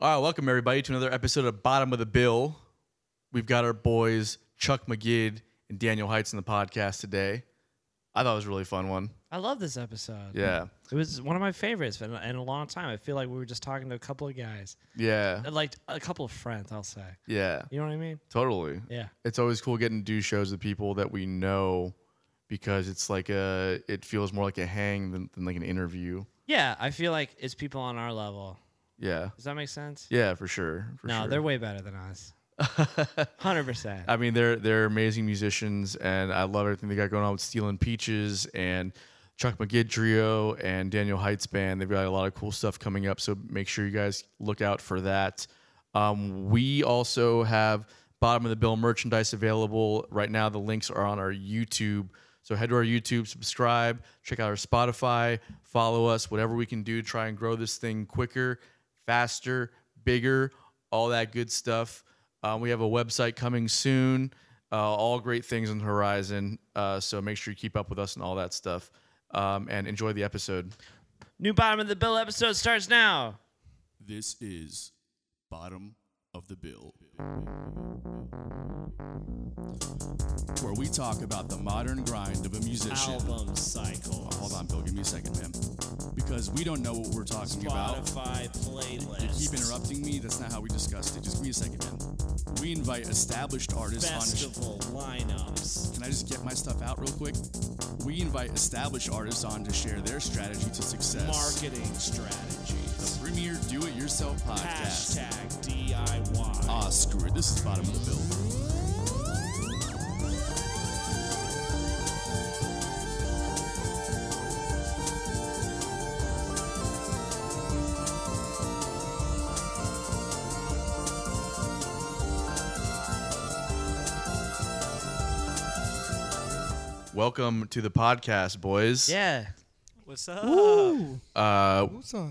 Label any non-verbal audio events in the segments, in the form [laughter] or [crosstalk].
All right, welcome everybody to another episode of Bottom of the Bill. We've got our boys Chuck McGid and Daniel Heights in the podcast today. I thought it was a really fun one. I love this episode. Yeah, It was one of my favorites in, in a long time. I feel like we were just talking to a couple of guys, uh, yeah, like a couple of friends, I'll say. yeah, You know what I mean? totally. Yeah. It's always cool getting to do shows with people that we know because it's like a, it feels more like a hang than, than like an interview. Yeah, I feel like it's people on our level. Yeah, Does that make sense? yeah, for sure. For no, sure. they're way better than us. 100%. [laughs] I mean, they're they're amazing musicians, and I love everything they got going on with Stealing Peaches and Chuck McGid Trio and Daniel Heights Band. They've got a lot of cool stuff coming up, so make sure you guys look out for that. Um, we also have bottom of the bill merchandise available right now. The links are on our YouTube. So head to our YouTube, subscribe, check out our Spotify, follow us, whatever we can do, try and grow this thing quicker, faster, bigger, all that good stuff. Um, we have a website coming soon. Uh, all great things on the horizon. Uh, so make sure you keep up with us and all that stuff. Um, and enjoy the episode. New Bottom of the Bill episode starts now. This is Bottom of the Bill, where we talk about the modern grind of a musician. album Oh, cycle. Hold on, Bill, give me a second, man. Because we don't know what we're talking about. Spotify playlist. Keep interrupting me. That's not how we discussed it. Just give me a second, man. We invite established artists on. Sh- Festival lineups. can I just get my stuff out real quick? We invite established artists on to share their strategy to success. Marketing strategies. Premier do-it-yourself podcast. Hashtag DIY. Ah, screw it. This is bottom of the bill. Welcome to the podcast, boys. Yeah. What's up? Uh,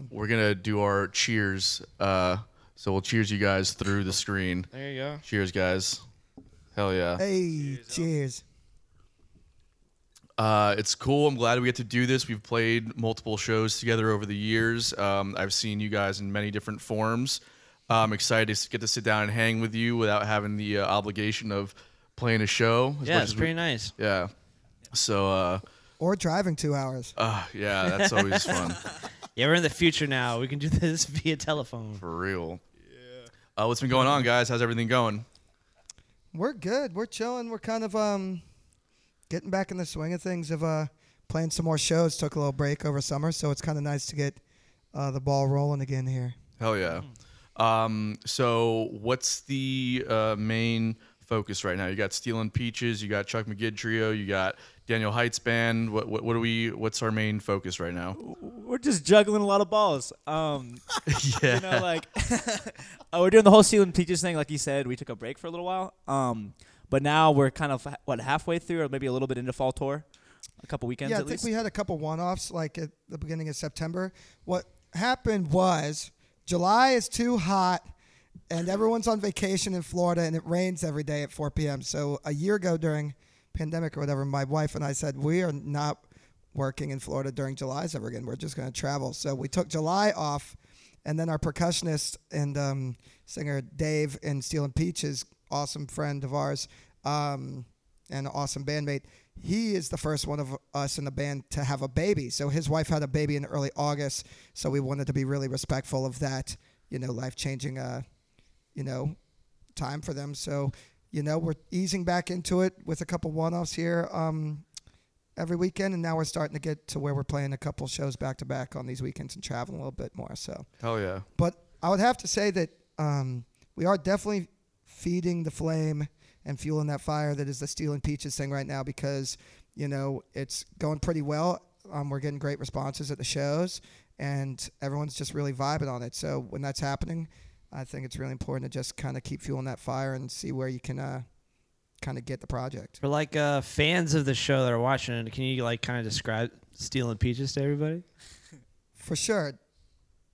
We're gonna do our cheers. Uh, so we'll cheers you guys through the screen. There you go. Cheers, guys. Hell yeah. Hey, cheers. Uh, it's cool. I'm glad we get to do this. We've played multiple shows together over the years. Um, I've seen you guys in many different forms. I'm excited to get to sit down and hang with you without having the uh, obligation of playing a show. as Yeah, much it's as we- pretty nice. Yeah. So, uh, Or driving two hours. uh, yeah, that's always [laughs] fun. Yeah, we're in the future now. We can do [laughs] this via telephone. For real. Yeah. Uh, what's been going on, guys? How's everything going? We're good. We're chilling. We're kind of um getting back in the swing of things of uh playing some more shows. Took a little break over summer, so it's kind of nice to get uh, the ball rolling again here. Hell yeah. Mm. Um, so what's the uh, main focus right now? You got Stealing Peaches, you got Chuck McGid Trio, you got Daniel Heights Band. What, what, what are we, what's our main focus right now? we're just juggling a lot of balls. [laughs] Um, yeah. you know, like [laughs] oh, we're doing the whole ceiling teachers thing. Like you said, we took a break for a little while. Um, but now we're kind of what halfway through, or maybe a little bit into fall tour, a couple weekends yeah, I at think least. we had a couple one-offs like at the beginning of September. What happened was July is too hot, and everyone's on vacation in Florida, and it rains every day at 4 p.m. So a year ago during pandemic or whatever, my wife and I said we are not working in Florida during July's ever again. We're just going to travel. So we took July off, and then our percussionist and um, singer Dave in Steel and Peaches, awesome friend of ours. Um, and an awesome bandmate. He is the first one of us in the band to have a baby. So his wife had a baby in early August. So we wanted to be really respectful of that, you know, life changing, uh, you know, time for them. So, you know, we're easing back into it with a couple one offs here um, every weekend. And now we're starting to get to where we're playing a couple shows back to back on these weekends and traveling a little bit more. So, Hell yeah. but I would have to say that um, we are definitely feeding the flame and fueling that fire that is the Steel and Peaches thing right now because, you know, it's going pretty well. Um, we're getting great responses at the shows, and everyone's just really vibing on it. So when that's happening, I think it's really important to just kind of keep fueling that fire and see where you can uh, kind of get the project. For like uh, fans of the show that are watching it, can you like kind of describe Stealing Peaches to everybody? For sure.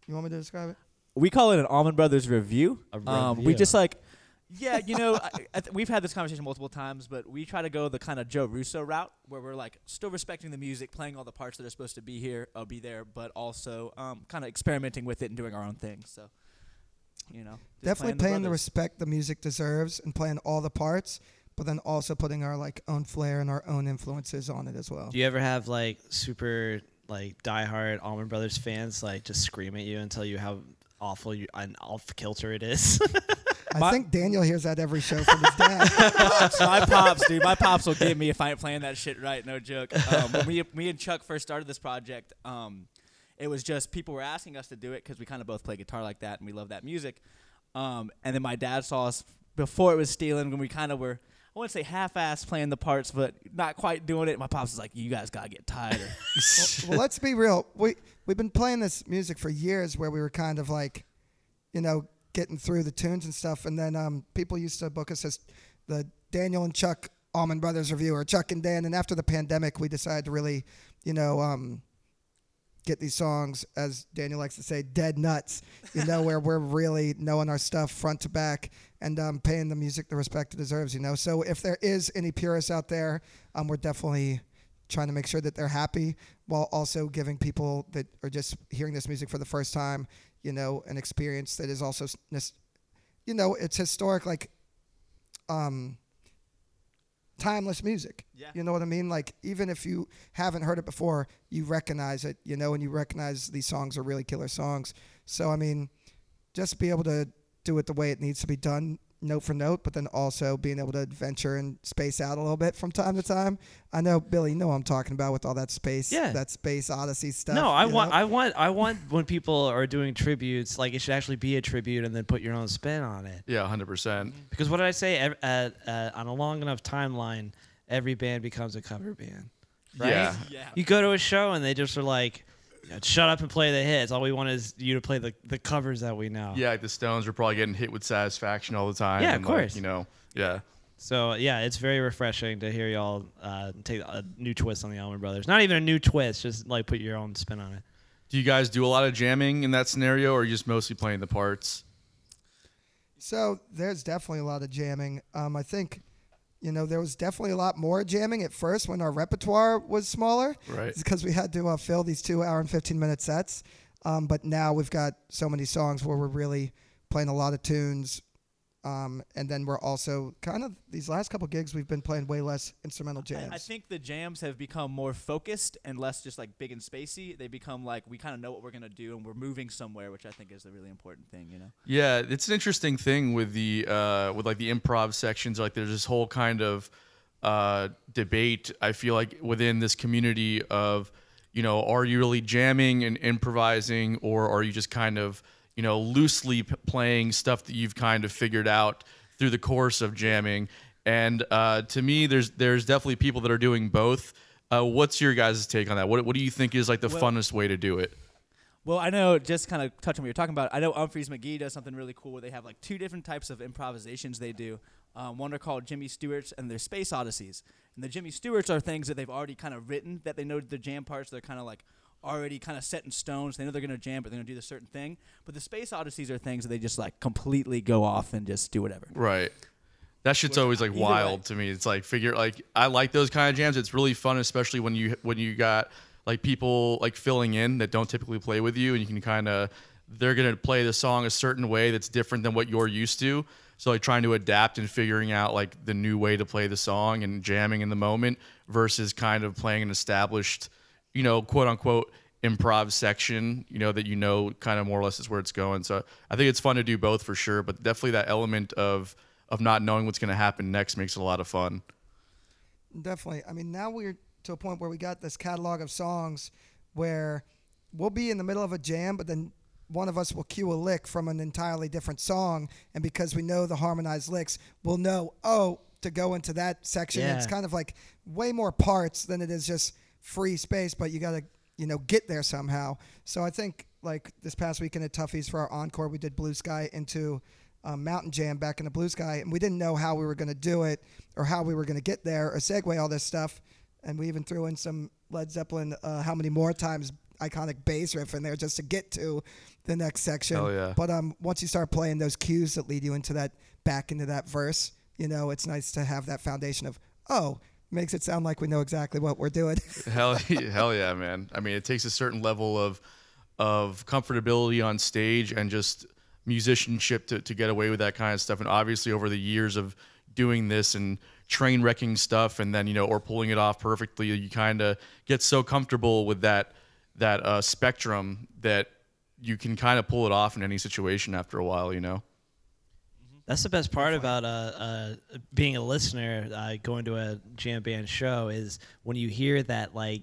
You want me to describe it? we call it an Almond Brothers review. A Um, we review. just like, yeah, you know, I, I th- we've had this conversation multiple times, but we try to go the kind of Joe Russo route where we're like still respecting the music, playing all the parts that are supposed to be here, uh, be there, but also um, kind of experimenting with it and doing our own thing. So You know, just Definitely paying the brothers. respect the music deserves and playing all the parts, but then also putting our like own flair and our own influences on it as well. Do you ever have like super like diehard Allman Brothers fans like just scream at you and tell you how awful you, and off kilter it is? [laughs] I My- think Daniel hears that every show from his [laughs] dad. pops, my pops, dude. My pops will get me if I ain't playing that shit right. No joke. Um, when we, me and Chuck first started this project, um, it was just people were asking us to do it because we kind of both play guitar like that and we love that music. Um, and then my dad saw us before it was stealing when we kind of were. I wouldn't say half-ass playing the parts, but not quite doing it. My pops was like, "You guys gotta get tighter." [laughs] well, let's be real. We we've been playing this music for years, where we were kind of like, you know, getting through the tunes and stuff. And then um, people used to book us as the Daniel and Chuck Almond Brothers review or Chuck and Dan. And after the pandemic, we decided to really, you know, um, get these songs, as Daniel likes to say, dead nuts. You know, where we're really knowing our stuff front to back and um, paying the music the respect it deserves. You know, so if there is any purists out there, um, we're definitely trying to make sure that they're happy while also giving people that are just hearing this music for the first time, you know, an experience that is also, s- nes- you know, it's historic, like, um, timeless music. Yeah. You know what I mean? Like, even if you haven't heard it before, you recognize it, you know, and you recognize these songs are really killer songs. So, I mean, just be able to do it the way it needs to be done, note for note, but then also being able to adventure and space out a little bit from time to time. I know, Billy, you know what I'm talking about with all that space, Yeah. that space odyssey stuff. no, I you want, know? I want, I want when people are doing tributes, like it should actually be a tribute and then put your own spin on it. Yeah, hundred percent. Because what did I say? Ev- uh, uh, on a long enough timeline, every band becomes a cover band. Right? Yeah. yeah. You go to a show and they just are like, "Shut up and play the hits. All we want is you to play the, the covers that we know." Yeah, like the Stones were probably getting hit with satisfaction all the time. Yeah, of and like, course. you know, yeah. So yeah, it's very refreshing to hear y'all uh, take a new twist on the Allman Brothers. Not even a new twist, just like put your own spin on it. Do you guys do a lot of jamming in that scenario, or are you just mostly playing [laughs] the parts? So there's definitely a lot of jamming. Um, I think, you know, there was definitely a lot more jamming at first when our repertoire was smaller. Right. Because we had to uh, fill these two hour and 15 minute sets. Um, but now we've got so many songs where we're really playing a lot of tunes. Um, and then we're also kind of these last couple gigs we've been playing way less instrumental I, jams. I think the jams have become more focused and less just like big and spacey. They become like we kind of know what we're gonna do and we're moving somewhere, which I think is the really important thing. You know. Yeah, it's an interesting thing with the uh, with like the improv sections. Like, there's this whole kind of uh, debate. I feel like within this community of, you know, are you really jamming and improvising, or are you just kind of, you know, loosely p- playing stuff that you've kind of figured out through the course of jamming? And uh, to me, there's there's definitely people that are doing both. Uh, what's your guys' take on that? What what do you think is like the funnest way to do it? Well, I know just kind of touching what you're talking about. I know Humphreys McGee does something really cool where they have like two different types of improvisations they do. Um, one are called Jimmy Stewart's and they're space odysseys. And the Jimmy Stewart's are things that they've already kind of written that they know the jam parts. They're kind of like already kind of set in stone. So they know they're going to jam, but they're going to do the certain thing. But the space odysseys are things that they just like completely go off and just [laughs] do whatever. Right. That shit's always like either wild way. to me. It's like figure like I like those kind of jams. It's really fun, especially when you when you got like people like filling in that don't typically play with you, and you can kind of they're gonna play the song a certain way that's different than what you're used to. So like trying to adapt and figuring out like the new way to play the song and jamming in the moment versus kind of playing an established, you know, quote unquote improv section, you know, that you know kind of more or less is where it's going. So I think it's fun to do both for sure, but definitely that element of of not knowing what's going to happen next makes it a lot of fun. Definitely. I mean, now we're to a point where we got this catalog of songs where we'll be in the middle of a jam, but then one of us will cue a lick from an entirely different song. And because we know the harmonized licks, we'll know, oh, to go into that section. It's Yeah. kind of like way more parts than it is just free space, but you got to, you know, get there somehow. So I think like this past weekend at Tuffy's for our encore, we did Blue Sky into um, Mountain Jam back in the Blue Sky, and we didn't know how we were going to do it or how we were going to get there or segue all this stuff. And we even threw in some Led Zeppelin, uh, how many more times iconic bass riff in there just to get to the next section. Hell yeah. But um, once you start playing those cues that lead you into that back into that verse, you know, it's nice to have that foundation of oh, makes it sound like we know exactly what we're doing. [laughs] hell, [laughs] hell yeah, man. I mean, it takes a certain level of of comfortability on stage and just musicianship to, to get away with that kind of stuff. And obviously, over the years of doing this and train wrecking stuff, and then you know, or pulling it off perfectly, you kind of get so comfortable with that that uh, spectrum that you can kind of pull it off in any situation after a while. You know. That's the best part about uh, uh, being a listener, uh, going to a jam band show is when you hear that like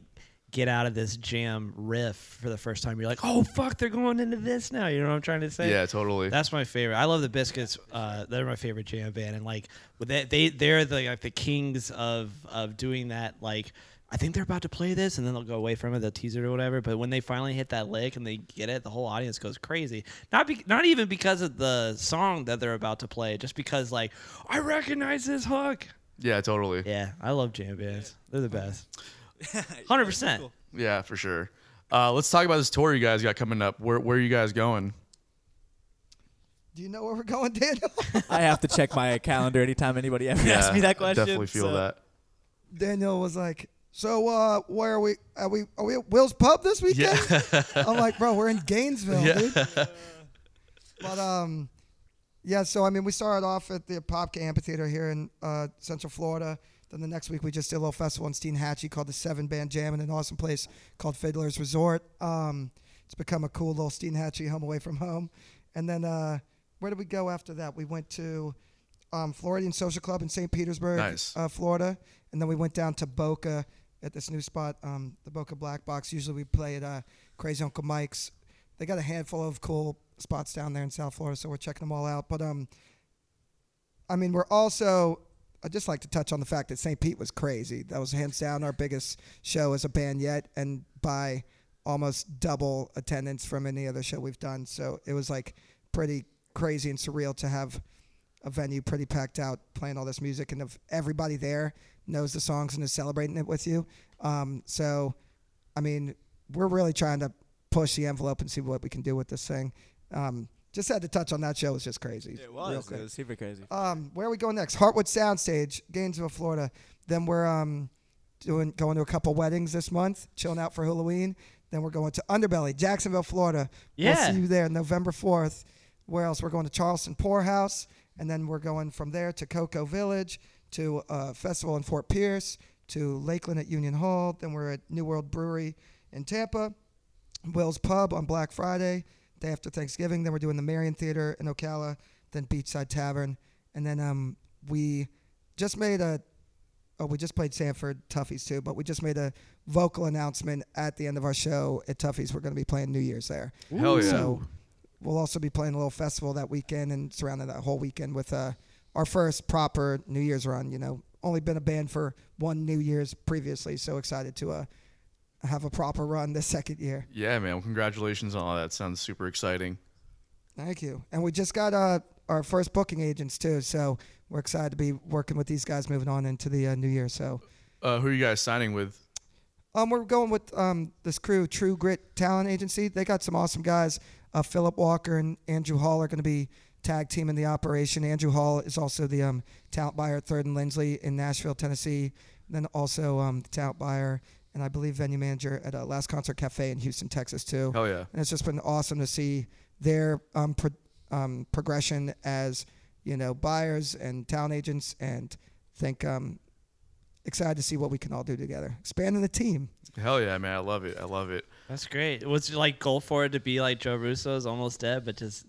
get out of this jam riff for the first time. You're like, oh fuck, they're going into this now. You know what I'm trying to say? Yeah, totally. That's my favorite. I love the Biscuits. Uh, they're my favorite jam band, and like with they, they they're the like the kings of of doing that. Like I think they're about to play this, and then they'll go away from it. They'll tease it or whatever. But when they finally hit that lick and they get it, the whole audience goes crazy. Not be, not even because of the song that they're about to play, just because like I recognize this hook. yeah, totally. Yeah, I love jam bands. They're the [laughs] best. Hundred percent. Yeah, for sure. Uh, let's talk about this tour you guys got coming up. Where where are you guys going? Do you know where we're going, Daniel? [laughs] I have to check my calendar anytime anybody ever [laughs] asks me that I question. definitely feel so- that. Daniel was like, "So, uh, where are we? Are we? Are we at Will's Pub this weekend?" I'm like, "Bro, we're in Gainesville, dude." But um, yeah. So I mean, we started off at the Popka Amphitheater here in uh, Central Florida. Then the next week, we just did a little festival in Steenhatchee called the Seven Band Jam in an awesome place called Fiddler's Resort. Um, it's become a cool little Steenhatchee home away from home. And then uh, where did we go after that? We went to um, Floridian Social Club in St. Petersburg, Nice. uh, Florida, and then we went down to Boca at this new spot, um, the Boca Black Box. Usually we play at uh, Crazy Uncle Mike's. They got a handful of cool spots down there in South Florida, so we're checking them all out. But um, I mean, we're also. I would just like to touch on the fact that St. Pete was crazy. That was hands down our biggest show as a band yet, and by almost double attendance from any other show we've done. So it was like pretty crazy and surreal to have a venue pretty packed out playing all this music, and if everybody there knows the songs and is celebrating it with you. Um, so, I mean, we're really trying to push the envelope and see what we can do with this thing. Um, just had to touch on that show. It was just crazy. It Real was. quick. It was super crazy. Um, where are we going next? Heartwood Soundstage, Gainesville, Florida. Then we're um, doing going to a couple weddings this month, chilling out for Halloween. Then we're going to Underbelly, Jacksonville, Florida. Yeah. We'll see you there November 4th. Where else? We're going to Charleston Poorhouse. And then we're going from there to Cocoa Village, to a festival in Fort Pierce, to Lakeland at Union Hall. Then we're at New World Brewery in Tampa. Will's Pub on Black Friday, day after Thanksgiving. Then we're doing the Marion Theater in Ocala, then Beachside Tavern, and then um, we just made a. Oh, we just played Sanford Tuffy's too, but we just made a vocal announcement at the end of our show at Tuffy's. We're going to be playing New Year's there. Hell yeah. So we'll also be playing a little festival that weekend and surrounding that whole weekend with uh, our first proper New Year's run. You know, only been a band for one New Year's previously, so excited to uh, have a proper run this [laughs] second year. Yeah, man. Well, congratulations on all that. Sounds super exciting. Thank you. And we just got uh, our first booking agents too, so we're excited to be working with these guys moving on into the uh, new year. So Uh, who are you guys signing with? um, we're going with um, this crew, True Grit Talent Agency. They got some awesome guys. Uh, Philip Walker and Andrew Hall are going to be tag team in the operation. Andrew Hall is also the um, talent buyer at Third and Lindsley in Nashville, Tennessee. And then also um, talent buyer and I believe venue manager at uh, Last Concert Cafe in Houston, Texas too. Hell yeah. and it's just been awesome to see their um, pro- um, progression as you know buyers and town agents and think um, excited to see what we can all do together expanding the team Hell yeah, man. I love it. I love it. That's great. What's your, like goal for it to be like Joe Russo's Almost Dead, but just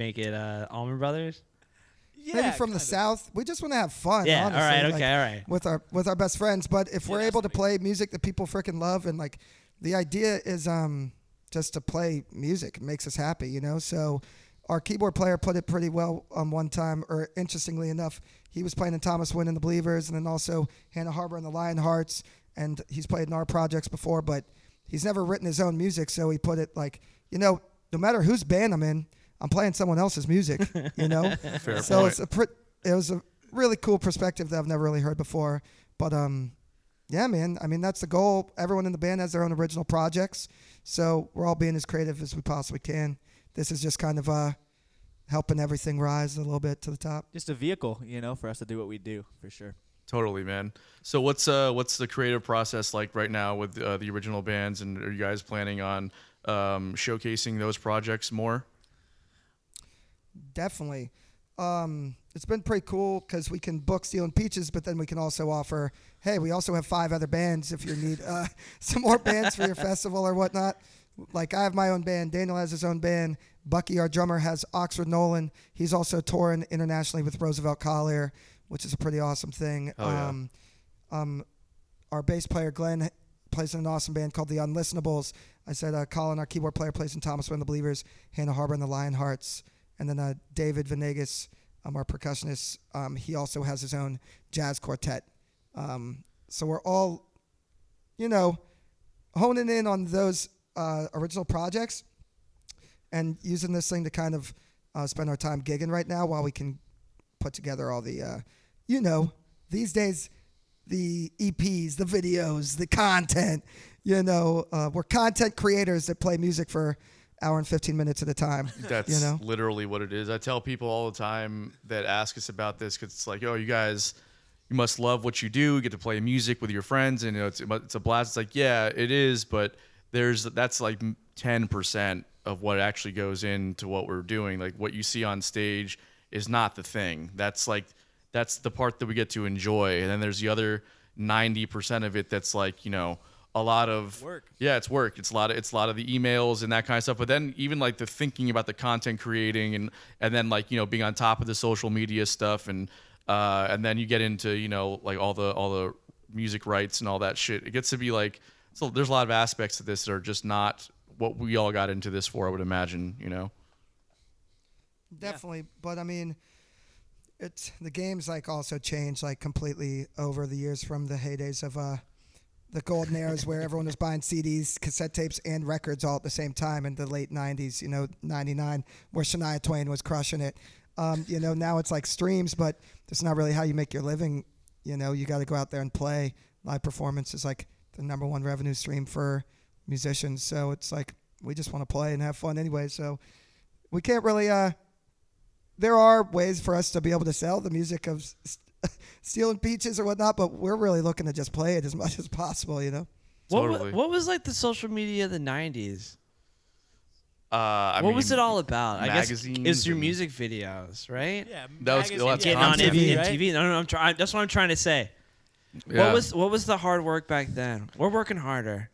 make it uh Almond Brothers? Yeah, maybe from the kinda. south we just want to have fun Yeah, honestly, alright, like, okay, alright. with our with our best friends but if we're able to play music that people freaking love and like the idea is um just to play music it makes us happy you know so our keyboard player put it pretty well on one time or interestingly enough he was playing in thomas wynn and the believers and then also hannah harbor and the lion hearts and he's played in our projects before but he's never written his own music so he put it like you know no matter whose band i'm in i'm playing someone else's music you know Fair so point. it's a pr- it was a really cool perspective that I've never really heard before. But um, yeah, man. I mean, that's the goal. Everyone in the band has their own original projects, so we're all being as creative as we possibly can. This is just kind of uh, helping everything rise a little bit to the top. Just a vehicle, you know, for us to do what we do, for sure. Totally, man. So what's uh what's the creative process like right now with uh, the original bands, and are you guys planning on um, showcasing those projects more? definitely. Um, it's been pretty cool because we can book Steel and Peaches, but then we can also offer, hey, we also have five other bands if you need uh, [laughs] some more bands for your festival or whatnot. Like I have my own band, Daniel has his own band, Bucky, our drummer, has Oxford Nolan. He's also touring internationally with Roosevelt Collier, which is a pretty awesome thing. Oh, yeah. um, um, our bass player Glenn plays in an awesome band called the Unlistenables. I said uh, Colin, our keyboard player, plays in Thomas Wynn, the Believers, Hannah Harbor, and the Lionhearts, and then uh, David Venegas, um, our percussionist. Um, he also has his own jazz quartet. Um, so we're all, you know, honing in on those uh, original projects and using this thing to kind of uh, spend our time gigging right now while we can put together all the, uh, you know, these days the EPs, the videos, the content. You know, uh, we're content creators that play music for hour and 15 minutes at a time. [laughs] That's you know, literally what it is. I tell people all the time that ask us about this because it's like, oh, you guys, you must love what you do. You get to play music with your friends, and you know, it's it's a blast. It's like, yeah, it is, but there's that's like ten percent of what actually goes into what we're doing. Like what you see on stage is not the thing. That's like that's the part that we get to enjoy, and then there's the other ninety percent of it that's like, you know. A lot of Work. yeah, it's work. It's a lot of it's a lot of the emails and that kind of stuff. But then even like the thinking about the content creating and and then like you know being on top of the social media stuff and uh, and then you get into you know like all the all the music rights and all that shit. It gets to be like so there's a lot of aspects of this that are just not what we all got into this for. I would imagine you know. definitely. But I mean, it's the game's like also changed like completely over the years from the heydays of uh, the golden eras where everyone was buying CDs, cassette tapes, and records all at the same time in the late 90s, you know, 99, where Shania Twain was crushing it. Um, you know, now it's like streams, but that's not really how you make your living. You know, you got to go out there and play. Live performance is like the number one revenue stream for musicians. So it's like we just want to play and have fun anyway. So we can't really. Uh, there are ways for us to be able to sell the music of s- [laughs] stealing peaches or whatnot, but we're really looking to just play it as much as possible, you know. What, wa- Totally. what was like the social media of the 90s? Uh, I what was mean, it all about? I guess magazines it's through and- music videos, right? Yeah, That was- well, that's Getting magazine- on content. MTV, right? MTV. No, no, I'm trying. That's what I'm trying to say. yeah. What was what was the hard work back then? We're working harder,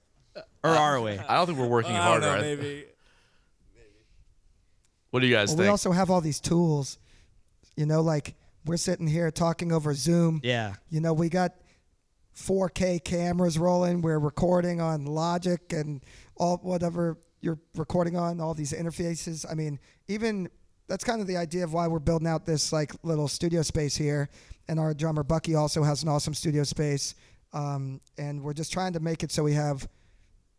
or are we? I don't think we're working Oh, I don't harder. know, I- maybe. What do you guys Well, think? we also [laughs] have all these tools, you know, like we're sitting here talking over Zoom. Yeah. You know, we got 4K cameras rolling. We're recording on Logic and all whatever you're recording on, all these interfaces. I mean, even that's kind of the idea of why we're building out this like little studio space here. And our drummer Bucky also has an awesome studio space. Um, and we're just trying to make it so we have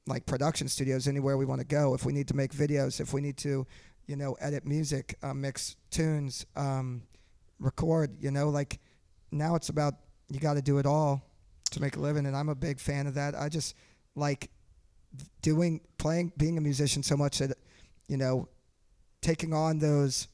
like production studios anywhere we want to go. If we need to make videos, if we need to, you know, edit music, uh, mix tunes, um, record, you know, like now it's about you got to do it all to make a living. And I'm a big fan of that. I just like doing, playing, being a musician so much that, you know, taking on those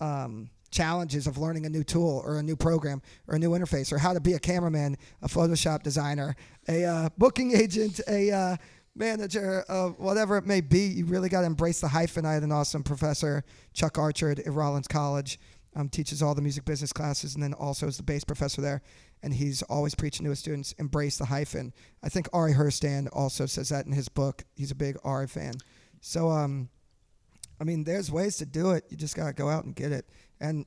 um, challenges of learning a new tool or a new program or a new interface or how to be a cameraman, a Photoshop designer, a uh, booking agent, a uh, manager, uh, whatever it may be. You really got to embrace the hyphen. I had an awesome professor, Chuck Archer at Rollins College. Um, teaches all the music business classes and then also is the bass professor there. And he's always preaching to his students, embrace the hyphen. I think Ari Herstand also says that in his book. He's a big Ari fan. So, um, I mean, there's ways to do it. You just gotta go out and get it, and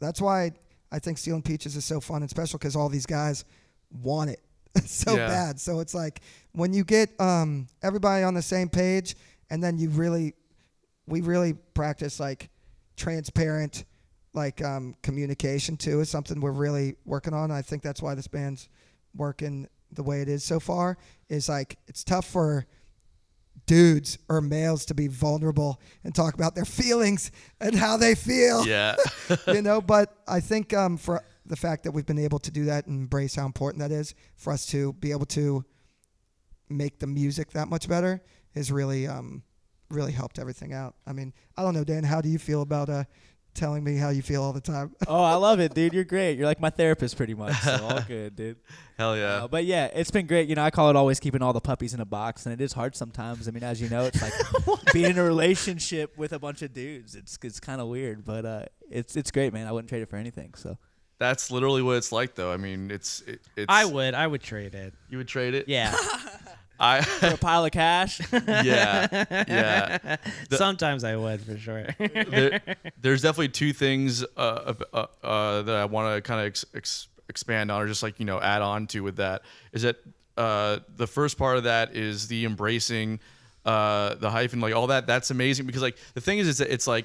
that's why I think stealing peaches is so fun and special because all these guys want it [laughs] so Yeah. bad. So it's like when you get um, everybody on the same page, and then you really, we really practice like transparent, like um, communication too is something we're really working on. I think that's why this band's working the way it is so far. Is like it's tough for dudes or males to be vulnerable and talk about their feelings and how they feel. yeah. [laughs] you know, but I think um, for the fact that we've been able to do that and embrace how important that is for us to be able to make the music that much better has really um, really helped everything out. I mean, I don't know, Dan, how do you feel about uh, telling me how you feel all the time. oh, I love it, dude. You're great. You're like my therapist, pretty much. So all good, dude. Hell yeah. Uh, but yeah, it's been great. You know, I call it always keeping all the puppies in a box, and it is hard sometimes. I mean, as you know, it's like being in a relationship with a bunch of dudes. It's it's kind of weird, but uh, it's it's great, man. I wouldn't trade it for anything. So That's literally what it's like, though. I mean, it's it, it's. I would. I would trade it. You would trade it. Yeah. I. [laughs] for a pile of [laughs] cash, yeah. Yeah. The- Sometimes I would for sure. [laughs] there, there's definitely two things uh, ab- uh, uh, that I want to kind of ex- ex- expand on, or just like you know add on to with that is that uh, the first part of that is the embracing uh, the hyphen, like all that. That's amazing because like the thing is, it's it's like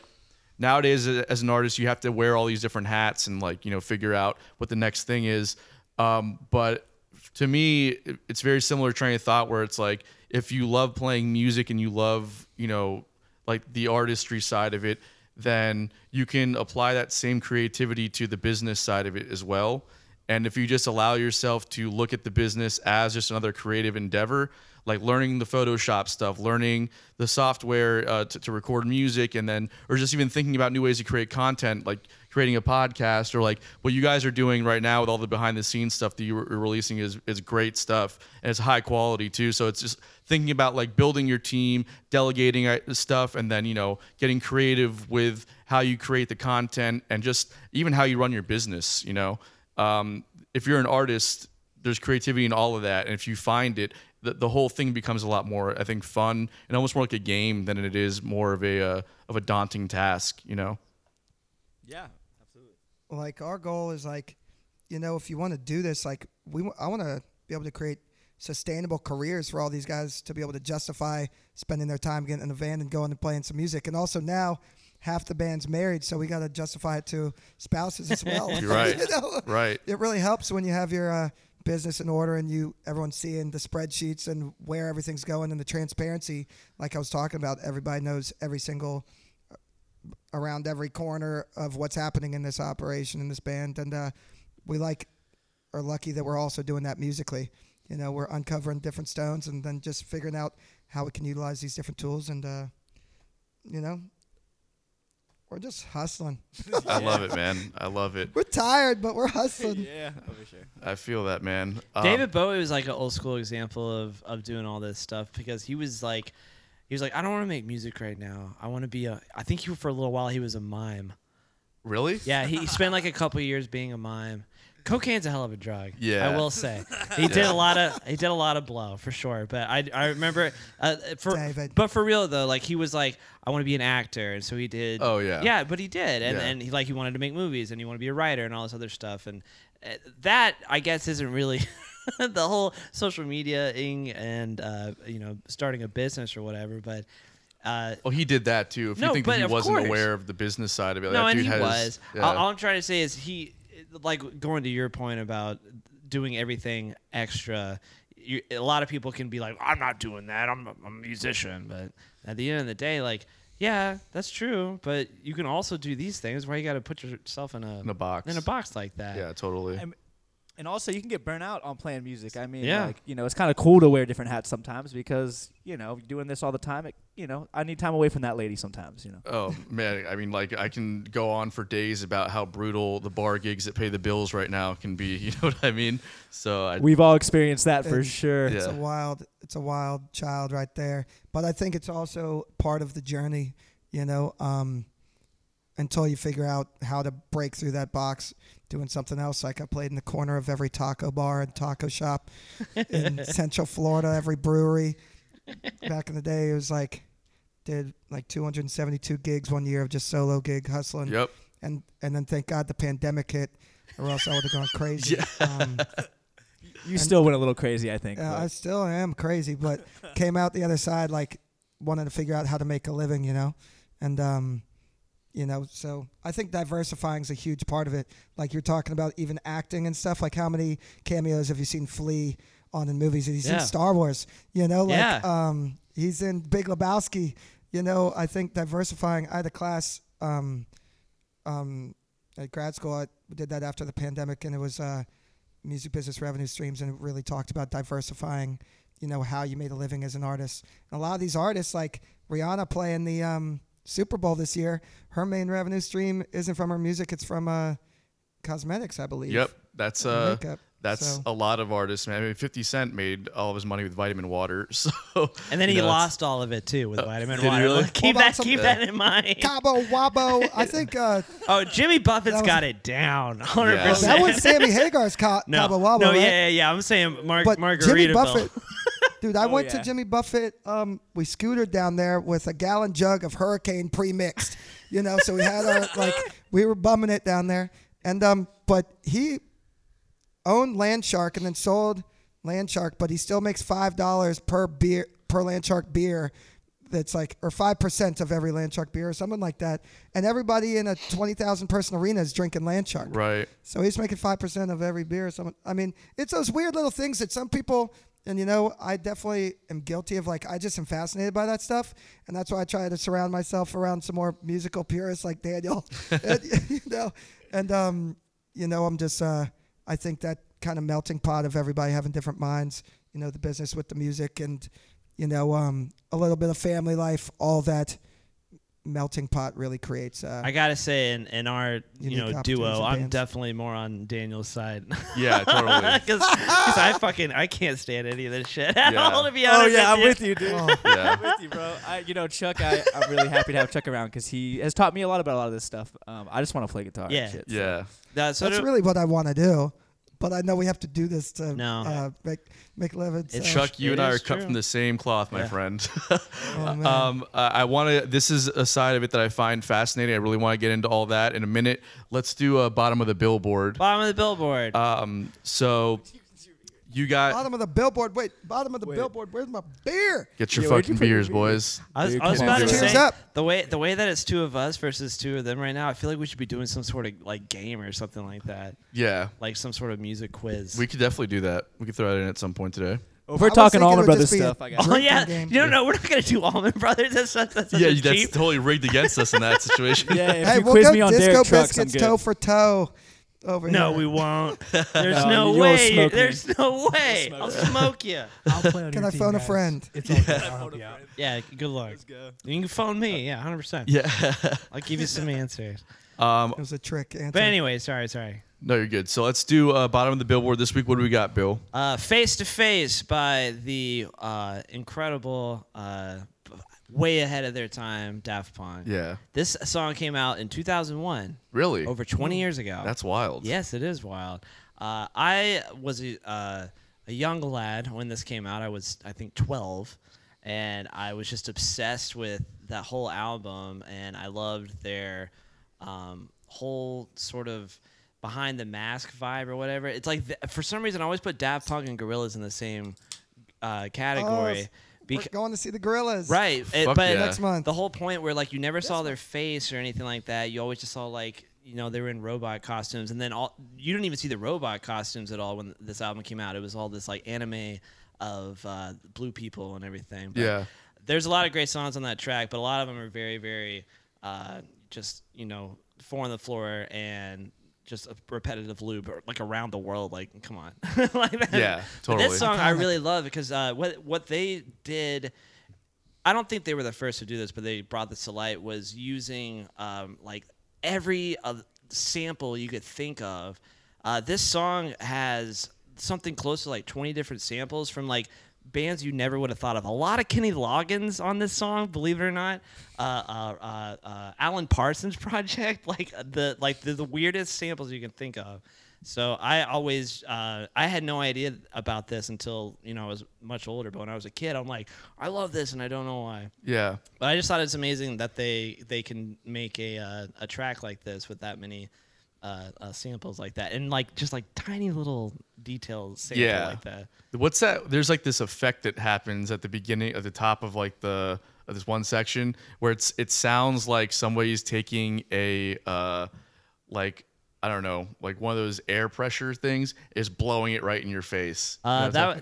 nowadays a- as an artist you have to wear all these different hats and like you know figure out what the next thing is. Um, but to me, it- it's very similar train of thought where it's like if you love playing music and you love you know like the artistry side of it, then you can apply that same creativity to the business side of it as well. And if you just allow yourself to look at the business as just another creative endeavor, like learning the Photoshop stuff, learning the software uh, to, to record music, and then, or just even thinking about new ways to create content, like creating a podcast or like what you guys are doing right now with all the behind the scenes stuff that you're releasing is is great stuff and it's high quality too so it's just thinking about like building your team delegating uh, stuff and then you know getting creative with how you create the content and just even how you run your business you know um, if you're an artist there's creativity in all of that and if you find it the, the whole thing becomes a lot more i think fun and almost more like a game than it is more of a uh, of a daunting task you know like our goal is like you know if you want to do this like we wa- i want to be able to create sustainable careers for all these guys to be able to justify spending their time getting in a van and going and playing some music and also now half the band's married so we got to justify it to [laughs] spouses as well You're right. [laughs] You know? right it really helps when you have your uh, business in order and you everyone's seeing the spreadsheets and where everything's going and the transparency like i was talking about everybody knows every single uh, around every corner of what's happening in this operation in this band and uh, we like are lucky that we're also doing that musically you know we're uncovering different stones and then just figuring out how we can utilize these different tools and uh, you know we're just hustling I love it, man. I love it. we're tired but we're hustling yeah, for sure. I feel that, man. Um, David Bowie was like an old school example of of doing all this stuff because he was like, he was like, I don't want to make music right now. I want to be a. I think he for a little while he was a mime. really? Yeah, he spent like a couple years being a mime. Cocaine's a hell of a drug. Yeah. I [laughs] will say he did a lot of he did a lot of blow for sure. But I I remember uh, for David. but for real though, like he was like I want to be an actor, and so he did. Oh, yeah. yeah, but he did, and Yeah. and he like he wanted to make movies, and he wanted to be a writer, and all this other stuff, and uh, that I guess isn't really. [laughs] the whole social media ing and uh, you know starting a business or whatever, but uh, Well, he did that too. If No, you think but that he of wasn't course. aware of the business side of it, no, that and dude he has, was. yeah. All, all I'm trying to say is he, like going to your point about doing everything extra. You, a lot of people can be like, I'm not doing that. I'm a, I'm a musician, but at the end of the day, like, yeah, that's true. But you can also do these things. Why you got to put yourself in a In a box. in a box like that? yeah, totally. And, and also, you can get burnt out on playing music. I mean, Yeah. like, you know, it's kind of cool to wear different hats sometimes because you know, doing this all the time, it, you know, I need time away from that lady sometimes. You know. Oh man, I mean, like I can go on for days about how brutal the bar gigs that pay the bills right now can be. [laughs] You know what I mean? So I, We've all experienced that for It's- sure. Yeah. It's a wild, it's a wild child right there. But I think it's also part of the journey, you know, um, until you figure out how to break through that box doing something else. Like I played in the corner of every taco bar and [laughs] taco shop in Central Florida, every brewery. Back in the day, it was like did like 272 gigs one year of just solo gig hustling yep. and and then thank God the pandemic hit or else I would have gone [laughs] crazy. Um, You still went a little crazy, I think. yeah, but- I still am crazy, but came out the other side like wanting to figure out how to make a living, you know, and um, you know, so I think diversifying is a huge part of it. Like you're talking about, even acting and stuff. Like how many cameos have you seen Flea on in movies? He's Yeah. in Star Wars, you know, like Yeah. um, he's in Big Lebowski. You know, I think diversifying. I had a class um, um, at grad school. I did that after the pandemic, and it was. Uh, music business revenue streams and it really talked about diversifying you know how you made a living as an artist and a lot of these artists like rihanna playing the um Super Bowl this year, her main revenue stream isn't from her music; it's from uh, cosmetics, I believe. Yep, that's uh, makeup, that's so- a lot of artists, man. I mean, Fifty Cent made all of his money with vitamin water, [laughs] so And then you he know, it's- lost all of it too with vitamin Oh, did he water. really? Hold Keep on, that, some- keep that in mind. Cabo Wabo. I [laughs] think uh, Oh, Jimmy Buffett's That was- got it down, hundred Oh, Yeah. percent. that was Sammy Hagar's ca- [laughs] no, Cabo Wabo. no, yeah, right? yeah, yeah. I'm saying Mar- but Jimmy Margaritaville. [laughs] Buffett. Dude, I Oh, went yeah. to Jimmy Buffett. Um, we scootered down there with a gallon jug of Hurricane pre-mixed. You know, so we [laughs] had our like we were bumming it down there, and um, but he owned Landshark and then sold Landshark, but he still makes five dollars per beer per Landshark beer. That's like or five percent of every Landshark beer or something like that. And everybody in a twenty thousand person arena is drinking Landshark. right. So he's making five percent of every beer. Or something. I mean, it's those weird little things that some people. And you know, I definitely am guilty of like I just am fascinated by that stuff, and that's why I try to surround myself around some more musical purists like Daniel. and, you know, and um, you know, I'm just uh, I think that kind of melting pot of everybody having different minds. You know, the business with the music, and you know, um, a little bit of family life. All that melting pot really creates. Uh, I gotta say, in, in our you Unique know opportunities duo, in I'm bands. definitely more on Daniel's side Oh, Yeah, [laughs] totally. because I fucking I can't stand any of this shit [laughs] at Yeah. all. To be honest, Oh yeah, I'm you. with you, dude. yeah. with you, bro. I, you know, Chuck, I, I'm really happy to have Chuck around because he has taught me a lot about a lot of this stuff. Um, I just want to play guitar. Yeah. and shit, so. Yeah. That's That's really what I want to do, but I know we have to do this to No. uh, make make living. So. It's Chuck, you It and I are is cut true. from the same cloth, my Yeah. friend. [laughs] Oh, uh, man. um, I, I want to. This is a side of it that I find fascinating. I really want to get into all that in a minute. Let's do a bottom of the billboard. bottom of the billboard. Um, so you got bottom of the billboard. Wait, bottom of the billboard. Where's my beer? get your Yeah, where'd you fucking put your beers, beer? boys. I was, Dude, I was come about on, to dude. say Cheers up. the way the way that it's two of us versus two of them right now. I feel like we should be doing some sort of like game or something like that, Yeah, like some sort of music quiz. we could definitely do that. We could throw that in at some point today. If we're was talking thinking it Allman would just Brothers be a- stuff. [laughs] I [laughs] got. oh yeah, drinking game. you don't know. We're not gonna do Allman Brothers. That's that's, that's such yeah, a you- that's cheap- totally rigged against us in [laughs] that situation. Yeah, if hey, you we'll quiz go me on disco Derek Trucks, I'm biscuits good. toe for toe over No, here. [laughs] we won't. There's No, no, you'll way. smoke me. There's no way. smoke I'll me. smoke you. I'll play on Can your I team, phone a guys. friend? It's [laughs] all good. I'll help you out. Yeah, good luck. go. You can phone me. Yeah, 100%. Yeah. I'll give [laughs] you some answers. Um, It was a trick answer. But anyway, sorry, sorry. no, you're good. So let's do uh, bottom of the billboard this week. What do we got, Bill? Uh, face to face by the uh, incredible, uh, b- way ahead of their time, Daft Punk. Yeah. This song came out in 2001, Really? over 20 years ago. That's wild. Yes, it is wild. Uh, I was a, uh, a young lad when this came out. I was, I think, 12, and I was just obsessed with that whole album, and I loved their um, whole sort of behind the mask vibe or whatever. It's like th- for some reason I always put Daft Punk and Gorillaz in the same uh, category. we're becau- going to see the gorillas. Right. it- Fuck but yeah. Next month. the whole point where like you never saw their face or anything like that. You always just saw like you know they were in robot costumes, and then all you didn't even see the robot costumes at all when this album came out. It was all this like anime of uh, blue people and everything. But Yeah. There's a lot of great songs on that track, but a lot of them are very, very uh, just you know four on the floor and just a repetitive loop or like around the world. Like come on, [laughs] like that. Yeah, But totally. this song I really love because uh, what what they did. I don't think they were the first to do this, but they brought this to light was using um, like every uh, sample you could think of. Uh, this song has something close to like 20 different samples from like bands you never would have thought of. A lot of Kenny Loggins on this song, believe it or not. Uh, uh, uh, uh, Alan Parsons [laughs] Project, like the like the, the weirdest samples you can think of. So I always uh, I had no idea about this until you know I was much older. But when I was a kid, I'm like, I love this, and I don't know why. Yeah. But I just thought it's amazing that they they can make a uh, a track like this with that many uh, uh, samples like that, and like just like tiny little details sample Yeah. like that. What's that? There's like this effect that happens at the beginning, at the top of like the of this one section where it's it sounds like somebody's taking a uh like I don't know, like one of those air pressure things is blowing it right in your face. You know Uh, what I'm that A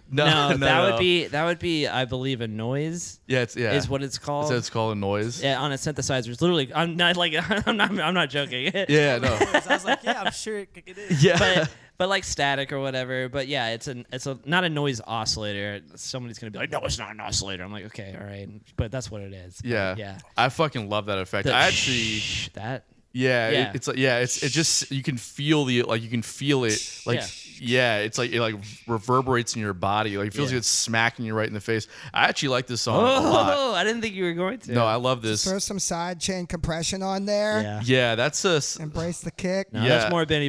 saying? [laughs] [laughs] no, that no. would be that would be I believe a noise yeah, it's yeah. is what it's called. So it's called a noise. yeah, on a synthesizer. It's literally [laughs] I'm not like I'm not I'm not joking. Yeah, no. [laughs] I was like, yeah, I'm sure it, it is. yeah. but but like static or whatever. But yeah, it's an it's a not a noise oscillator. Somebody's gonna be like, no, it's not an oscillator. I'm like, okay, all right, but that's what it is. [laughs] But Yeah. yeah. I fucking love that effect. The I actually that yeah, it- Yeah. it's like yeah, it's it just you can feel the like you can feel it like Yeah. yeah, it's like it like reverberates in your body. Like it feels Yeah. like it's smacking you right in the face. I actually like this song a lot. Oh, [laughs] I didn't think you were going to. No, I love this. Throw some side chain compression on there. Yeah. Yeah, that's a s- Embrace the kick. No, Yeah. that's more Benny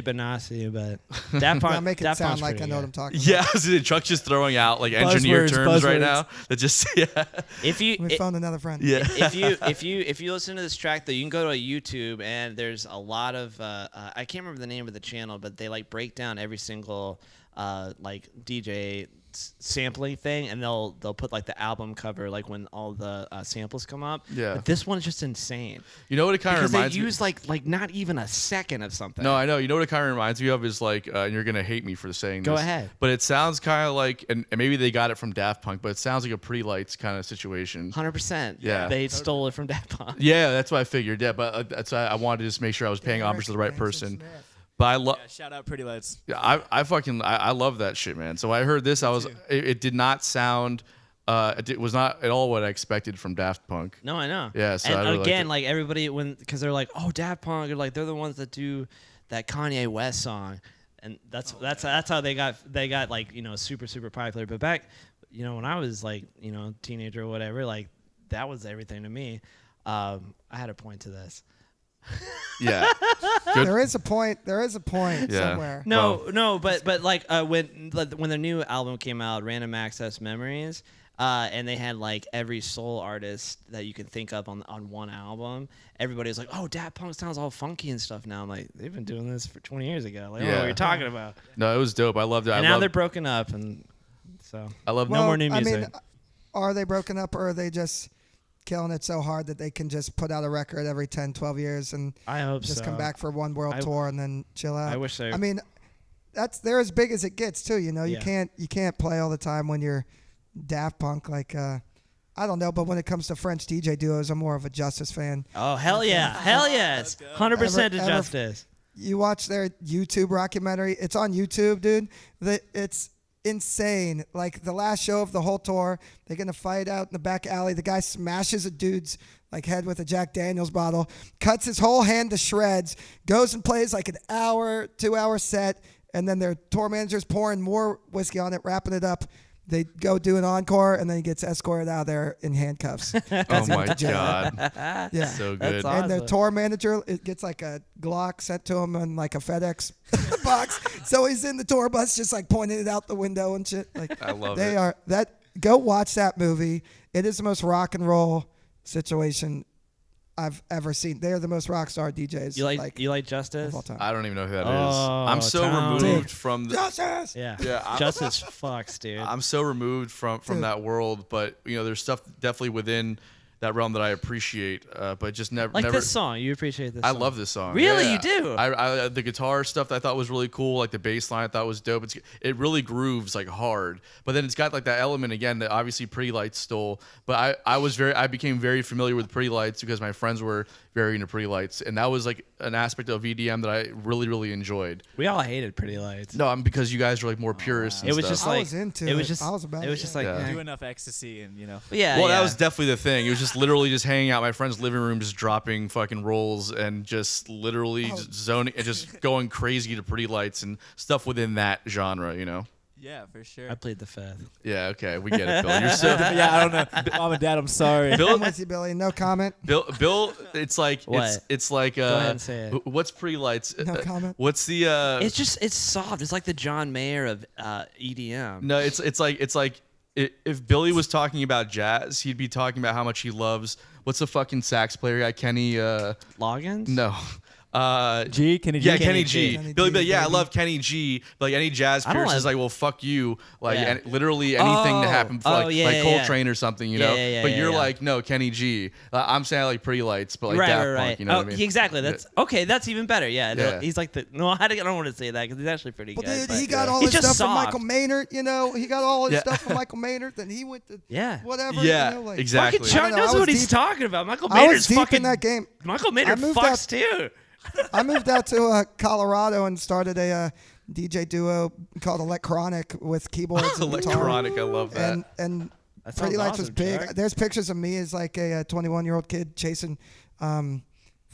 [laughs] Benassi, but that part. Now make it that sound part's like I pretty know what good. I'm talking about. yeah. [laughs] so Chuck's just throwing out like engineer Buzzwords, terms right buzzwords. now. That just [laughs] yeah, If you We i- found another friend. yeah. [laughs] if you if you if you listen to this track though, you can go to YouTube and there's a lot of uh, uh, I can't remember the name of the channel, but they like break down every single uh, like DJ s- sampling thing, and they'll they'll put like the album cover like when all the uh, samples come up. Yeah. but this one's just insane You know what it kind of because they reminds me. use like like not even a second of something. No, I know. You know what it kind of reminds me of is like, uh, and you're gonna hate me for saying Go this. ahead. But it sounds kind of like, and, and maybe they got it from Daft Punk, but it sounds like a pretty lights kind of situation. hundred percent. Yeah. they stole it from Daft Punk. Yeah, that's what I figured. Yeah, but uh, that's why I wanted to just make sure I was paying homage to the right Eric Manson person. Smith. But I love, Yeah, shout out Pretty Lights. I, I fucking, I, I love that shit, man. So I heard this, I was, it, it did not sound, uh, it did- was not at all what I expected from Daft Punk. No, I know. Yeah, so and I really liked again, it. like everybody when because they're like, oh, Daft Punk, or like they're the ones that do that Kanye West song, and that's that's that's how they got they got like you know super super popular. But back, you know, when I was like you know teenager or whatever, like that was everything to me. Um, I had a point to this. Yeah, Good. There is a point. There is a point Yeah. somewhere. No, no, but but like uh, when like, when their new album came out, Random Access Memories, uh, and they had like every soul artist that you can think of on on one album. Everybody was like, "Oh, Daft Punk sounds all funky and stuff." Now I'm like, they've been doing this for 20 years ago. Like, I don't know Yeah. what you're talking about. no, it was dope. I loved it. And I now love, they're broken up, and so I love no Well, more new music. I mean, uh, are they broken up or are they just killing it so hard that they can just put out a record every 10, 12 years and I hope just so. come back for one world I- tour and then chill out? I wish they- I mean, that's they're as big as it gets too. You know, you Yeah. can't you can't play all the time when you're Daft Punk. Like, uh, I don't know, but when it comes to French DJ duos, I'm more of a Justice fan. Oh hell yeah, hell yes, 100 percent to Ever- ever- justice. you watch their YouTube documentary. It's on YouTube, dude. That it's insane. Like the last show of the whole tour, they get in a fight out in the back alley. The guy smashes a dude's like head with a Jack Daniels bottle, cuts his whole hand to shreds, goes and plays like an hour, two hour set, and then their tour manager's pouring more whiskey on it, wrapping it up. They go do an encore, and then he gets escorted out of there in handcuffs. oh [laughs] my God. Yeah. So That's good. awesome. And the tour manager it gets like a Glock sent to him and like a FedEx [laughs] box. So he's in the tour bus, just like pointing it out the window and shit. Like I love they it. are that. Go watch that movie. It is the most rock and roll situation I've ever seen. They are the most rock star DJs. You like, you like of justice? all time. I don't even know who that is. Oh, I'm so Tom. removed from the, Justice! Yeah, Yeah, I- justice fucks, dude. I'm so removed from from that world, but you know, there's stuff definitely within that realm that I appreciate, uh, but just never. like never, this song, you appreciate this. I song. love this song. Really? Yeah. You do? I, I the guitar stuff that I thought was really cool, like the bass line I thought was dope. It's, it really grooves like hard, but then it's got like that element again that obviously Pretty Lights stole. But I I was very I became very familiar with Pretty Lights because my friends were very into Pretty Lights, and that was like an aspect of EDM that I really really enjoyed. We all hated Pretty Lights. No, I'm because you guys were like more purists. and it was stuff. just I like was into it was it. just I was about it was it, just like yeah. eh. Do enough ecstasy and you know. yeah. Well, yeah. that was definitely the thing. It was just literally just hanging out in my friend's living room, just dropping fucking rolls and just literally Oh. just zoning and just going crazy to pretty lights and stuff within that genre, you know? Yeah, for sure. I played the fifth. Yeah, okay, we get it, Bill. You're [laughs] so yeah, I don't know. Mom and Dad, I'm sorry. I'm Bill. with you, Billy. No comment. Bill, Bill, it's like it's What? it's like uh, ahead and say it. wh- what's pretty lights? No Uh, comment. What's the uh, It's just it's soft. It's like the John Mayer of uh, EDM. No, it's it's like it's like i- if Billy was talking about jazz, he'd be talking about how much he loves. What's the fucking sax player guy? Kenny. Uh, Loggins? no. Uh, G, Kenny G. Yeah, Kenny, G. Kenny Billy, G, Billy, yeah, I baby. love Kenny G. But like any jazz I don't purist is like- like, well, fuck you. Like Yeah. an- literally anything to Oh, happen, for, oh, like, yeah, like yeah, yeah. Coltrane or something, you Yeah, know. yeah, yeah, but yeah, you're yeah. like, no, Kenny G. Uh, I'm saying I like Pretty Lights, but like right, Daft right, right. Punk, you know oh, what I mean? exactly. That's okay. That's even better. Yeah, Yeah. He's like the [laughs] no. I don't- I don't want to say that because he's actually pretty Well, good. dude, but- he got all He's his just stuff from Michael soft. Maynard. You know, he got all his Yeah. [laughs] stuff from Michael Maynard. Then he went to Yeah. whatever. you yeah, know, like- exactly. Fucking I Chuck don't know, I knows was what he's deep- talking about. Michael I Maynard's was deep fucking in that game. Michael Maynard moved fucks too. I moved out to uh, Colorado and started a uh, DJ duo called Electronic [laughs] with keyboards and guitar. Electronic, I love that. And and That Pretty sounds Lights was awesome, big. Jack. There's pictures of me as like a 21 year old kid chasing, um,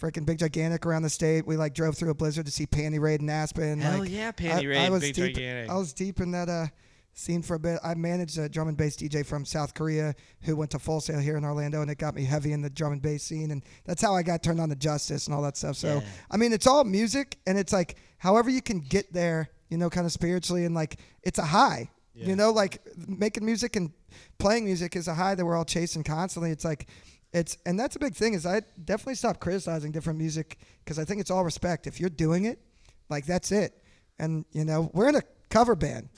freaking big gigantic around the state. We like drove through a blizzard to see Panty Raid in Aspen. Hell like, yeah, Panty Raid, Big deep, Gigantic. I was deep in that uh, scene for a bit. I managed a drum and bass DJ from South Korea who went to Full Sail here in Orlando, and it got me heavy in the drum and bass scene, and that's how I got turned on to Justice and all that stuff. So Yeah. I mean, it's all music, and it's like however you can get there, you know, kind of spiritually, and like it's a high. You know, like making music and playing music is a high that we're all chasing constantly. It's like, it's and that's a big thing. Is I definitely stop criticizing different music because I think it's all respect. If you're doing it, like that's it. And you know, we're in a cover band.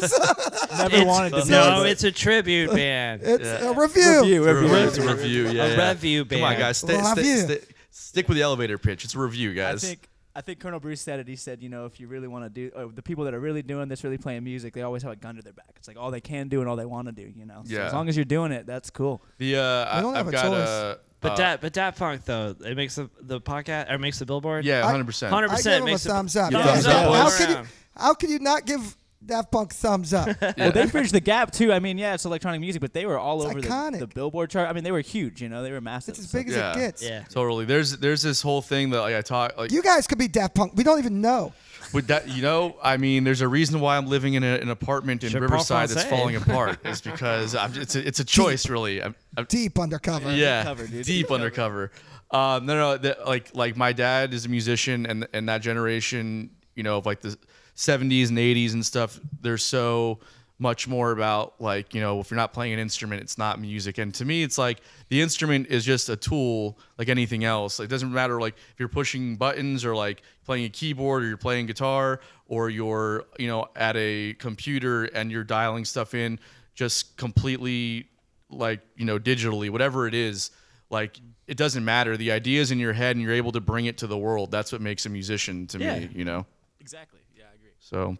Never It's- wanted to. be No, but- it's a tribute band. It's Yeah. a review. Review, It's a review. review. It's a review. Yeah, A yeah. review Come on, band. guys. Stay, Review. stay, stay, stick with the elevator pitch. It's a review, I guys. think I think Colonel Bruce said it. He said, you know, if you really want to do, uh, the people that are really doing this, really playing music, they always have a gun to their back. It's like all they can do and all they want to do. You know, So Yeah. as long as you're doing it, that's cool. the uh, I, don't have I've a got choice. uh, But uh, that but that Funk though, it makes the the podcast or makes the billboard. Yeah, I- hundred percent. 100%. I give them a makes it- thumbs up. Yeah. Yeah. Thumbs up, How boys. could you? Around. How could you not give Daft Punk thumbs up? Well, they bridged the gap too. I mean, yeah, it's electronic music, but they were all It's over the, iconic. the Billboard chart. I mean, they were huge. You know, they were massive. It's as so- big as Yeah. it gets. Yeah. Totally. There's there's this whole thing that like I talk like You guys could be Daft Punk. We don't even know. with that you know I mean there's a reason why I'm living in a, an apartment in Je Riverside that's parle français. falling apart. It's because I'm, it's a, it's a choice really. I'm, I'm, Deep undercover. yeah, undercover, dude. deep undercover. Um, no, no, the, like like my dad is a musician, and and that generation, you know, of like the '70s and '80s and stuff. They're so much more about like you know, if you're not playing an instrument, it's not music. And to me, it's like the instrument is just a tool, like anything else. Like, it doesn't matter like if you're pushing buttons or like playing a keyboard or you're playing guitar or you're you know at a computer and you're dialing stuff in just completely like you know digitally whatever it is like it doesn't matter the idea is in your head and you're able to bring it to the world that's what makes a musician to Yeah. me you know Exactly. Yeah, I agree. so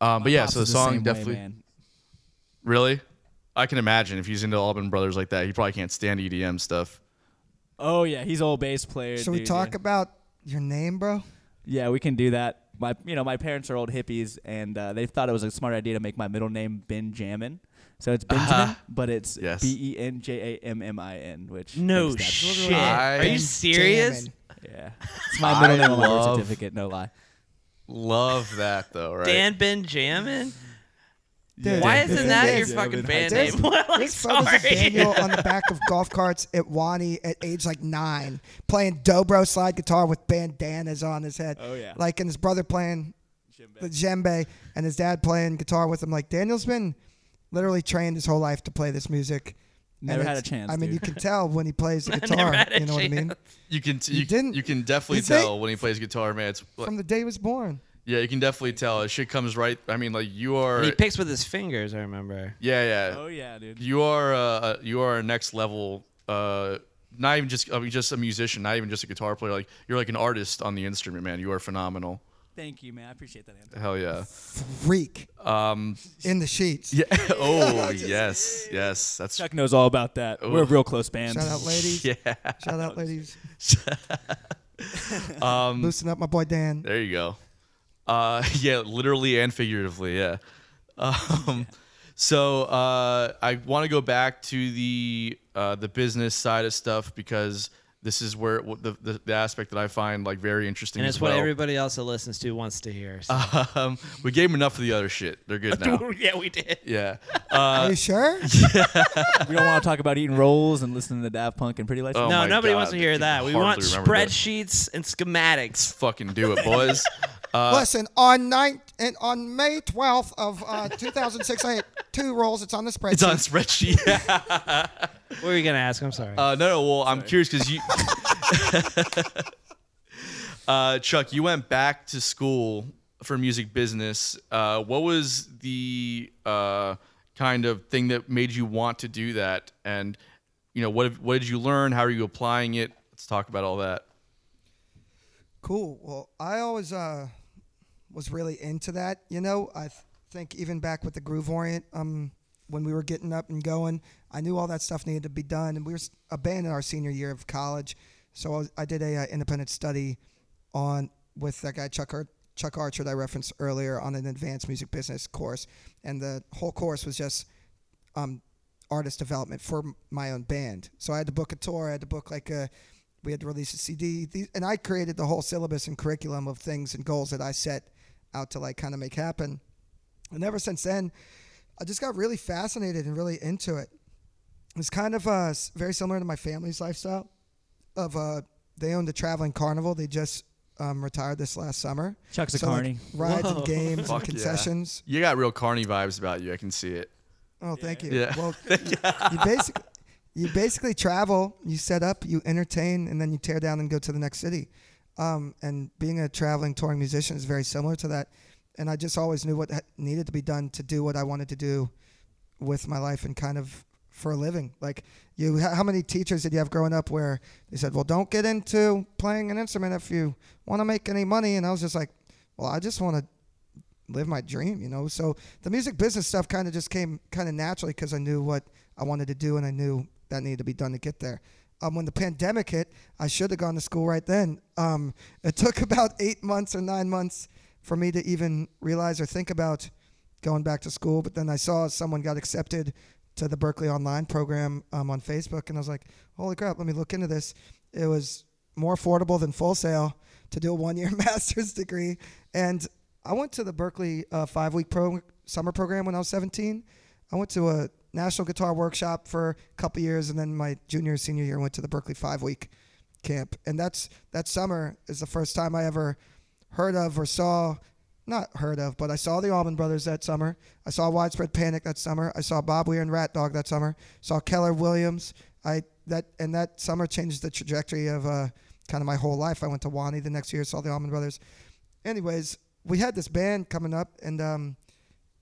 um but yeah Pops so the is song same way, definitely man. really i can imagine if he's into alban brothers like that he probably can't stand edm stuff Oh yeah, he's old bass player. Should we dude, talk Yeah. about your name, bro? yeah, we can do that. My, you know, my parents are old hippies, and uh, they thought it was a smart idea to make my middle name Benjamin. So it's Benjamin, but it's Uh-huh. Yes. B E N J A M M I N, which No makes that- shit. I- Are you serious? Jamming. [laughs] Yeah, it's my middle I name on my birth love- certificate. No lie. love that though right Dan [laughs] Benjamin? Dude, Why the isn't thing that is- your fucking band There's- name? [laughs] [laughs] like, There's photos of sorry. [laughs] Daniel on the back of golf carts at Wani at age like nine, playing dobro slide guitar with bandanas on his head. Oh, yeah. Like and his brother playing the djembe, and his dad playing guitar with him. Like Daniel's been literally trained his whole life to play this music. And Never had it's- a chance, I mean, dude. you can tell when he [laughs] plays the guitar. had a you know what I mean? you can t- you, didn't- you can definitely Did they- tell when he plays guitar man it's like, From the day he was born. yeah you can definitely tell it shit comes right i mean like you are He picks with his fingers, I remember. yeah yeah Oh yeah, dude. You are uh, you are a next level. Uh, not even just I mean, just a musician, not even just a guitar player. Like you're like an artist on the instrument, man. You are phenomenal. Thank you, man. I appreciate that. Anthony. Hell yeah. Freak. Um. In the sheets. Yeah. [laughs] [laughs] Oh yes, yes. That's Chuck knows all about that. Oh. We're a real close band. Shout out, ladies. yeah. Shout out, ladies. um, Loosen up, my boy Dan. There you go. Uh, [laughs] yeah, literally and figuratively. Yeah. Um, So uh, I want to go back to the uh, the business side of stuff because this is where what the, the, the aspect that I find like very interesting. And as it's what well. everybody else that listens to wants to hear. so- [laughs] Um, we gave them enough of the other shit. They're [laughs] good now. [laughs] yeah, we did. Yeah. Uh, Are you sure? we don't want to talk about eating rolls and listening to Daft Punk and Pretty Lights. Oh. no, my nobody God, wants to I hear can that. We hardly want remember that. spreadsheets and schematics. fucking do it, [laughs] boys. Uh, Listen, on ninth and on May twelfth of [laughs] uh, two thousand six, I had two rolls. It's on the spreadsheet. it's on spreadsheet. [laughs] What were you gonna ask? I'm sorry. Uh, no, no. Well, I'm curious because you, [laughs] uh, Chuck, you went back to school for music business. Uh, what was the uh, kind of thing that made you want to do that? And you know, what what did you learn? How are you applying it? Let's talk about all that. Cool. Well, I always uh, was really into that. You know, I th- think even back with the Groove Orient, um, when we were getting up and going, I knew all that stuff needed to be done, and we were s- a band in our senior year of college. So I, was, I did a uh, independent study on with that guy Chuck Hur- Chuck Archer that I referenced earlier on an advanced music business course, and the whole course was just um, artist development for m- my own band. So I had to book a tour. I had to book like a, we had to release a CD, these, and I created the whole syllabus and curriculum of things and goals that I set out to like kind of make happen. And ever since then, I just got really fascinated and really into it. It's kind of uh, s- very similar to my family's lifestyle. Of uh, they owned a traveling carnival. They just um, retired this last summer. Chuck's a like, carny. rides and games and Fuck yeah. concessions. You got real carny vibes about you. I can see it. Oh, [laughs] thank you. Yeah. Well, you basically you basically travel, you set up, you entertain, and then you tear down and go to the next city. Um, and being a traveling touring musician is very similar to that. And I just always knew what ha- needed to be done to do what I wanted to do with my life and kind of for a living. Like you, how how many teachers did you have growing up where they said, "Well, don't get into playing an instrument if you want to make any money," and I was just like, "Well, I just want to live my dream," you know. So the music business stuff kind of just came kind of naturally because I knew what I wanted to do and I knew that needed to be done to get there. Um, when the pandemic hit, I should have gone to school right then. Um, it [laughs] took about eight months or nine months for me to even realize or think about going back to school. But then I saw someone got accepted to the Berkeley Online program um, on Facebook, and I was like, "Holy crap! Let me look into this." It was more affordable than Full Sail to do a one-year [laughs] master's degree, and I went to the Berkeley uh, five-week pro- summer program when I was 17. I went to a national guitar workshop for a couple years, and then my junior and senior year went to the Berkeley five-week camp, and that's that summer is the first time I ever heard of or saw not heard of, but I saw the Allman Brothers that summer. I saw Widespread Panic that summer. I saw Bob Weir and Rat Dog that summer. Saw Keller Williams. I that and that summer changed the trajectory of uh, kind of my whole life. I went to Wani the next year, saw the Allman Brothers. Anyways, we had this band coming up, and um,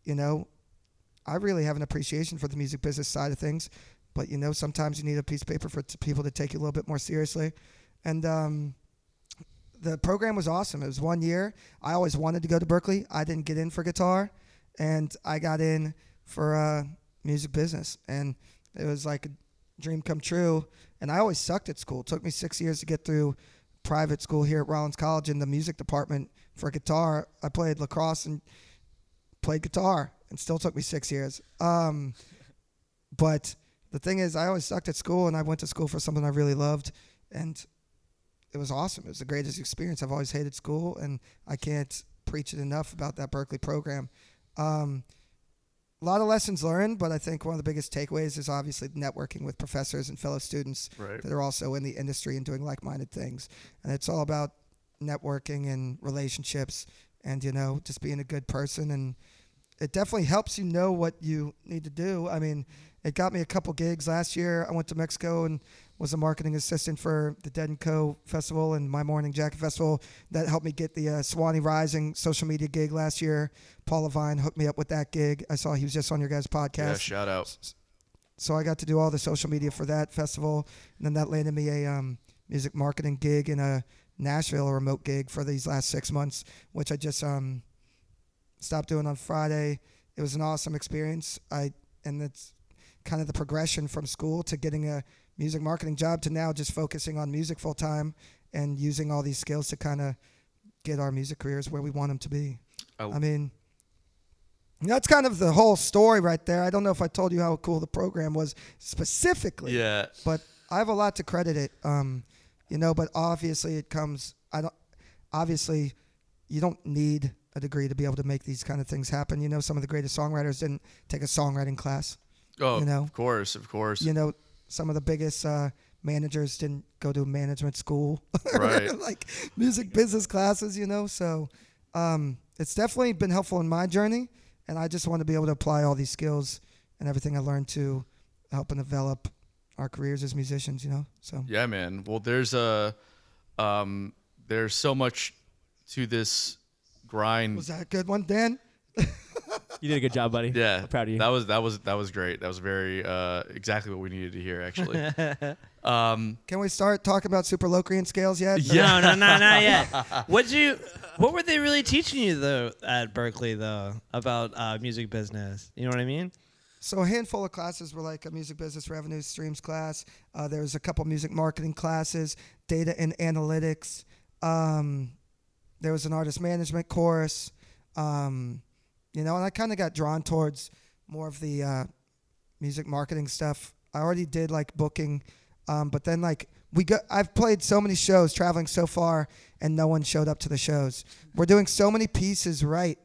you know, I really have an appreciation for the music business side of things, but you know, sometimes you need a piece of paper for t- people to take you a little bit more seriously, and. Um, the program was awesome. It was one year. I always wanted to go to Berkeley. I didn't get in for guitar, and I got in for uh, music business, and it was like a dream come true. And I always sucked at school. It took me six years to get through private school here at Rollins College in the music department for guitar. I played lacrosse and played guitar, and still took me six years. Um, but the thing is, I always sucked at school, and I went to school for something I really loved, and it was awesome. It was the greatest experience. I've always hated school, and I can't preach it enough about that Berkeley program. Um, a lot of lessons learned, but I think one of the biggest takeaways is obviously networking with professors and fellow students Right. that are also in the industry and doing like-minded things. And it's all about networking and relationships, and you know, just being a good person. And it definitely helps you know what you need to do. I mean, it got me a couple gigs last year. I went to Mexico and was a marketing assistant for the Dead and Co. Festival and My Morning Jacket Festival. That helped me get the uh, Swanee Rising social media gig last year. Paul Levine hooked me up with that gig. I saw he was just on your guys' podcast. Yeah, shout out. So I got to do all the social media for that festival, and then that landed me a um, music marketing gig in a Nashville, a remote gig for these last six months, which I just um, stopped doing on Friday. It was an awesome experience. I and that's kind of the progression from school to getting a music marketing job to now just focusing on music full time and using all these skills to kind of get our music careers where we want them to be. I- I mean, that's kind of the whole story right there. I don't know if I told you how cool the program was specifically. Yeah. But I have a lot to credit it. Um, you know, but obviously it comes I don't obviously you don't need a degree to be able to make these kind of things happen. You know, some of the greatest songwriters didn't take a songwriting class. Oh, You know? of course, of course. You know, some of the biggest uh, managers didn't go to management school. [laughs] Right. like music business classes, you know. So um, it's definitely been helpful in my journey, and I just want to be able to apply all these skills and everything I learned to help and develop our careers as musicians, you know. So Yeah, man. Well, there's a um, there's so much to this grind. was that a good one, Dan? You did a good job, buddy. yeah, I'm proud of you. That was that was that was great. That was very uh, exactly what we needed to hear, actually. um, Can we start talking about superlocrian scales yet? No, no, no, not yet. [laughs] What you? What were they really teaching you though at Berkeley though about uh, music business? You know what I mean? So a handful of classes were like a music business revenue streams class. Uh, there was a couple music marketing classes, data and analytics. Um, There was an artist management course, um, you know, and I kind of got drawn towards more of the uh, music marketing stuff. I already did like booking, um, but then like we go, I've played so many shows, traveling so far, and no one showed up to the shows. We're doing so many pieces right,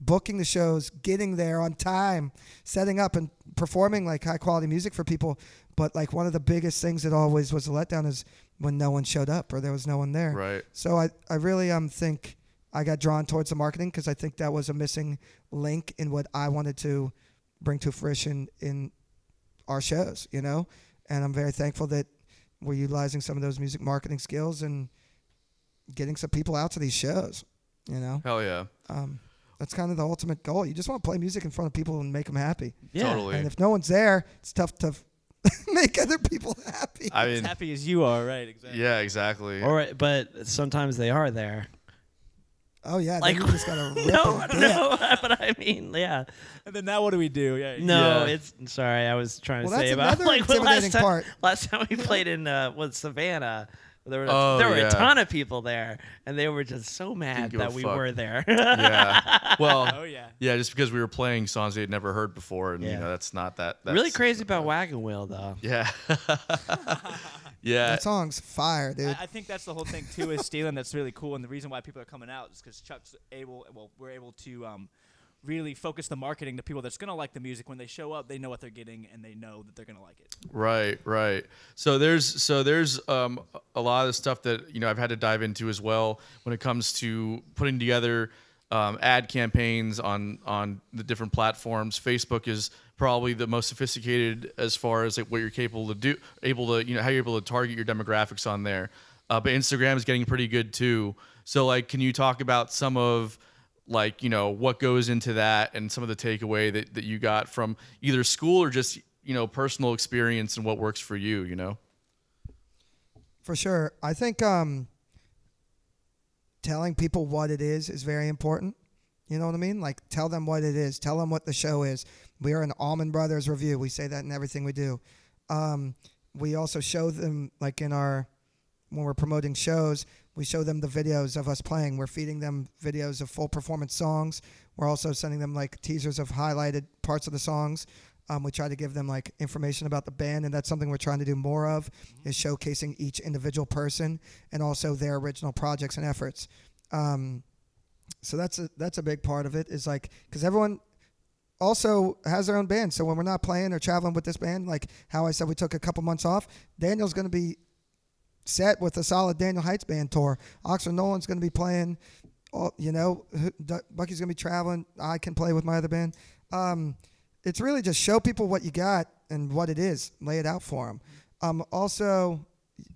booking the shows, getting there on time, setting up and performing like high quality music for people. But like one of the biggest things that always was a letdown is when no one showed up or there was no one there. Right. So I, I really um think I got drawn towards the marketing because I think that was a missing link in what I wanted to bring to fruition in our shows, you know? And I'm very thankful that we're utilizing some of those music marketing skills and getting some people out to these shows, you know? Hell yeah. Um, that's kind of the ultimate goal. You just want to play music in front of people and make them happy. Yeah. Totally. And if no one's there, it's tough to [laughs] f- make other people happy. I As mean, happy as you are, right? Exactly. yeah, exactly. Or but sometimes they are there. oh, yeah. Like- Like, you just got to [laughs] rip No, and dip. no, [laughs] but I mean, yeah. And then now what do we do? Yeah. No, Yeah. it's sorry. I was trying Well, to say about [laughs] that's another like when intimidating last time, part. last time we played in uh, was Savannah. There were Oh, there were yeah. a ton of people there, and they were just so mad give a that we fuck. were [laughs] there. [laughs] yeah. Well, [laughs] Oh yeah. yeah, just because we were playing songs they had never heard before, and you Yeah. know that's not that. That's, really crazy about Wagon Wheel though. [laughs] Yeah. yeah. That song's fire, dude. I, I think that's the whole thing too is stealing. That's really cool, and the reason why people are coming out is because Chuck's able. Well, we're able to um, really focus the marketing to people that's gonna like the music. When they show up, they know what they're getting, and they know that they're gonna like it. Right, right. So there's so there's um, a lot of stuff that you know I've had to dive into as well when it comes to putting together um, ad campaigns on on the different platforms. Facebook is probably the most sophisticated as far as like what you're capable to do, able to you know how you're able to target your demographics on there. Uh, but Instagram is getting pretty good too. So like, can you talk about some of like you know what goes into that and some of the takeaway that, that you got from either school or just you know personal experience and what works for you you know For sure. I think um, telling people what it is is very important. You know what I mean? Like, tell them what it is. Tell them what the show is. We are an Almond Brothers review. We say that in everything we do. Um, we also show them, like, in our, when we're promoting shows, we show them the videos of us playing. We're feeding them videos of full performance songs. We're also sending them, like, teasers of highlighted parts of the songs. Um, we try to give them like information about the band, and that's something we're trying to do more of is showcasing each individual person and also their original projects and efforts. Um, so that's a that's a big part of it is like because everyone also has their own band. So when we're not playing or traveling with this band, like how I said, we took a couple months off. Daniel's going to be set with a solid Daniel Heights band tour. Oxford Nolan's going to be playing. All, you know, D- Bucky's going to be traveling. I can play with my other band. Um, it's really just show people what you got and what it is. Lay it out for them. Um, also,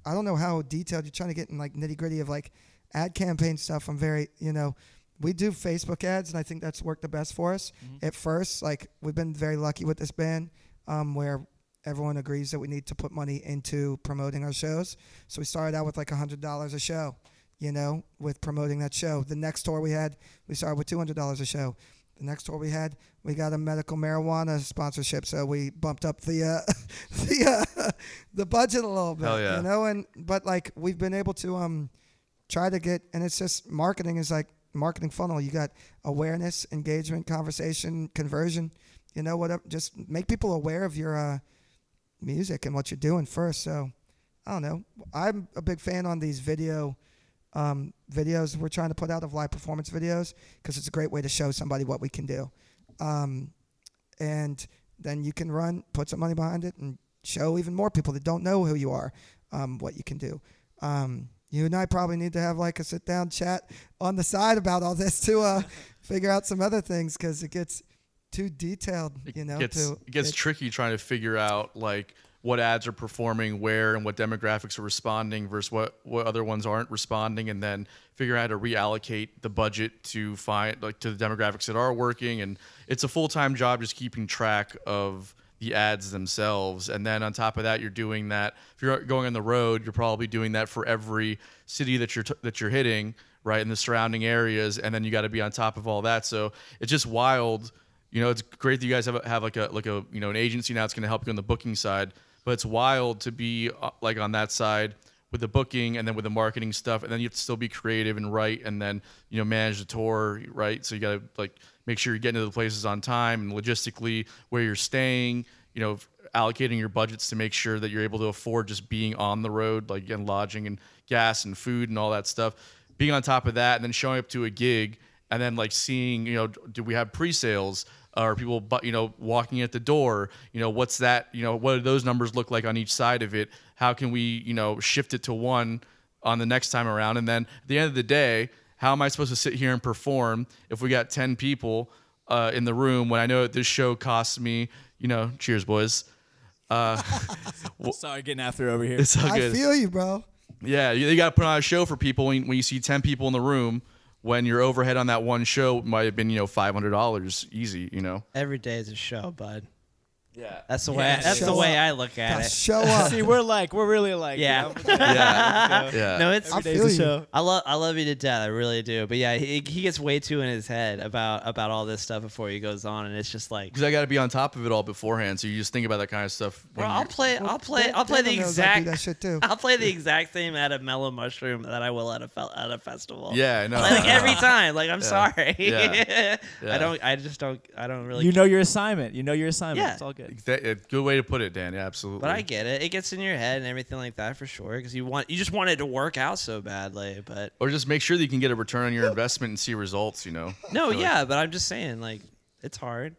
I don't know how detailed you're trying to get in like nitty gritty of like ad campaign stuff. I'm very, you know, we do Facebook ads, and I think that's worked the best for us at first. Like we've been very lucky with this band, um, where everyone agrees that we need to put money into promoting our shows. So we started out with like hundred dollars a show, you know, with promoting that show. The next tour we had, we started with two hundred dollars a show. The next tour we had, we got a medical marijuana sponsorship, so we bumped up the uh, [laughs] the uh, the budget a little bit, Hell yeah. you know. And but like we've been able to um try to get and it's just marketing is like marketing funnel you got awareness engagement conversation conversion you know whatever just make people aware of your uh, music and what you're doing first so i don't know i'm a big fan on these video um, videos we're trying to put out of live performance videos because it's a great way to show somebody what we can do um, and then you can run put some money behind it and show even more people that don't know who you are um, what you can do um, you and I probably need to have like a sit down chat on the side about all this [laughs] to uh, figure out some other things because it gets too detailed, you know. gets to, it gets [laughs] it- tricky trying to figure out like what ads are performing where and what demographics are responding versus what what other ones aren't responding and then figure out how to reallocate the budget to find like to the demographics that are working and it's a full-time job just keeping track of the ads themselves and then on top of that you're doing that if you're going on the road you're probably doing that for every city that you're t- that you're hitting right in the surrounding areas and then you got to be on top of all that so it's just wild you know, it's great that you guys have a, have like a like a you know an agency now. It's going to help you on the booking side, but it's wild to be uh, like on that side with the booking and then with the marketing stuff and then you have to still be creative and write and then you know manage the tour right so you got to like make sure you're getting to the places on time and logistically where you're staying you know allocating your budgets to make sure that you're able to afford just being on the road like and lodging and gas and food and all that stuff being on top of that and then showing up to a gig and then like seeing you know do we have pre-sales are people bu- you know walking at the door you know what's that you know what do those numbers look like on each side of it how can we you know shift it to one on the next time around and then at the end of the day how am i supposed to sit here and perform if we got 10 people uh, in the room when i know that this show costs me you know cheers boys Sorry, getting after over here. it's all I good feel you, bro. yeah, you, you got to put on a show for people when, when you see 10 people in the room. When your overhead on that one show might have been, you know, five hundred dollars easy, you know. Every day is a show, bud. Yeah. That's the way. Yeah, that's the show way up. I look at Gotta it. show up. [laughs] See, we're like, we're really like, Yeah. [laughs] [laughs] You know? Yeah. yeah. No, it's I Every day's feel a you. show. I love I love you to death. I really do. But yeah, he, he gets way too in his head about about all this stuff before he goes on, and it's just like, because I got to be on top of it all beforehand. So you just think about that kind of stuff. bro, when I'll you- play I'll play I'll play the Devin knows I do exact that shit too. [laughs] I'll play the exact same at a mellow mushroom that I will at a fel- at a festival. [laughs] Yeah, I know. Like, like, every time. Like I'm sorry. Yeah. [laughs] I Yeah. don't. I just don't. I don't really. you know your assignment. You know your assignment. Yeah. It's all good. That- a eh, good way to put it, Dan. Yeah, absolutely. But I get it. It gets in your head and everything like that for sure. Because you want, you just want it to work out so badly. But or just make sure that you can get a return on your investment and see results. You know. no, Really? yeah. But I'm just saying, like, it's hard.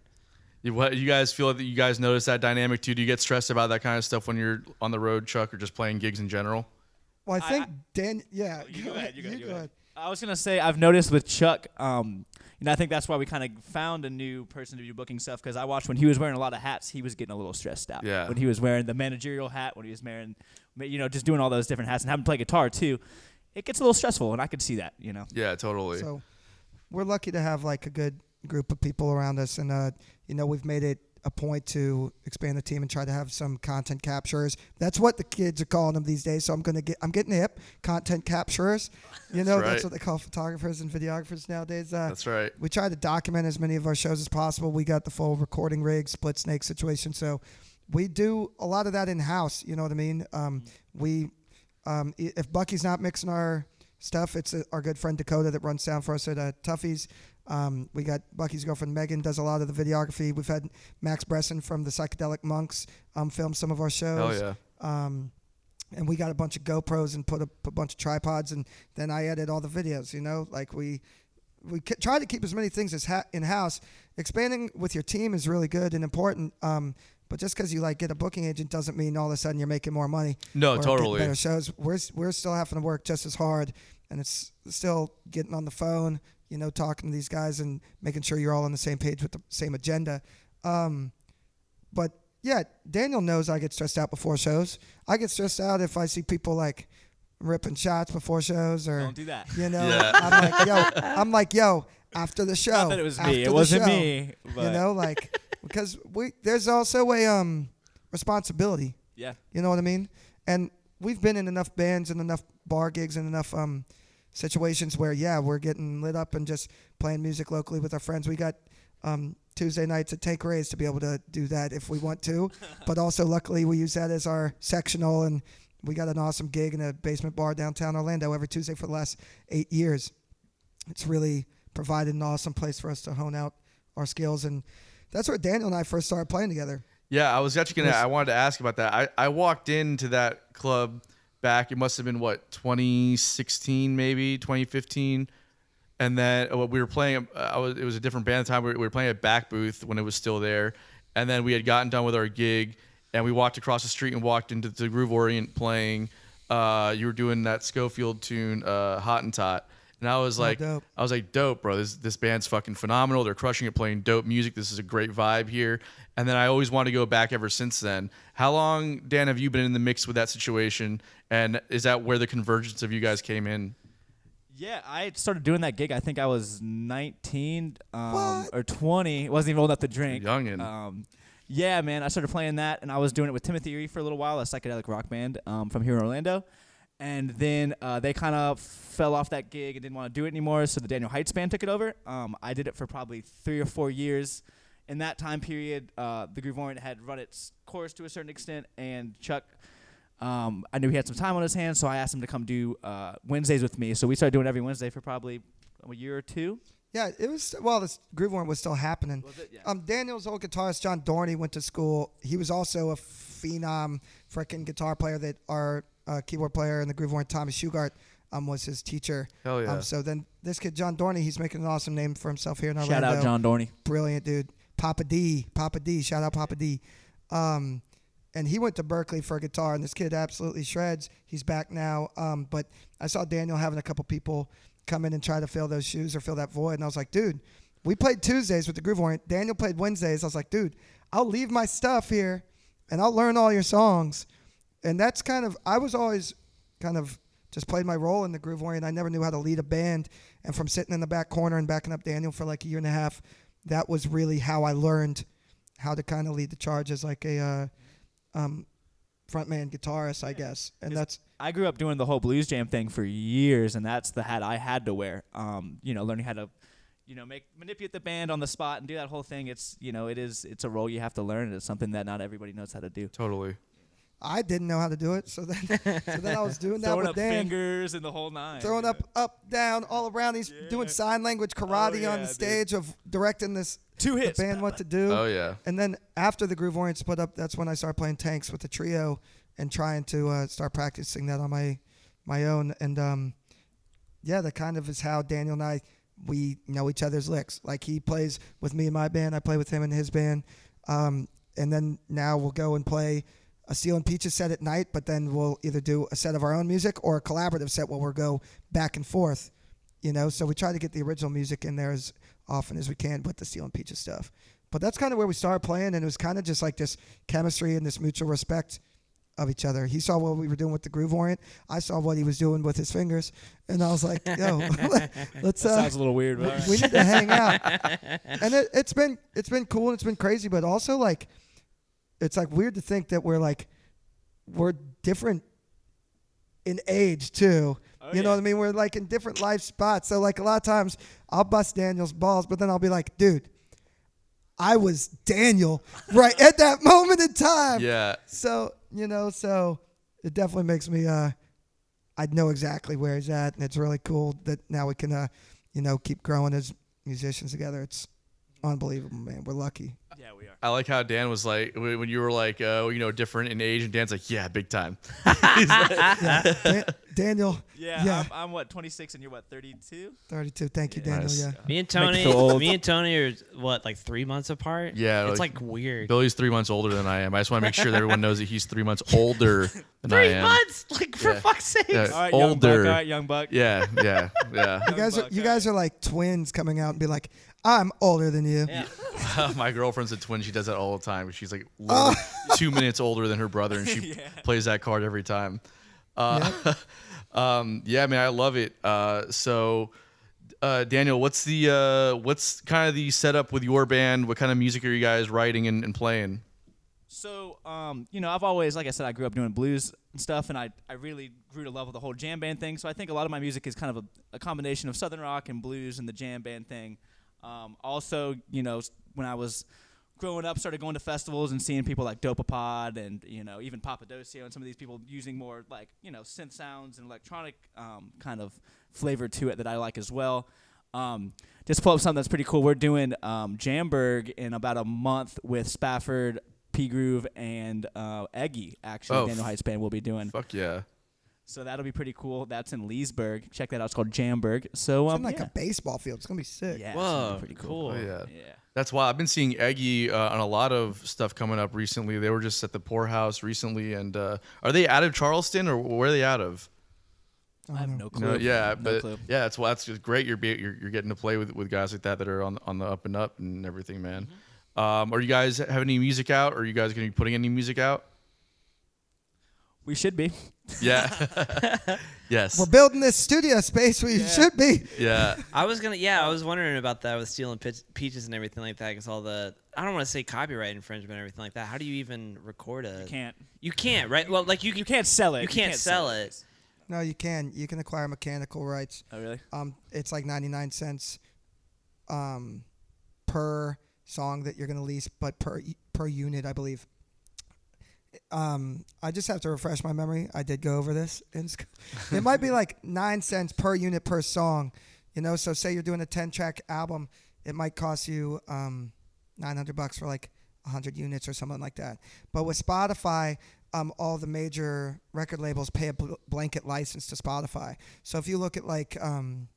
You, what, you guys feel that you guys notice that dynamic too? Do you get stressed about that kind of stuff when you're on the road, Chuck, or just playing gigs in general? Well, I I- think I- Dan. Yeah, [laughs] You go ahead, you go ahead, you go go ahead. I was gonna say I've noticed with Chuck, um, and I think that's why we kind of found a new person to do booking stuff because I watched when he was wearing a lot of hats, he was getting a little stressed out. Yeah. When he was wearing the managerial hat, when he was wearing, ma- you know, just doing all those different hats and having to play guitar too, it gets a little stressful, and I could see that, you know. Yeah, totally. So we're lucky to have like a good group of people around us, and uh, you know we've made it a point to expand the team and try to have some content capturers. That's what the kids are calling them these days. So I'm gonna get I'm getting hip content capturers. You know right. that's what they call photographers and videographers nowadays. Uh, That's right. we try to document as many of our shows as possible. We got the full recording rig, split snake situation. So we do a lot of that in house. You know what I mean? Um, Mm-hmm. we, um, i- if Bucky's not mixing our stuff, it's uh, our good friend Dakota that runs sound for us at uh, Tuffy's. Um, we got Bucky's girlfriend Megan does a lot of the videography. We've had Max Bresson from the Psychedelic Monks um, film some of our Hell uh, shows Oh, yeah. um, and we got a bunch of GoPros and put a, a bunch of tripods, and then I edit all the videos. You know, like we we k- try to keep as many things as ha- in house. Expanding with your team is really good and important. Um, but just because you like get a booking agent doesn't mean all of a sudden you're making more money. No, or getting totally. Better shows. We're s- we're still having to work just as hard, and it's still getting on the phone. You know, talking to these guys and making sure you're all on the same page with the same agenda. Um, but yeah, Daniel knows I get stressed out before shows. I get stressed out if I see people like ripping shots before shows or Don't do that. you know, Yeah. I'm like yo, I'm like yo, after the show. Not that it was after the me. It wasn't show, me. But You know, like [laughs] because we there's also a um responsibility. Yeah. You know what I mean? And we've been in enough bands and enough bar gigs and enough um, situations where, yeah, we're getting lit up and just playing music locally with our friends. We got um, Tuesday nights at Take Rays to be able to do that if we want to. but also, luckily, we use that as our sectional, and we got an awesome gig in a basement bar downtown Orlando every Tuesday for the last eight years. It's really provided an awesome place for us to hone out our skills and. That's where Daniel and I first started playing together. Yeah, I was actually gonna. I wanted to ask about that. I, I walked into that club back. It must have been what 2016, maybe 2015, and then uh, we were playing. uh, I was. It was a different band at the time. We were, we were playing at Back Booth when it was still there, and then we had gotten done with our gig, and we walked across the street and walked into the Groove Orient playing. Uh, you were doing that Schofield tune, uh, Hottentot, and I was like, dope. I was like, dope, bro. This this band's fucking phenomenal. They're crushing it, playing dope music. This is a great vibe here. And then I always wanted to go back ever since then. How long, Dan, have you been in the mix with that situation? And is that where the convergence of you guys came in? Yeah, I started doing that gig. I think I was 19 um, What? or 20. wasn't even old enough to drink. Youngin'. Um, yeah, man. I started playing that, and I was doing it with Timothy Erie for a little while, a psychedelic rock band um, from here in Orlando. And then uh, they kind of fell off that gig and didn't want to do it anymore, so the Daniel Heights band took it over. Um, I did it for probably three or four years. In that time period, uh, the Groove Orient had run its course to a certain extent, and Chuck Um, I knew he had some time on his hands, so I asked him to come do uh, Wednesdays with me. So we started doing every Wednesday for probably a year or two. Yeah, it was well. This groove one was still happening. it? Yeah. Um, Daniel's old guitarist John Dorney went to school. He was also a phenom, freaking guitar player that our uh, keyboard player in the groove one Thomas Shugart um, was his teacher. Hell yeah. Um, so then this kid John Dorney, he's making an awesome name for himself here in Orlando. Shout out John Dorney. brilliant dude. Papa D, Papa D, shout out Papa D. Um, and he went to Berkeley for guitar, and this kid absolutely shreds. He's back now. Um, but I saw Daniel having a couple people come in and try to fill those shoes or fill that void, and I was like, dude, we played Tuesdays with the Groove Warrant. Daniel played Wednesdays. I was like, dude, I'll leave my stuff here, and I'll learn all your songs. And that's kind of I was always kind of just played my role in the Groove Warrior, and I never knew how to lead a band. And from sitting in the back corner and backing up Daniel for like a year and a half, that was really how I learned how to kind of lead the charge as like a uh, um, frontman guitarist, I guess. And Is- that's I grew up doing the whole blues jam thing for years, and that's the hat I had to wear. Um, you know, learning how to, you know, make manipulate the band on the spot and do that whole thing. It's you know, it is it's a role you have to learn. and It's something that not everybody knows how to do. Totally. I didn't know how to do it, so then [laughs] so then I was doing that Throwing with up Dan. fingers and the whole nine. Throwing yeah. up, up, down, all around. He's doing sign language karate Oh, on yeah, the dude. stage of directing this two the hits. band what to do. Oh yeah. And then after the Groove Orient split up, that's when I started playing tanks with the trio and trying to uh, start practicing that on my my own. And um, yeah, that kind of is how Daniel and I we know each other's licks. Like he plays with me in my band, I play with him in his band. Um, and then now we'll go and play a Steel and Peaches set at night, but then we'll either do a set of our own music or a collaborative set where we'll go back and forth. You know, so we try to get the original music in there as often as we can with the Steel and Peaches stuff. But that's kind of where we started playing, and it was kind of just like this chemistry and this mutual respect of each other. He saw what we were doing with the groove orient. I saw what he was doing with his fingers, and I was like, "Yo, [laughs] let's." Uh, Sounds a little weird, but we need to hang out. And it, it's been it's been cool and it's been crazy, but also like it's like weird to think that we're like we're different in age too. you know what I mean? We're like in different life spots. So like a lot of times I'll bust Daniel's balls, but then I'll be like, dude, I was Daniel right at that moment in time. Yeah. So you know, so it definitely makes me. Uh, I know exactly where he's at, and it's really cool that now we can, uh, you know, keep growing as musicians together. It's unbelievable, man. We're lucky. yeah, we are. I like how Dan was like when when you were like uh, you know different in age, and Dan's like, yeah, big time. He's like- Dan- Daniel. Yeah, Yeah. I'm, I'm what 26 and you're what 32. Thirty-two. Thank you, Yeah. Daniel. Nice. Yeah. Me and Make Tony, you feel old. me and Tony are what like three months apart. Yeah, it's like- like, weird. Billy's three months older than I am. I just want to make sure that everyone knows that he's three months [laughs] older than I Three am. months, [laughs] like for Yeah. fuck's sake. Yeah. All right, young buck. older. All right, young buck. Yeah, yeah, yeah. [laughs] You guys are you guys are like twins coming out and be like, I'm older than you. Yeah. My girlfriend's a twin. She does that all the time. She's like [laughs] literally two minutes older than her brother, and she plays that card every time. Uh, [laughs] um, yeah, man, I love it. Uh, so, uh, Daniel, what's the uh, what's kind of the setup with your band? What kind of music are you guys writing and, and playing? So, um, you know, I've always, like I said, I grew up doing blues and stuff, and I, I really grew to love the whole jam band thing. So I think a lot of my music is kind of a, a combination of southern rock and blues and the jam band thing. Um, also, you know, s- when I was growing up, started going to festivals and seeing people like Dopapod and you know even Papadocio and some of these people using more like you know synth sounds and electronic um, kind of flavor to it that I like as well. Um, just pull up something that's pretty cool. We're doing um, Jamberg in about a month with Spafford, P Groove, and uh, Eggy. Actually, Oh, Daniel f- Heights band will be doing. Fuck yeah. So that'll be pretty cool. That's in Leesburg. Check that out. It's called Jamberg. So It's in um, like yeah. a baseball field. It's gonna be sick. yeah, it's gonna Whoa, be pretty cool. Oh yeah. Yeah. That's why I've been seeing Eggy uh, on a lot of stuff coming up recently. They were just at the poorhouse recently, and uh, are they out of Charleston or where are they out of? I have no clue. No, yeah, No but clue. yeah, that's why that's just great. You're, be, you're you're getting to play with, with guys like that that are on on the up and up and everything, man. Mm-hmm. Um, are you guys have any music out? Are you guys gonna be putting any music out? we should be. Yeah. [laughs] yes. We're building this studio space where you should be. yeah. I was gonna, yeah, I was wondering about that with stealing pitch, peaches and everything like that, because all the, I don't want to say copyright infringement and everything like that. How do you even record a? You Can't. You can't, right? Well, like you, You can't sell it. You can't, sell it. No, you can. You can acquire mechanical rights. Oh really? Um, it's like 99 cents um, per song that you're going to lease, but per per unit, I believe. um, I just have to refresh my memory. I did go over this. [laughs] In sc- it might be like nine cents per unit per song, you know. So say you're doing a ten track album, it might cost you um, nine hundred bucks for like hundred units or something like that. But with Spotify, um, all the major record labels pay a bl- blanket license to Spotify. So if you look at like um,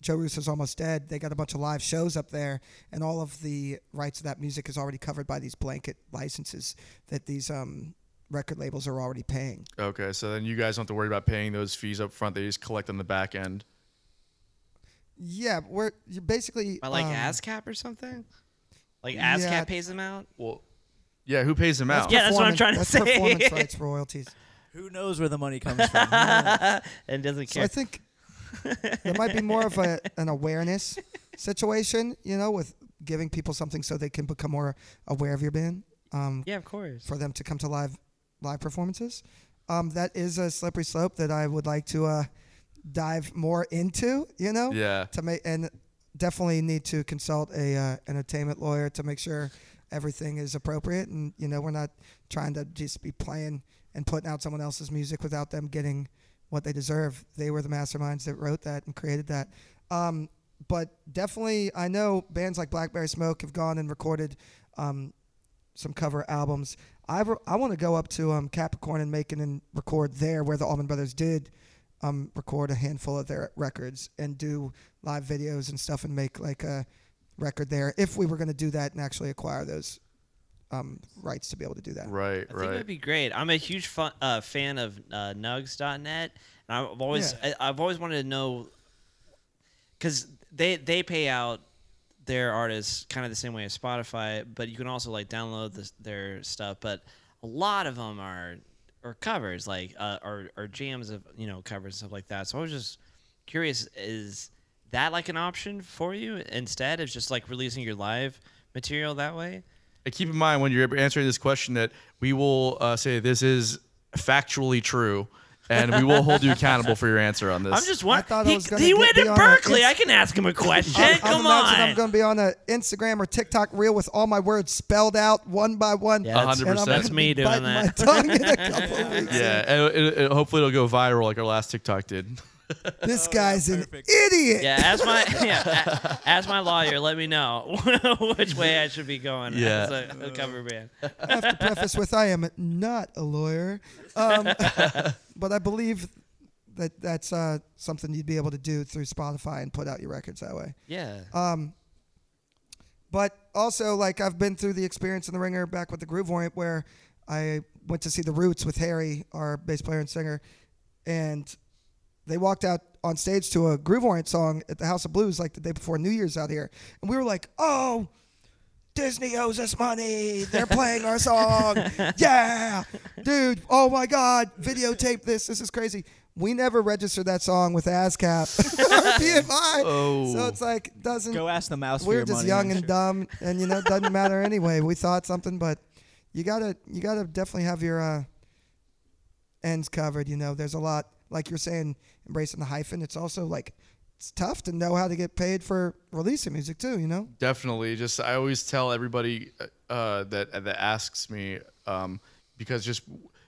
Joe Russo's Almost Dead, they got a bunch of live shows up there, and all of the rights of that music is already covered by these blanket licenses that these um, record labels are already paying. Okay, so then you guys don't have to worry about paying those fees up front. They just collect on the back end. Yeah, we're you're basically But like um, ASCAP or something? Like yeah. ASCAP pays them out? Well, yeah, who pays them out? Yeah, that's what I'm performance- trying to that's say. Performance rights royalties. Who knows where the money [laughs] comes from? and doesn't So care. I think there might be more of a, an awareness situation, you know, with giving people something so they can become more aware of your band. Um, yeah, of course. for them to come to live live performances. Um, that is a slippery slope that I would like to uh, dive more into. You know, Yeah. to make and definitely need to consult a uh, entertainment lawyer to make sure everything is appropriate and you know we're not trying to just be playing and putting out someone else's music without them getting what they deserve. They were the masterminds that wrote that and created that. Um, but definitely, I know bands like Blackberry Smoke have gone and recorded um, some cover albums. I, re- I want to go up to um, Capricorn and Macon and record there, where the Allman Brothers did um, record a handful of their records and do live videos and stuff and make like a record there. If we were going to do that and actually acquire those um, rights to be able to do that. Right, I think right. that'd be great. I'm a huge fun, uh, fan of uh, Nugs.net, and I've always I, I've always wanted to know because they they pay out their artists kind of the same way as Spotify, but you can also like download this, their stuff. But a lot of them are are covers, like uh, or or jams of you know covers and stuff like that. So I was just curious, is that like an option for you instead of just like releasing your live material that way? And keep in mind when you're answering this question that we will uh, say this is factually true, and we will [laughs] hold you accountable for your answer on this. I'm just wondering. I thought I he was gonna he get- went be to on a Berkeley. Inst- I can [laughs] ask him a question. I'm, Come I'm on. imagine I'm going to be on an Instagram or TikTok reel with all my words spelled out one by one. Yeah, that's- and I'm 100%. gonna That's be me doing biting that. My tongue in a couple [laughs] of weeks. yeah, and it, it, hopefully it'll go viral like our last TikTok did. This guy's an perfect. idiot. yeah, ask [laughs] my yeah, a- ask my lawyer. Let me know [laughs] which way I should be going Yeah. as a, a cover band. I have to preface with I am not a lawyer, um, but I believe that that's uh, something you'd be able to do through Spotify and put out your records that way. Yeah. Uh, But also, like I've been through the experience in the Ringer back with the Groove Warrant, where I went to see the Roots with Harry, our bass player and singer, and they walked out on stage to a Groove Warrant song at the House of Blues like the day before New Year's out here, and we were like, "Oh, Disney owes us money. They're playing our song. Yeah, dude. Oh my God, videotape this. This is crazy." We never registered that song with ASCAP or BMI, so Oh. it's like doesn't Go ask the mouse. we for were your just money, young I'm and sure. dumb, and you know, it doesn't matter anyway. We thought something, but you gotta, you gotta definitely have your uh, ends covered. You know, there's a lot, like you're saying, embracing the hyphen. It's also like it's tough to know how to get paid for releasing music too. You know, Definitely. Just I always tell everybody uh, that that asks me um, because just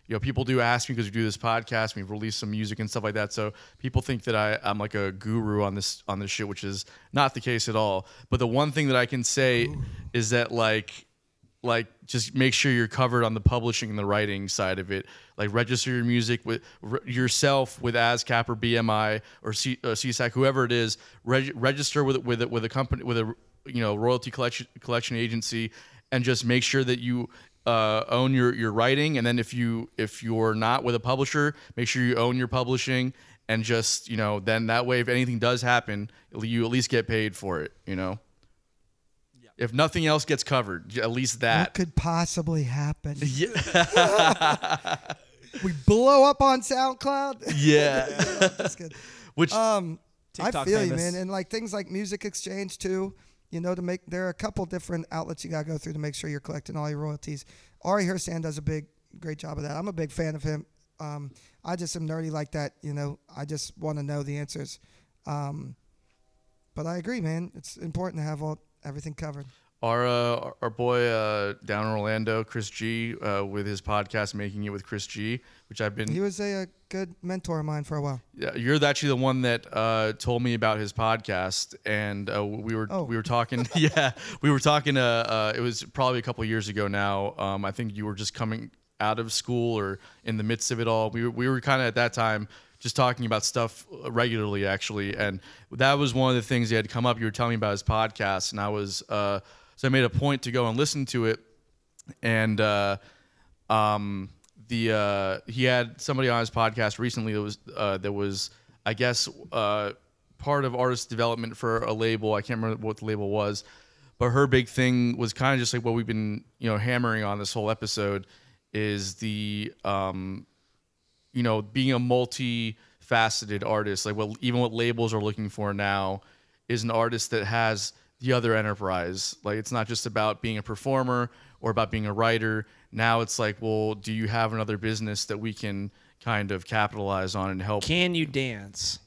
you know people do ask me because we do this podcast, we've released some music and stuff like that. So people think that I I'm like a guru on this on this shit, which is not the case at all. But the one thing that I can say is that like like just make sure you're covered on the publishing and the writing side of it. Like register your music with re- yourself with ASCAP or BMI or C, uh, CSAC, whoever it is. Reg- register with with with a company with a you know royalty collection collection agency, and just make sure that you uh, own your your writing. And then if you if you're not with a publisher, make sure you own your publishing. And just you know, then that way, if anything does happen, you at least get paid for it. You know, if nothing else gets covered, at least that. [laughs] what could possibly happen? [laughs] we blow up on SoundCloud. [laughs] Yeah. That's good. Which Um, I TikTok feel you, famous. man. And like things like Music Exchange too. You know, to make there are a couple different outlets you gotta go through to make sure you're collecting all your royalties. Ari Herstand does a big, great job of that. I'm a big fan of him. Um, I just am nerdy like that. You know, I just want to know the answers. Um, but I agree, man. It's important to have all everything covered. Our uh, our boy uh, down in Orlando, Chris G, uh, with his podcast "Making It with Chris G," which I've been He was a, a good mentor of mine for a while. yeah, you're the- actually the one that uh, told me about his podcast, and uh, we were Oh. we were talking. [laughs] yeah, we were talking. Uh, uh, it was probably a couple years ago now. Um, I think you were just coming out of school or in the midst of it all. We were, we were kind of at that time just talking about stuff uh, regularly, actually, and that was one of the things that had come up. You were telling me about his podcast, and I was uh, so I made a point to go and listen to it and uh, um, the uh, he had somebody on his podcast recently that was uh, that was I guess uh, part of artist development for a label. I can't remember what the label was, but her big thing was kind of just like what we've been you know hammering on this whole episode is the um, you know being a multi-faceted artist like what even what labels are looking for now is an artist that has the other enterprise like it's not just about being a performer or about being a writer now it's like well do you have another business that we can kind of capitalize on and help Can you dance?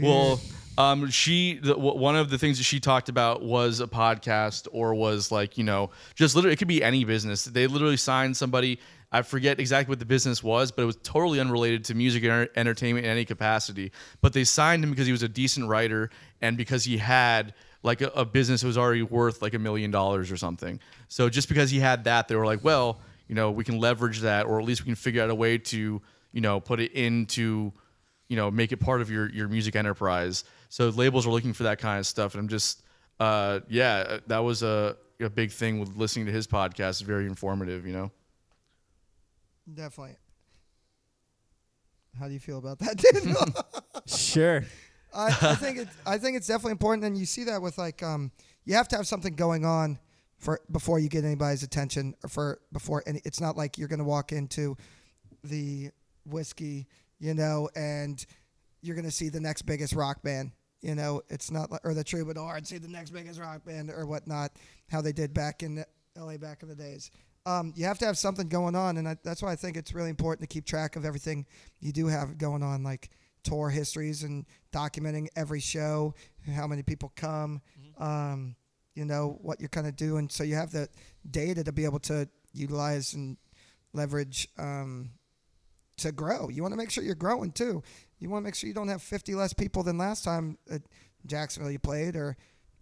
well, um, she the, w- one of the things that she talked about was a podcast or was like you know just literally it could be any business. They literally signed somebody. I forget exactly what the business was, but it was totally unrelated to music and enter- entertainment in any capacity. But they signed him because he was a decent writer and because he had like a, a business that was already worth like a million dollars or something. So just because he had that, they were like, well, you know, we can leverage that, or at least we can figure out a way to, you know, put it into you know make it part of your your music enterprise so labels are looking for that kind of stuff and i'm just uh yeah that was a, a big thing with listening to his podcast It's very informative you know Definitely. How do you feel about that, [laughs] dude? [laughs] Sure. I, I think it's I think it's definitely important, and you see that with like um, you have to have something going on for before you get anybody's attention, or for before any. It's not like you're gonna walk into the whiskey, you know, and you're gonna see the next biggest rock band, you know. It's not like or the Troubadour and see the next biggest rock band or whatnot. How they did back in L.A. back in the days. Um, you have to have something going on, and I, that's why I think it's really important to keep track of everything you do have going on, like tour histories and documenting every show, how many people come, um, you know, what you're kind of doing. So you have the data to be able to utilize and leverage um, to grow. You want to make sure you're growing too. You want to make sure you don't have 50 less people than last time at Jacksonville you played, or,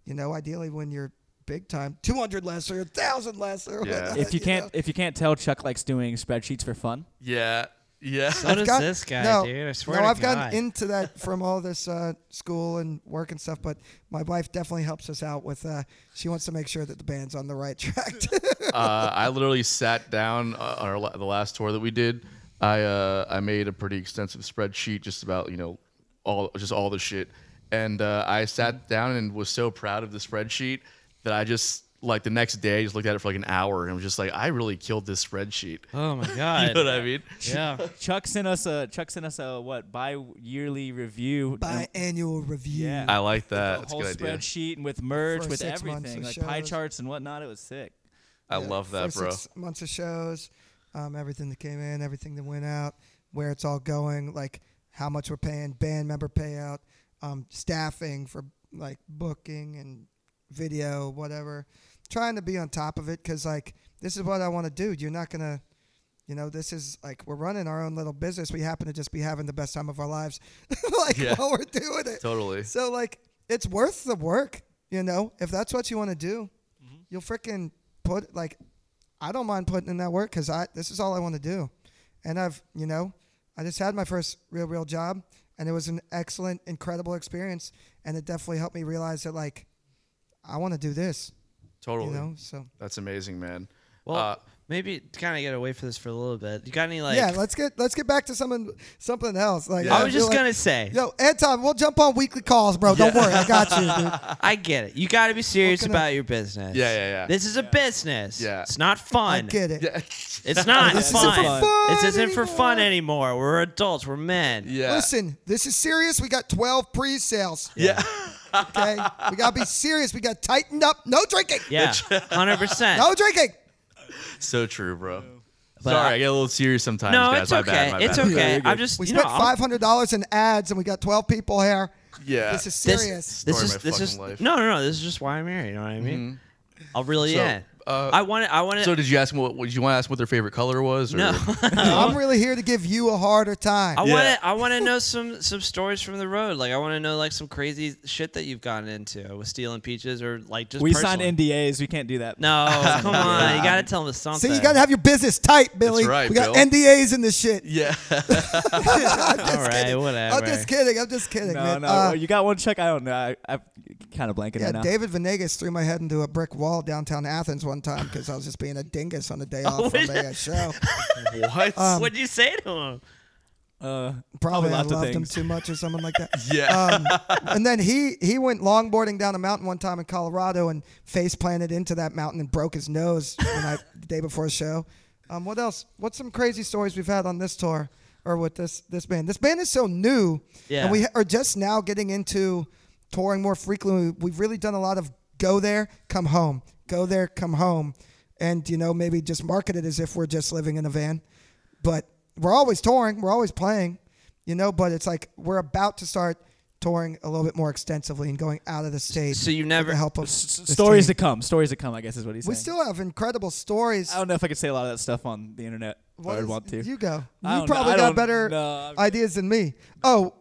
you know, ideally when you're big time, 200 less or 1,000 less. Or [laughs] Yeah. whatnot, If you know? can't if you can't tell, Chuck likes doing spreadsheets for fun. yeah yeah [laughs] So does got- this guy, no, dude. I swear no, to I've God. gotten into [laughs] that from all this uh, school and work and stuff, but my wife definitely helps us out with. Uh, she wants to make sure that the band's on the right [laughs] track. too. [laughs] uh, I literally sat down uh, on our, la- the last tour that we did. I uh, I made a pretty extensive spreadsheet just about you know all just all the shit, and uh, I sat down and was so proud of the spreadsheet that I just like the next day just looked at it for like an hour and was just like I really killed this spreadsheet. [laughs] oh my You god. know what I mean? [laughs] yeah. Chuck sent us a Chuck sent us a what bi-yearly review. and Biannual review. Yeah. I like that. a That's a whole good idea. spreadsheet and with merch, First with six months everything, of like pie shows. charts and whatnot. It was sick. I Yeah, love that, for bro. Six months of shows, um, everything that came in, everything that went out, where it's all going, like how much we're paying, band member payout, um, staffing for like booking and video, whatever. Trying to be on top of it because like this is what I want to do. You're not gonna, you know, this is like we're running our own little business. We happen to just be having the best time of our lives, [laughs] like Yeah. while we're doing it. Totally. So like, it's worth the work, you know. If that's what you want to do, you'll freaking put like, I don't mind putting in that work because I this is all I want to do, and I've you know, I just had my first real real job, and it was an excellent, incredible experience, and it definitely helped me realize that like, I want to do this, Totally. you know. So That's amazing, man. Well, uh, [laughs] maybe kind of get away for this for a little bit. You got any like? yeah, let's get let's get back to something something else. Like I was feel just like- gonna say. Yo, Anton, we'll jump on weekly calls, bro. Don't worry, I got you, dude. [laughs] I get it. You got to be serious What can I- about your business. Yeah, yeah, yeah. This is a business. Yeah. It's not I fun. get it. yeah, It's not [laughs] This isn't fun. for fun This isn't for fun anymore. We're adults. We're men. yeah. Listen, this is serious. We got 12 pre-sales. yeah. Okay, we gotta be serious. We got tightened up. No drinking. Yeah. [laughs] Hundred percent. No drinking. so true, bro. But Sorry, I- I, get a little serious sometimes, No, guys. it's my okay. bad. My it's bad. okay. I'm just. We you spent know, I'm- five hundred dollars in ads, and we got 12 [laughs] people here. Yeah. This is This, serious. this Story of is my this is fucking life. no no no. This is just why I'm here. You know what I mean? Mm-hmm. I'll really So, yeah. uh, I want to. I want to. So did you ask them what? Did you want to ask what their favorite color was? Or? [laughs] no. [laughs] I'm really here to give you a harder [laughs] time. Oh. I want to. I want to know some some stories from the road. Like I want to know like some crazy shit that you've gotten into with stealing peaches or like just. we personally. signed NDAs. We can't do that. No, [laughs] come on. You gotta tell them something. See, you gotta have your business tight, Billy. right, we got Bill. NDAs in this shit. [laughs] Yeah. [laughs] All right, whatever. I'm just kidding. I'm just kidding, No, man. no. Uh, well, you got one check. I don't know. I, I'm kind of blanking yeah, right now. David Venegas threw my head into a brick wall downtown Athens one time because I was just being a dingus on [laughs] the day off from was a uh, show. what? [laughs] um, What'd you say to [laughs] him? Uh, Probably I lots of loved him things. too much or something like that. [laughs] [laughs] yeah. um, and then he he went longboarding down a mountain one time in Colorado and face planted into that mountain and broke his nose [laughs] when I, the day before a show. Um, what else? What's some crazy stories we've had on this tour or with this this band? This band is so new, Yeah. and we are just now getting into touring more frequently. We've really done a lot of go there, come home, go there, come home, and you know maybe just market it as if we're just living in a van, but we're always touring, we're always playing, you know. But it's like we're about to start touring a little bit more extensively and going out of the state. So you with never. the help of s- this stories team. to come. Stories to come. I guess is what he's We saying. still have incredible stories. I don't know if I could say a lot of that stuff on the internet. What I would is- want to. You go. I You don't know. probably I got don't better [laughs] know. ideas than me. Oh.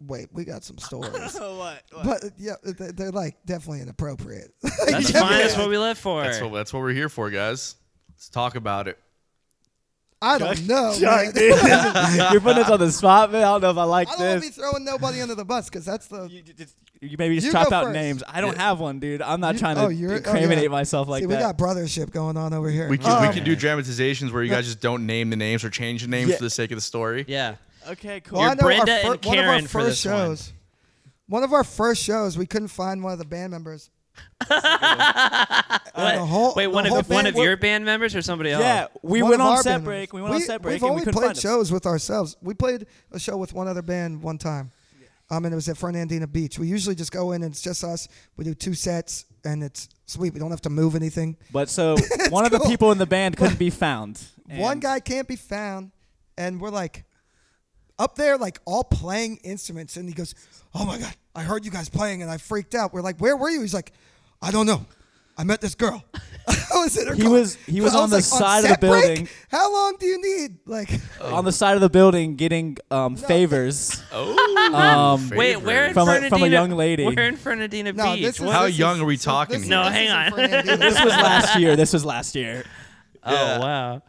Wait, we got some stories, [laughs] So what? what? but yeah, they- they're like definitely inappropriate. [laughs] That's fine. That's what we live for. That's what that's what we're here for, guys. Let's talk about it. I don't [laughs] know. man. [laughs] You're putting us on the spot, man. I don't know if I like I don't want to this. be throwing nobody under the bus because that's the. you, ju- just, you maybe just You chop go out first. names. I don't have one, dude. I'm not You- trying oh, to you're- oh, incriminate yeah. myself like see, that. we got brothership going on over here. We can Um, we can do dramatizations where you guys just don't name the names or change the names Yeah. for the sake of the story. Yeah. Uh, okay, cool. Well, I know Brenda our and fir- one Karen of for our first this one. shows. One. of our first shows, we couldn't find one of the band members. What? the whole- Wait, the one whole of one band of wa- your band members or somebody else? yeah, we Um, One went of on our set band members. break. We went on We- set break. We've and only we couldn't played find 'em. shows with ourselves. We played a show with one other band one time. Um, and it was at Fernandina Beach. We usually just go in and it's just us. We do two sets and it's sweet. We don't have to move anything. [laughs] But so one of the cool. people in the band [laughs] couldn't be found. One and- guy can't be found, and we're like up there, like all playing instruments. And he goes, "Oh my god, I heard you guys playing, and I freaked out." We're like, "Where were you?" He's like, "I don't know. I met this girl. [laughs] I was in her He car." was- he was I on the like, side of the set break? building. How long do you need? Like, on the side of the building getting [laughs] um, favors. Oh. Um, Wait, where in From a- Fernandina? from a young lady. We're in Fernandina no, Beach. this is What- How this young is- are we this- talking this- here? No, this hang is in on. [laughs] Fernandina. this was last year. This was last year. Oh wow.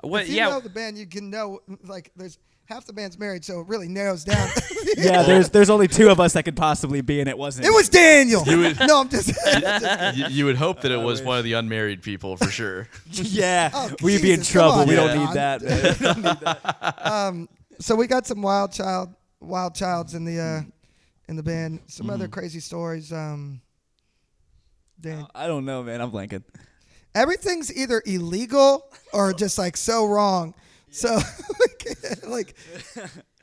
What? if you Yeah. know the band, you can know. Like, there's half the band's married, so it really [laughs] narrows down. [laughs] Yeah, there's there's only two of us that could possibly be, and it wasn't. It [laughs] was Daniel. would- no, I'm just. [laughs] I'm just- you, you would hope that it was one of the unmarried people for [laughs] sure. yeah. Oh, We'd be in Jesus, come trouble. on, we don't man. [laughs] need that. Man. so we got some wild child wild childs in the uh in the band some other crazy stories um Dan. [laughs] I don't know, man. I'm blanking. everything's either illegal or just like so wrong so [laughs] like, like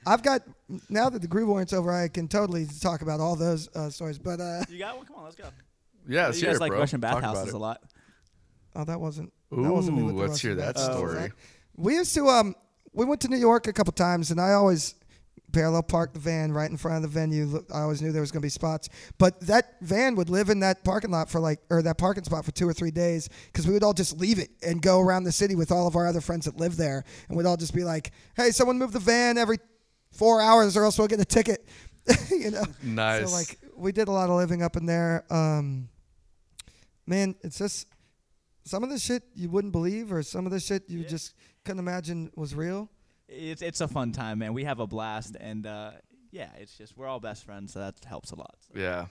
i've got now that the groove warrant's over i can totally talk about all those uh, stories but uh You got one? Come on, let's go. Yeah, let's You hear guys it, like bro. Russian Talk about it. bathhouses a lot. oh that wasn't that wasn't me Ooh, with the let's hear Russian that bathhouse. story. Oh, We used to um we went to New York a couple times and I always parallel parked the van right in front of the venue. Look, I always knew there was going to be spots, but that van would live in that parking lot for like or that parking spot for 2 or 3 days cuz we would all just leave it and go around the city with all of our other friends that live there and we'd all just be like, "Hey, someone move the van every 4 hours or else we'll get a ticket." [laughs] you know. Nice. So like we did a lot of living up in there. Um man, it's just some of the shit you wouldn't believe, or some of the shit you just couldn't imagine was real. It's it's a fun time, man. We have a blast, and uh, yeah, it's just we're all best friends, so that helps a lot. Yeah.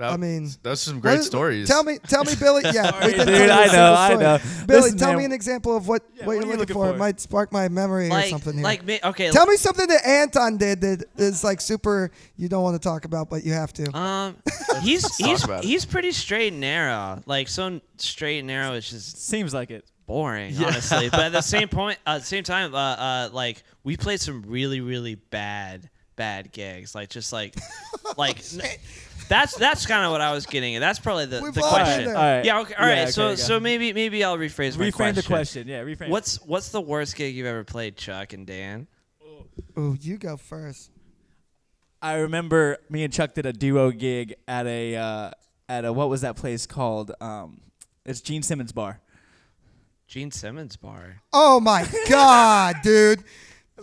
That- I mean, that's some What great is- stories. Tell me, tell me, Billy. Yeah, [laughs] Sorry, didn't tell dude, you a I know, single I story. know. Billy, Listen, tell man. me an example of what, Yeah, what, you're looking, for. It might spark my memory Like, or something here. like me. Okay. tell me something that Anton did that is like super. You don't want to talk about, but you have to. Uh. Um, he's he's about it. he's pretty straight and narrow. Like so n- straight and narrow is just Seems like it. boring, honestly. But at the [laughs] same point, uh, at the same time, uh, uh, like we played some really really bad bad gigs. Like just [laughs] like like n- that's that's kind of what I was getting at. That's probably the, We've the all been question. there. All right. Yeah. Okay. All right. Yeah, so okay, go. so maybe maybe I'll rephrase my Reframe question. the question. Yeah, reframe. What's what's the worst gig you've ever played, Chuck and Dan? Ooh, you go first. I remember me and Chuck did a duo gig at a uh, at a, what was that place called? Um, it's Gene Simmons Bar. Gene Simmons bar. Oh [laughs] my god, dude.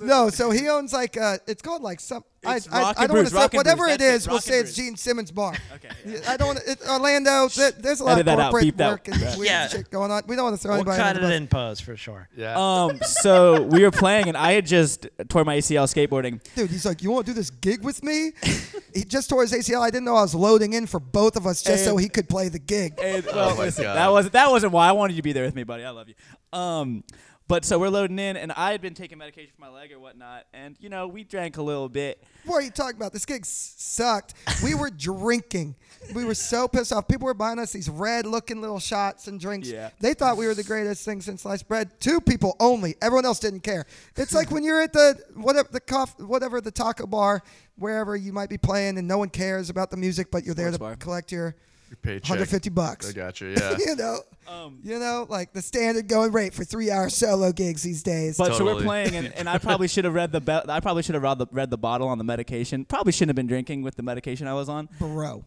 No, so he owns like uh, it's called like some. It's I, I, Rock I and don't want Brews, to Rock and whatever Brews, it that's it, is. We'll Rock and say it's Brews. Gene Simmons Bar. [laughs] Okay. I don't. wanna- It, Orlando. Th- there's a lot Edit of that out, corporate beep that work and weird Yeah. shit going on. We don't want to throw We'll anybody. cut under it the bus. in post for sure. Yeah. uh, Um, so we were playing, and I had just tore my ACL skateboarding. Dude, he's like, you want to do this gig with me? [laughs] he just tore his ACL. I didn't know I was loading in for both of us just so And- he could play the gig. And, well, my listen, God. that was that wasn't why I wanted you to be there with me, buddy. I love you. Um, but so we're loading in, and I had been taking medication for my leg or whatnot, and you know we drank a little bit. What are you talking about? This gig s- sucked. We [laughs] were drinking. We were so pissed off. People were buying us these red looking little shots and drinks. Yeah. They thought we were the greatest thing since sliced bread. Two people only. Everyone else didn't care. It's like when you're at the whatever the coff, whatever the taco bar, wherever you might be playing, and no one cares about the music, but you're there to Sports bar. collect your Your paycheck. 150 bucks. I [laughs] got you. Yeah. you know, Um, you know, like the standard going rate for three-hour solo gigs these days. But so we're Totally. playing, and, and I probably should have read the be- I probably should have read the, read the bottle on the medication. Probably shouldn't have been drinking with the medication I was on. Bro.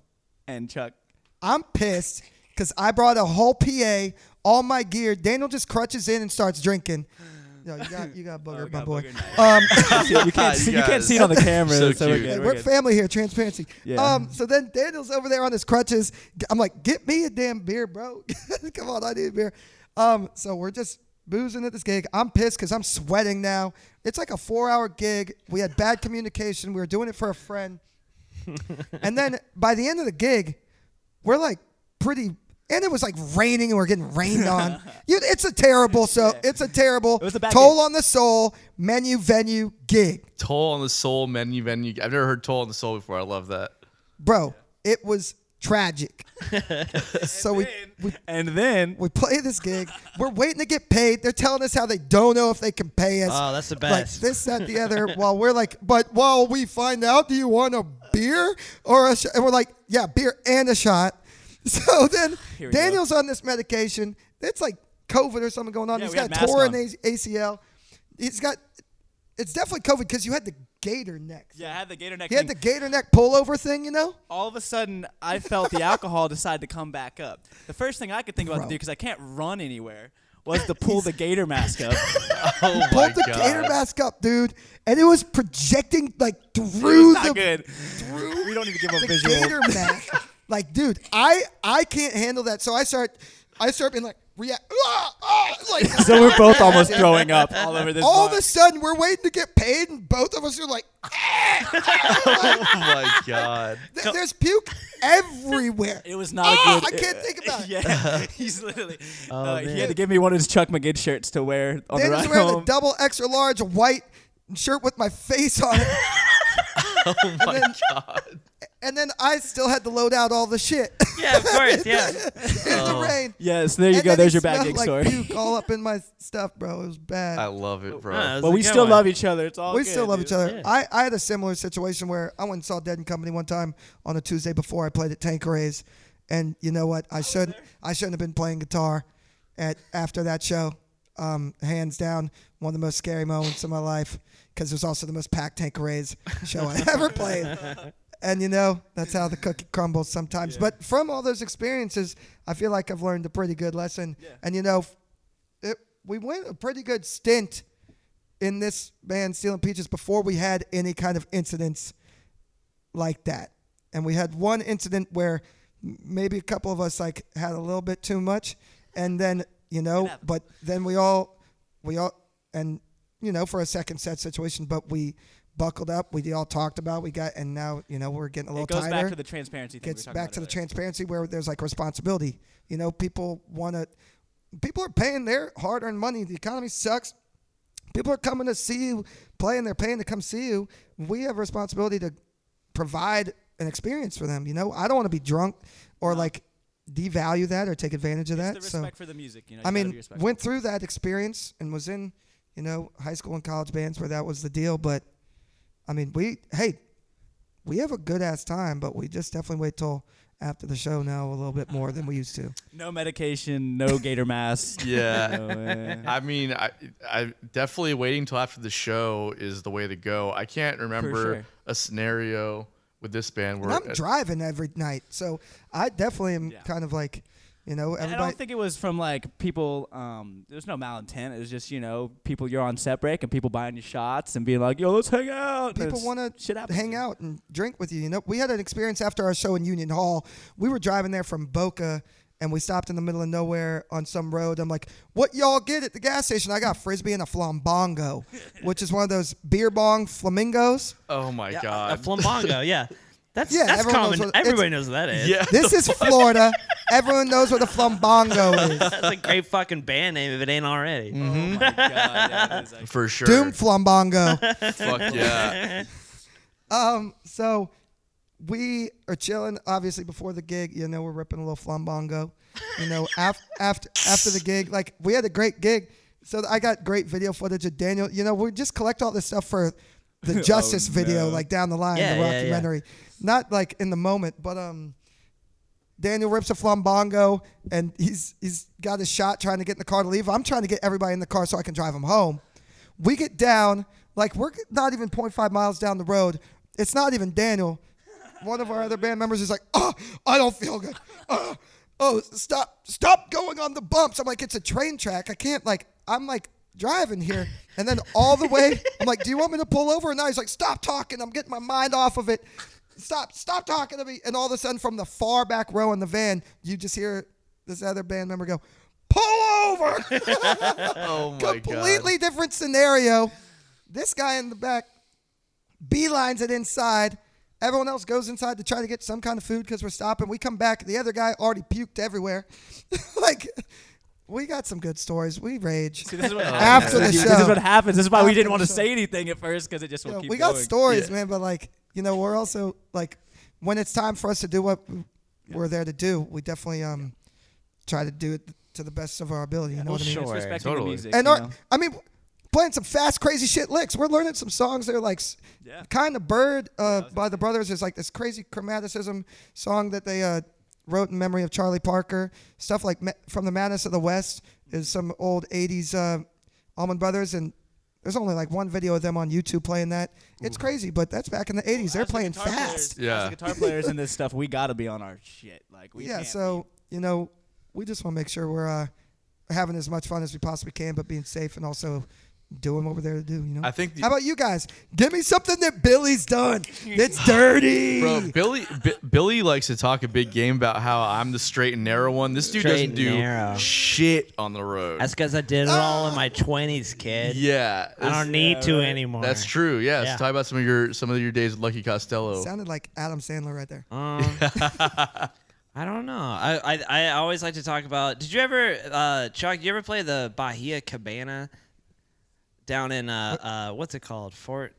And Chuck, I'm pissed because I brought a whole PA, all my gear. Daniel just crutches in and starts drinking. Yo, you got you got booger, we my got boy. booger Um, [laughs] you can't You see, you can't guys. see it on the camera, So so, we're cute. good. hey, we're we're good. family here, transparency. Yeah. Um, so then Daniel's over there on his crutches. G- I'm like, get me a damn beer, bro. [laughs] Come on, I need a beer. Um, so we're just boozing at this gig. I'm pissed because I'm sweating now. It's like a four-hour gig. We had bad communication. We were doing it for a [laughs] friend. and then by the end of the gig, we're like pretty, and it was like raining, and we're getting [laughs] rained on. You, it's a terrible. So it's a terrible. was a bad toll gig. on the soul menu venue gig, Toll on the Soul menu venue. I've never heard Toll on the Soul before. I love [laughs] that. bro. It was [laughs] tragic. so we, we And then we play this gig. We're waiting to get paid. They're telling us how they don't know if they can pay us. Oh, that's the best. Like this, that, the [laughs] other. while we're like, but while we find out, do you want a beer or a shot? And we're like, yeah, beer and a shot. [laughs] So then Here we go. Daniel's on this medication. It's like COVID or something going on. Yeah, He's we had got mask torn on. ACL. He's got. It's definitely COVID because you had the gator neck. yeah, I had the gator neck. He had thing. the gator neck pullover thing, you know. all of a sudden I felt the alcohol decide to come back up. The first thing I could think about Bro. to do because I can't run anywhere was to pull the gator [laughs] mask up. Oh my Pulled the God. gator mask up, dude, and it was projecting like through Not the good. We don't need to give them the a visual. gator mask. like, dude, I I can't handle that. So I start I start being like react. Ah, ah, [laughs] like [laughs] So we're both almost throwing up all over this. all bar. of a sudden we're waiting to get paid, and both of us are like, "Ah, Oh my God. th- there's puke everywhere. [laughs] It was not Ah, a good. I [laughs] can't think about it. [laughs] yeah, he's literally. uh, man. he had to give me one of his Chuck McGid shirts to wear on They the just ride wearing home. a double extra large white shirt with my face on it. [laughs] oh my and then, god! And then I still had to load out all the shit [laughs] [laughs] Yeah, of course. [laughs] Yeah. in Oh. the rain. yeah, so there you And go. then it There's your bad smelled gig like story. Puke all up in my stuff, bro. It was bad. I love it, bro. No, it was But a we good still one. love each other. It's all we good, still love dude. each other. Yeah. I, I had a similar situation where I went and saw Dead and Company one time on a Tuesday before I played at Tanqueray's, and you know what? I should I shouldn't have been playing guitar at after that show. Um, hands down, one of the most scary moments of my life because it was also the most packed Tanqueray's show I ever played. And you know that's how the cookie crumbles sometimes. But from all those experiences, I feel like I've learned a pretty good lesson. And you know, it, we went a pretty good stint in this band stealing peaches before we had any kind of incidents like that and we had one incident where m- maybe a couple of us like had a little bit too much and then you know but then we all we all and you know for a second set situation but we buckled up we all talked about we got and now you know we're getting a little It goes tighter back to the transparency thing. we gets were talking back about to the earlier. transparency where there's like responsibility. You know, people want to, people are paying their hard earned money. The economy sucks. People are coming to see you play and they're paying to come see you. We have a responsibility to provide an experience for them. You know, I don't want to be drunk or like devalue that or take advantage of that. It's the so, respect for the music. You know, I you gotta be mean, respectful. went through that experience and was in, you know, high school and college bands where that was the deal. But I mean, we hey, we have a good ass time, but we just definitely wait till after the show now a little bit more than we used to. No medication, no [laughs] gator mask. Yeah. No, eh. I mean, I, I definitely waiting till after the show is the way to go. I can't remember sure. a scenario with this band. We're And I'm at- driving every night, so I definitely am Yeah. kind of like, you know, And everybody. I don't think it was from like people. Um, there was no malintent. It was just you know people you're on set break and people buying you shots and being like, "Yo, let's hang out." And people it's- want shit to happens. hang out and drink with you. You know, we had an experience after our show in Union Hall. We were driving there from Boca, and we stopped in the middle of nowhere on some road. I'm like, "What y'all get at the gas station?" I got frisbee and a flambongo, which is one of those beer bong [laughs] flamingos. oh my Yeah, a- god. a flambongo. Yeah, [laughs] that's Yeah, that's everyone knows common. what- it's- Everybody knows what that is. yeah. This is Florida. Everyone knows what a flambongo [laughs] is. that's a great fucking band name if it ain't already. Oh Mm-hmm. my god, yeah, that is actually- For sure. Doom flambongo. Fuck yeah. Um, so we are chilling. Obviously, before the gig, you know, we're ripping a little flambongo. [laughs] You know, after after after the gig, like we had a great gig. So I got great video footage of Daniel. You know, we just collect all this stuff for the justice video, like down the line, Yeah, the yeah, yeah. documentary. Not like in the moment, but um. Daniel rips a flambongo and he's he's got his shot trying to get in the car to leave. I'm trying to get everybody in the car so I can drive him home. We get down, like we're not even 0.5 miles down the road. It's not even Daniel. One of our other band members is like, "Oh, I don't feel good. Oh, oh, stop, stop going on the bumps." I'm like, "It's a train track. I can't like I'm like driving here." And then all the way, I'm like, "Do you want me to pull over?" And now he's like, "Stop talking. I'm getting my mind off of it." stop, stop talking to me. And all of a sudden, from the far back row in the van, you just hear this other band member go, pull over. Oh my god. Completely different scenario. This guy in the back beelines it inside. Everyone else goes inside to try to get some kind of food because we're stopping. We come back. The other guy already puked everywhere. [laughs] like, we got some good stories. We rage. See, this is what [laughs] After the happens. show. [laughs] This is what happens. This is why we After didn't the want to show. say anything at first because it just would Yeah, keep we got going. stories, man, but like you know, we're also like when it's time for us to do what we're there to do, we definitely um try to do it to the best of our ability. You know Well, what I mean? sure. Respecting Totally. the music. And you our, know? I mean, playing some fast, crazy shit licks. We're learning some songs that are like Yeah. kind of bird uh, by the brothers. Is like this crazy chromaticism song that they uh, wrote in memory of Charlie Parker. Stuff like Ma- from the Madness of the West is some old '80s uh, Almond Brothers and. There's only like one video of them on YouTube playing that. It's crazy, but that's back in the 80s. They're As the playing guitar players- fast. Yeah. As the guitar players and this stuff, we gotta be on our shit. Like we yeah, can't [laughs] so, you know, we just want to make sure we're uh, having as much fun as we possibly can, but being safe and also doing what we're there to do, you know? I think the- How about you guys? Give me something that Billy's done [laughs] that's dirty. Bro, Billy B- Billy likes to talk a big game about how I'm the straight and narrow one. This dude Straight doesn't and do narrow. shit on the road. That's because I did it all in my twenties, kid. yeah, I don't need to anymore. That's true. Yes, Yeah. talk about some of your some of your days with Lucky Costello. Sounded like Adam Sandler right there. Um, [laughs] I don't know. I, I I always like to talk about. Did you ever, uh, Chuck? You ever play the Bahia Cabana down in uh, uh, what's it called? Fort?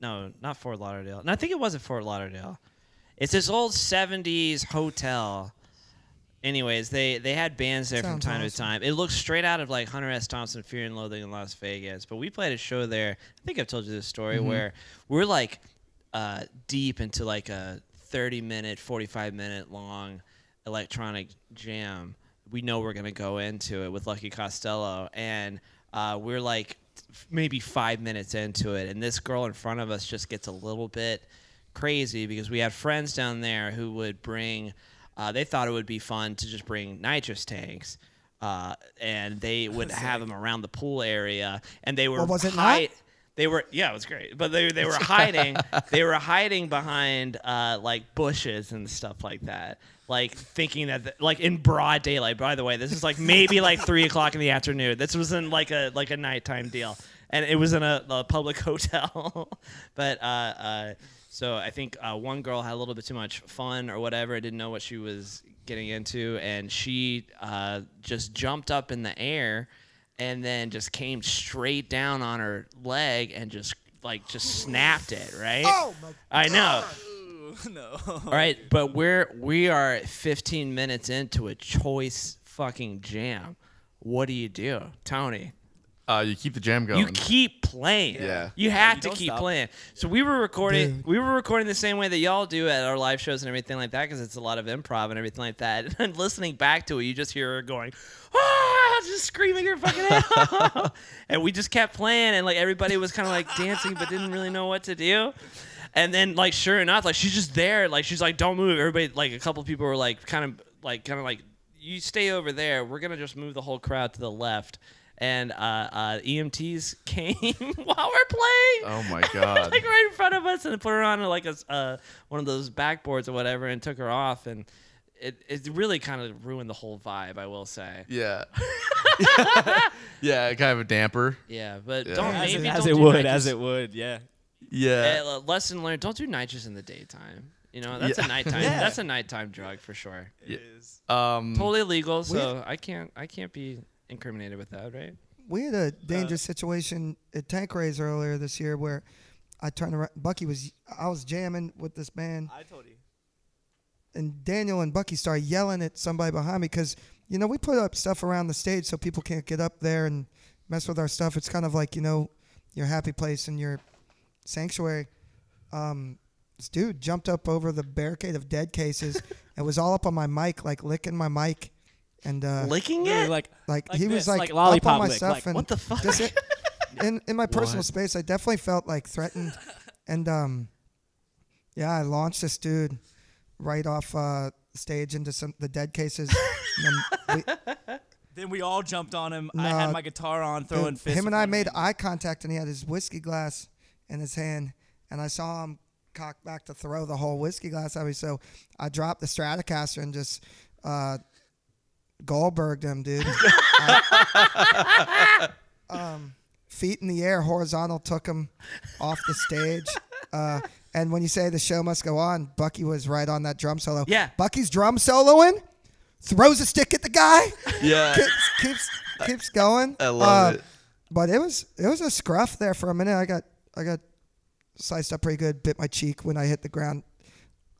No, not Fort Lauderdale. And I think it wasn't Fort Lauderdale. It's this old '70s hotel. Anyways, they they had bands there from Sounds time to awesome. time. It looks straight out of like Hunter S. Thompson, Fear and Loathing in Las Vegas. But we played a show there. I think I've told you this story Mm-hmm. where we're like uh, deep into like a 30 minute, 45 minute long electronic jam. We know we're gonna go into it with Lucky Costello, and uh, we're like f- maybe five minutes into it, and this girl in front of us just gets a little bit crazy because we had friends down there who would bring. Uh, they thought it would be fun to just bring nitrous tanks, uh, and [laughs] they would have them around the pool area, and they were Well, was it hi- not? They were yeah, it was great, but they they were hiding. they were hiding behind uh, like bushes and stuff like that, like thinking that the, like in broad daylight. By the way, this is like maybe like three o'clock in the afternoon. This was in like a like a nighttime deal, and it was in a, a public [laughs] hotel, but. Uh, uh, so I think uh, one girl had a little bit too much fun or whatever. I didn't know what she was getting into, and she uh, just jumped up in the air, and then just came straight down on her leg and just like just snapped it right. Oh, my I know. [laughs] no. All right, but we're we are 15 minutes into a choice fucking jam. What do you do, Tony? Uh, you keep the jam going. You keep playing. Yeah. You have you to don't keep stop. playing. So we were recording. Dude. We were recording the same way that y'all do at our live shows and everything like that, because it's a lot of improv and everything like that. [laughs] And listening back to it, you just hear her going, "Ah!" just screaming her fucking head [laughs] off. and we just kept playing, and like everybody was kind of like dancing, but didn't really know what to do. And then like sure enough, like she's just there. Like she's like, don't move. Everybody like a couple people were like kind of like kind of like you stay over there. We're gonna just move the whole crowd to the left. And uh, uh, EMTs [laughs] came while we're playing. Oh my god. [laughs] like right in front of us and put her on like a s- uh, one of those backboards or whatever and took her off and it, it really kind of ruined the whole vibe i will say yeah. [laughs] yeah, kind of a damper. yeah but Yeah. don't As maybe as don't it do would, nitrous- as it would, yeah. Yeah. Uh, lesson learned don't do nitrous in the daytime you know that's Yeah. a nighttime [laughs] Yeah. that's a nighttime drug for sure Um totally legal so i can't i can't be incriminated with that right we had a dangerous Uh. situation at Tank Rays earlier this year where I turned around. Bucky was I was jamming with this band, I told you. and Daniel and Bucky started yelling at somebody behind me because you know we put up stuff around the stage so people can't get up there and mess with our stuff. It's kind of like you know your happy place and your sanctuary. Um, this dude jumped up over the barricade of dead [laughs] cases and was all up on my mic, like licking my mic, and uh, licking Literally, it like, like, Like he this, was like, like up on lollipop my lick, stuff like, and what the fuck just it- in in my personal space, I definitely felt like threatened, and um, yeah, I launched this dude right off uh, stage into some the dead cases. And then we- Then we all jumped on him. I Nah, had my guitar on, throwing dude, fists. him in and I front of made eye contact, and he had his whiskey glass in his hand, and I saw him cock back to throw the whole whiskey glass at me. So I dropped the Stratocaster and just uh, Goldberged him, [laughs] dude. I- um, feet in the air, horizontal took him off the stage. Uh, and when you say the show must go on, Bucky was right on that drum solo. Yeah. Bucky's drum soloing, throws a stick at the [laughs] guy [laughs] yeah. [laughs] keeps keeps keeps going. Uh, I love it. But it was it was a scruff there for a minute. I got I got sliced up pretty good. Bit my cheek when I hit the ground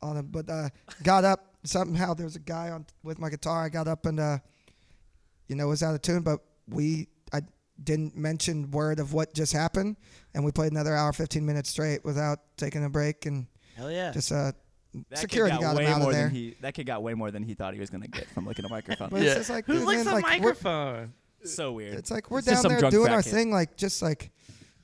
on him. But uh, got up somehow. There was a guy on with my guitar. I got up and uh, you know was out of tune. But we I didn't mention word of what just happened, and we played another hour fifteen minutes straight without taking a break and hell yeah just uh, That security kid got, got, way him out more of there. Than he, that kid got way more than he thought he was gonna get from licking a microphone. but Yeah. it's just like who and licks then, a like, we're- microphone so weird. It's like we're It's just down some there drunk doing fat our kid. thing, like just like,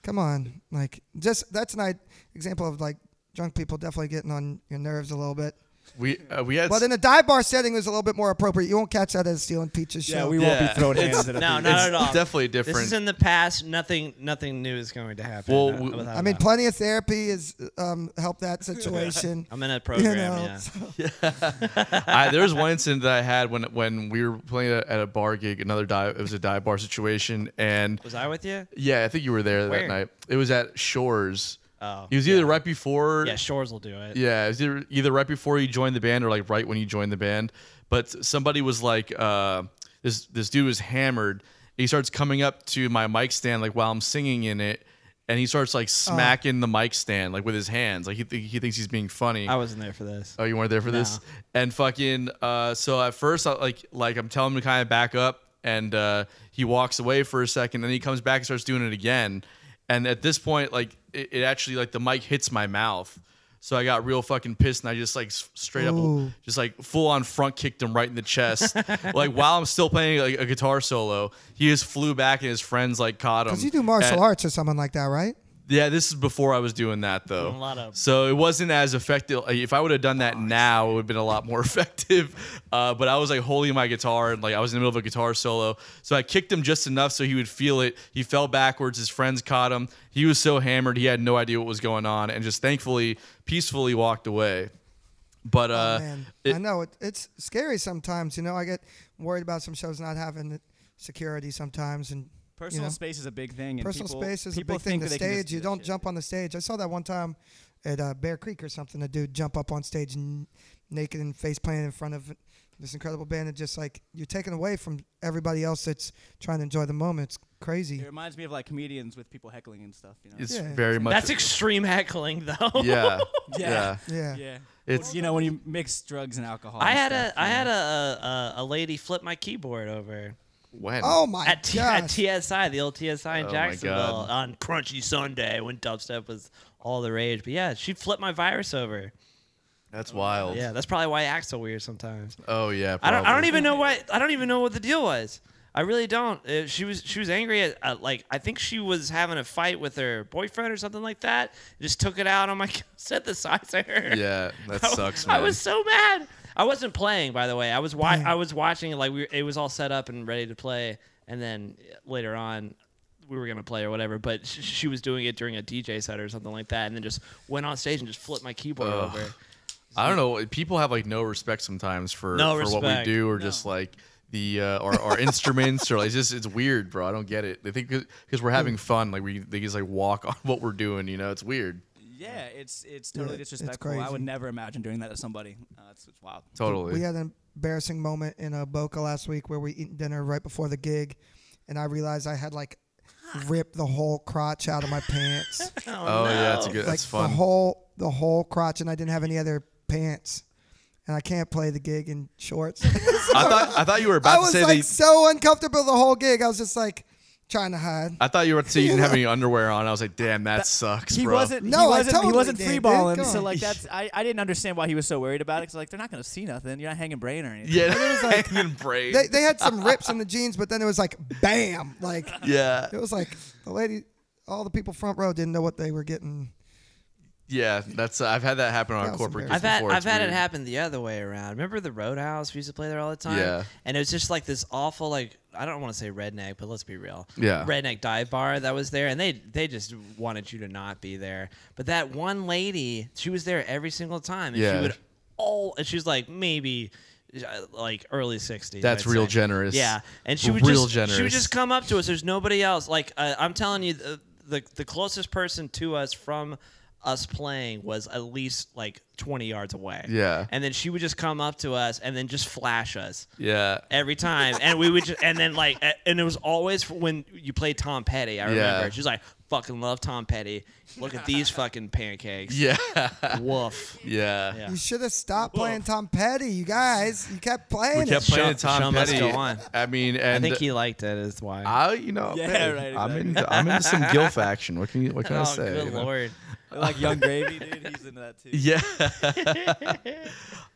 come on, like just that's an i- example of like drunk people definitely getting on your nerves a little bit. We uh, we had But s- in a dive bar setting, it was a little bit more appropriate. You won't catch that as stealing peaches Yeah, show. we won't Yeah. be throwing It's- hands at a no thief. not it's at all definitely different. this is in the past nothing nothing new is going to happen Well, uh, we- without I mean, that. plenty of therapy has um, helped [laughs] that situation. i'm [laughs] in a program know, yeah Um, I, there [laughs] was one incident that I had when when we were playing at, at a bar gig, another dive. It was a dive bar situation, and was i with you yeah, I think you were there Where? that night. It was at Shores. Oh, it was either right before. yeah shores will do it Yeah, it was either, either right before you joined the band or like right when you joined the band. But somebody was like, uh, this this dude was hammered. He starts coming up to my mic stand like while I'm singing in it, and he starts like smacking the mic stand like with his hands. Like he th- he thinks he's being funny. i wasn't there for this Oh, you weren't there for this? And fucking uh so at first I like like I'm telling him to kind of back up and uh he walks away for a second, then he comes back and starts doing it again. And at this point, like it, it actually like the mic hits my mouth. So I got real fucking pissed and I just like s- straight Ooh. up just like full on front kicked him right in the chest. [laughs] like while I'm still playing like a guitar solo, he just flew back and his friends like caught him. Because you do martial And- arts or something like that, right? yeah, this is before I was doing that though. A lot of- so it wasn't as effective. Like, If I would have done that now, it would have been a lot more [laughs] effective. Uh, but I was like holding my guitar and like I was in the middle of a guitar solo, so I kicked him just enough so he would feel it. He fell backwards. His friends caught him. He was so hammered he had no idea what was going on, and just thankfully peacefully walked away. But uh, Oh, Man, it- I know it, it's scary sometimes. You know, I get worried about some shows not having the security sometimes, and Personal you know. space is a big thing. And personal people, space is a people big thing. think The that they can just stage, do you that don't shit. jump on the stage. I saw that one time at uh, Bear Creek or something. A dude jump up on stage n- naked and face planted in front of this incredible band, and just like you're taken away from everybody else that's trying to enjoy the moment. It's crazy. It reminds me of like comedians with people heckling and stuff. You know? it's Yeah. very much That's extreme [laughs] heckling, though. yeah, yeah. Yeah. yeah. It's- you know when you mix drugs and [laughs] alcohol. I had and stuff, a I you had know? a a, a lady flip my keyboard over When Oh my at, T- at gosh. TSI, the old TSI in Oh my Jacksonville God. on Crunchy Sunday when dubstep was all the rage. But yeah, she flipped my virus over. that's wild. Yeah, that's probably why I act so weird sometimes. Oh yeah. I don't I don't probably. even know why I don't even know what the deal was. I really don't. Uh, she was she was angry at uh, like I think she was having a fight with her boyfriend or something like that. Just took it out on my [laughs] synthesizer. Yeah, that [laughs] I w- sucks, I man. was so mad. I wasn't playing, by the way. I was wa- I was watching it like we were, it was all set up and ready to play, and then later on, we were gonna play or whatever. But sh- she was doing it during a DJ set or something like that, and then just went on stage and just flipped my keyboard Ugh. over. I don't know. People have like no respect sometimes for, No for what we respect. do, or just like the uh, our, our instruments, or like, it's just it's weird, bro. I don't get it. They think because we're Mm. having fun, like we they just like walk on what we're doing. You know, it's weird. Yeah, it's it's totally it's disrespectful. I would crazy. never imagine doing that to somebody. Uh, it's, it's wild. Totally. We had an embarrassing moment in uh, Boca last week where we eating dinner right before the gig, and I realized I had [laughs] like ripped the whole crotch out of my pants, oh yeah, it's a good. like That's fun. the whole the whole crotch, and I didn't have any other pants, and I can't play the gig in shorts. [laughs] I thought I thought you were I about to was say like they. so uncomfortable the whole gig. I was just like trying to hide. I thought you were about to say you didn't have any underwear on. I was like, damn, that, sucks, He bro. wasn't. No, I he wasn't, totally he wasn't did, free dude. balling. Come So on. like that's I, I didn't understand why he was so worried about it. Because like they're not gonna see nothing. You're not hanging brain or [laughs] [laughs] anything. Yeah, [laughs] hanging braid. They, they had some rips in the jeans, but then it was like bam, like yeah, it was like the lady, all the people front row didn't know what they were getting. yeah. That's I've had that happen on That was corporate. gigs embarrassing. It's I've had before. I've It's had weird. it happen the other way around. Remember the Roadhouse? We used to play there all the time. Yeah. And it was just like this awful like I don't want to say redneck, but let's be real. Yeah. Redneck dive bar that was there, and they they just wanted you to not be there. But that one lady, she was there every single time, and Yeah. she would all and she was like maybe. uh, Like early '60s. That's I'd real say. generous. Yeah, and she would Real just she would generous. just come up to us. There's nobody else. Like uh, I'm telling you, the, the the closest person to us from us playing was at least like 20 yards away. Yeah. And then she would just come up to us and then just flash us Yeah. every time, and we would just, and then like a- and it was always when you played Tom Petty. I remember Yeah. she was like, "Fucking love Tom Petty. Look at these fucking pancakes. Yeah. [laughs] Woof." Yeah. [laughs] Yeah. You should have stopped playing Tom Petty, you guys. You kept playing We kept it. playing Sean- Sean Tom must Petty. go on. I mean, I and think he liked it. Is why. I, you know, Yeah, man, right, I'm exactly. into I'm into [laughs] some Gilf action. What can you what can I oh, say? good you know? lord. like Young Gravy, dude. He's into that too. [laughs] Yeah. [laughs]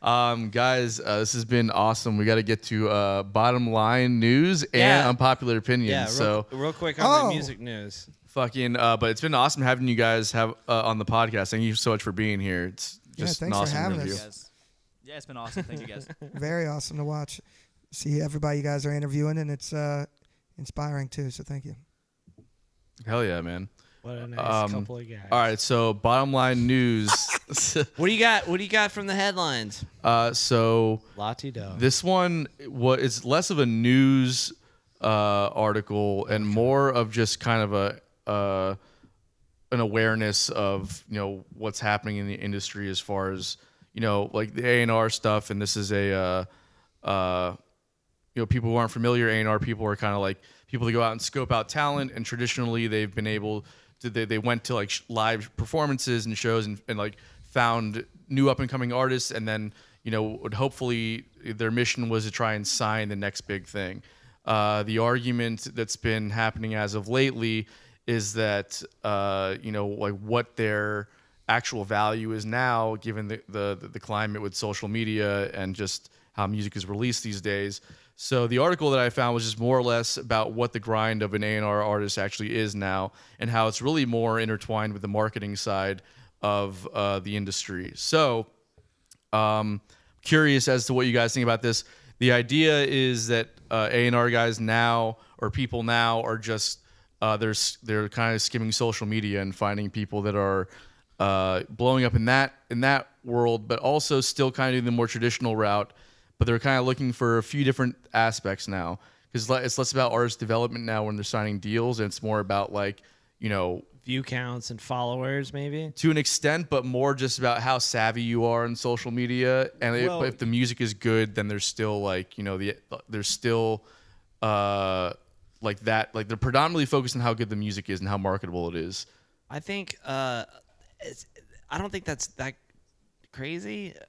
um, guys, uh, this has been awesome. We got to get to uh, bottom line news and Yeah. unpopular opinions. Yeah. Real, so real quick on Oh. the music news. fucking. Uh, but it's been awesome having you guys have uh, on the podcast. Thank you so much for being here. It's Yeah, just an thanks for awesome having interview. us. Guys. Yeah, it's been awesome. Thank you guys. [laughs] Very awesome to watch. See everybody you guys are interviewing, and it's uh, inspiring too. So thank you. Hell yeah, man. What a nice Um, couple of guys. All right, so bottom line news. [laughs] What do you got? What do you got from the headlines? uh, so Lottie Doe. This one was it's less of a news uh, article and more of just kind of a uh, an awareness of you know what's happening in the industry as far as you know like the A and R stuff. And this is a uh, uh, you know people who aren't familiar A and R people are kind of like people that go out and scope out talent. And traditionally they've been able to they, they went to like sh- live performances and shows and, and like found new up and coming artists and then you know would hopefully their mission was to try and sign the next big thing. Uh, the argument that's been happening as of lately is that uh, you know like what their actual value is now given the, the the climate with social media and just how music is released these days. So the article that I found was just more or less about what the grind of an A&R artist actually is now and how it's really more intertwined with the marketing side of uh, the industry. So um, curious as to what you guys think about this. The idea is that uh, A&R guys now or people now are just uh, they're s- they're kind of skimming social media and finding people that are uh, blowing up in that in that world, but also still kind of doing the more traditional route. But they're kind of looking for a few different aspects now because it's less about artist development now when they're signing deals, and it's more about like you know View counts and followers, maybe. to an extent, but more just about how savvy you are in social media. And if- Well- if, the music is good, then there's still like you know the there's still uh like that like they're predominantly focused on how good the music is and how marketable it is. I think uh, it's, I don't think that's that crazy uh,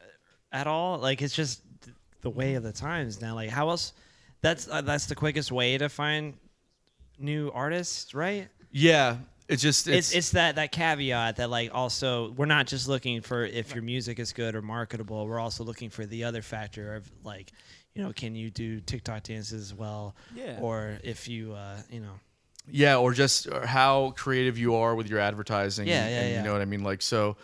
at all. Like it's just th- the way of the times now. Like how else? That's uh, that's the quickest way to find new artists, right? Yeah, It's just it's, it's that that caveat that like also we're not just looking for if your music is good or marketable. We're also looking for the other factor of like, you know, can you do TikTok dances as well? Yeah. Or if you, uh, you know, Yeah, or just or how creative you are with your advertising. Yeah, and, yeah, and yeah. You know what I mean? Like so,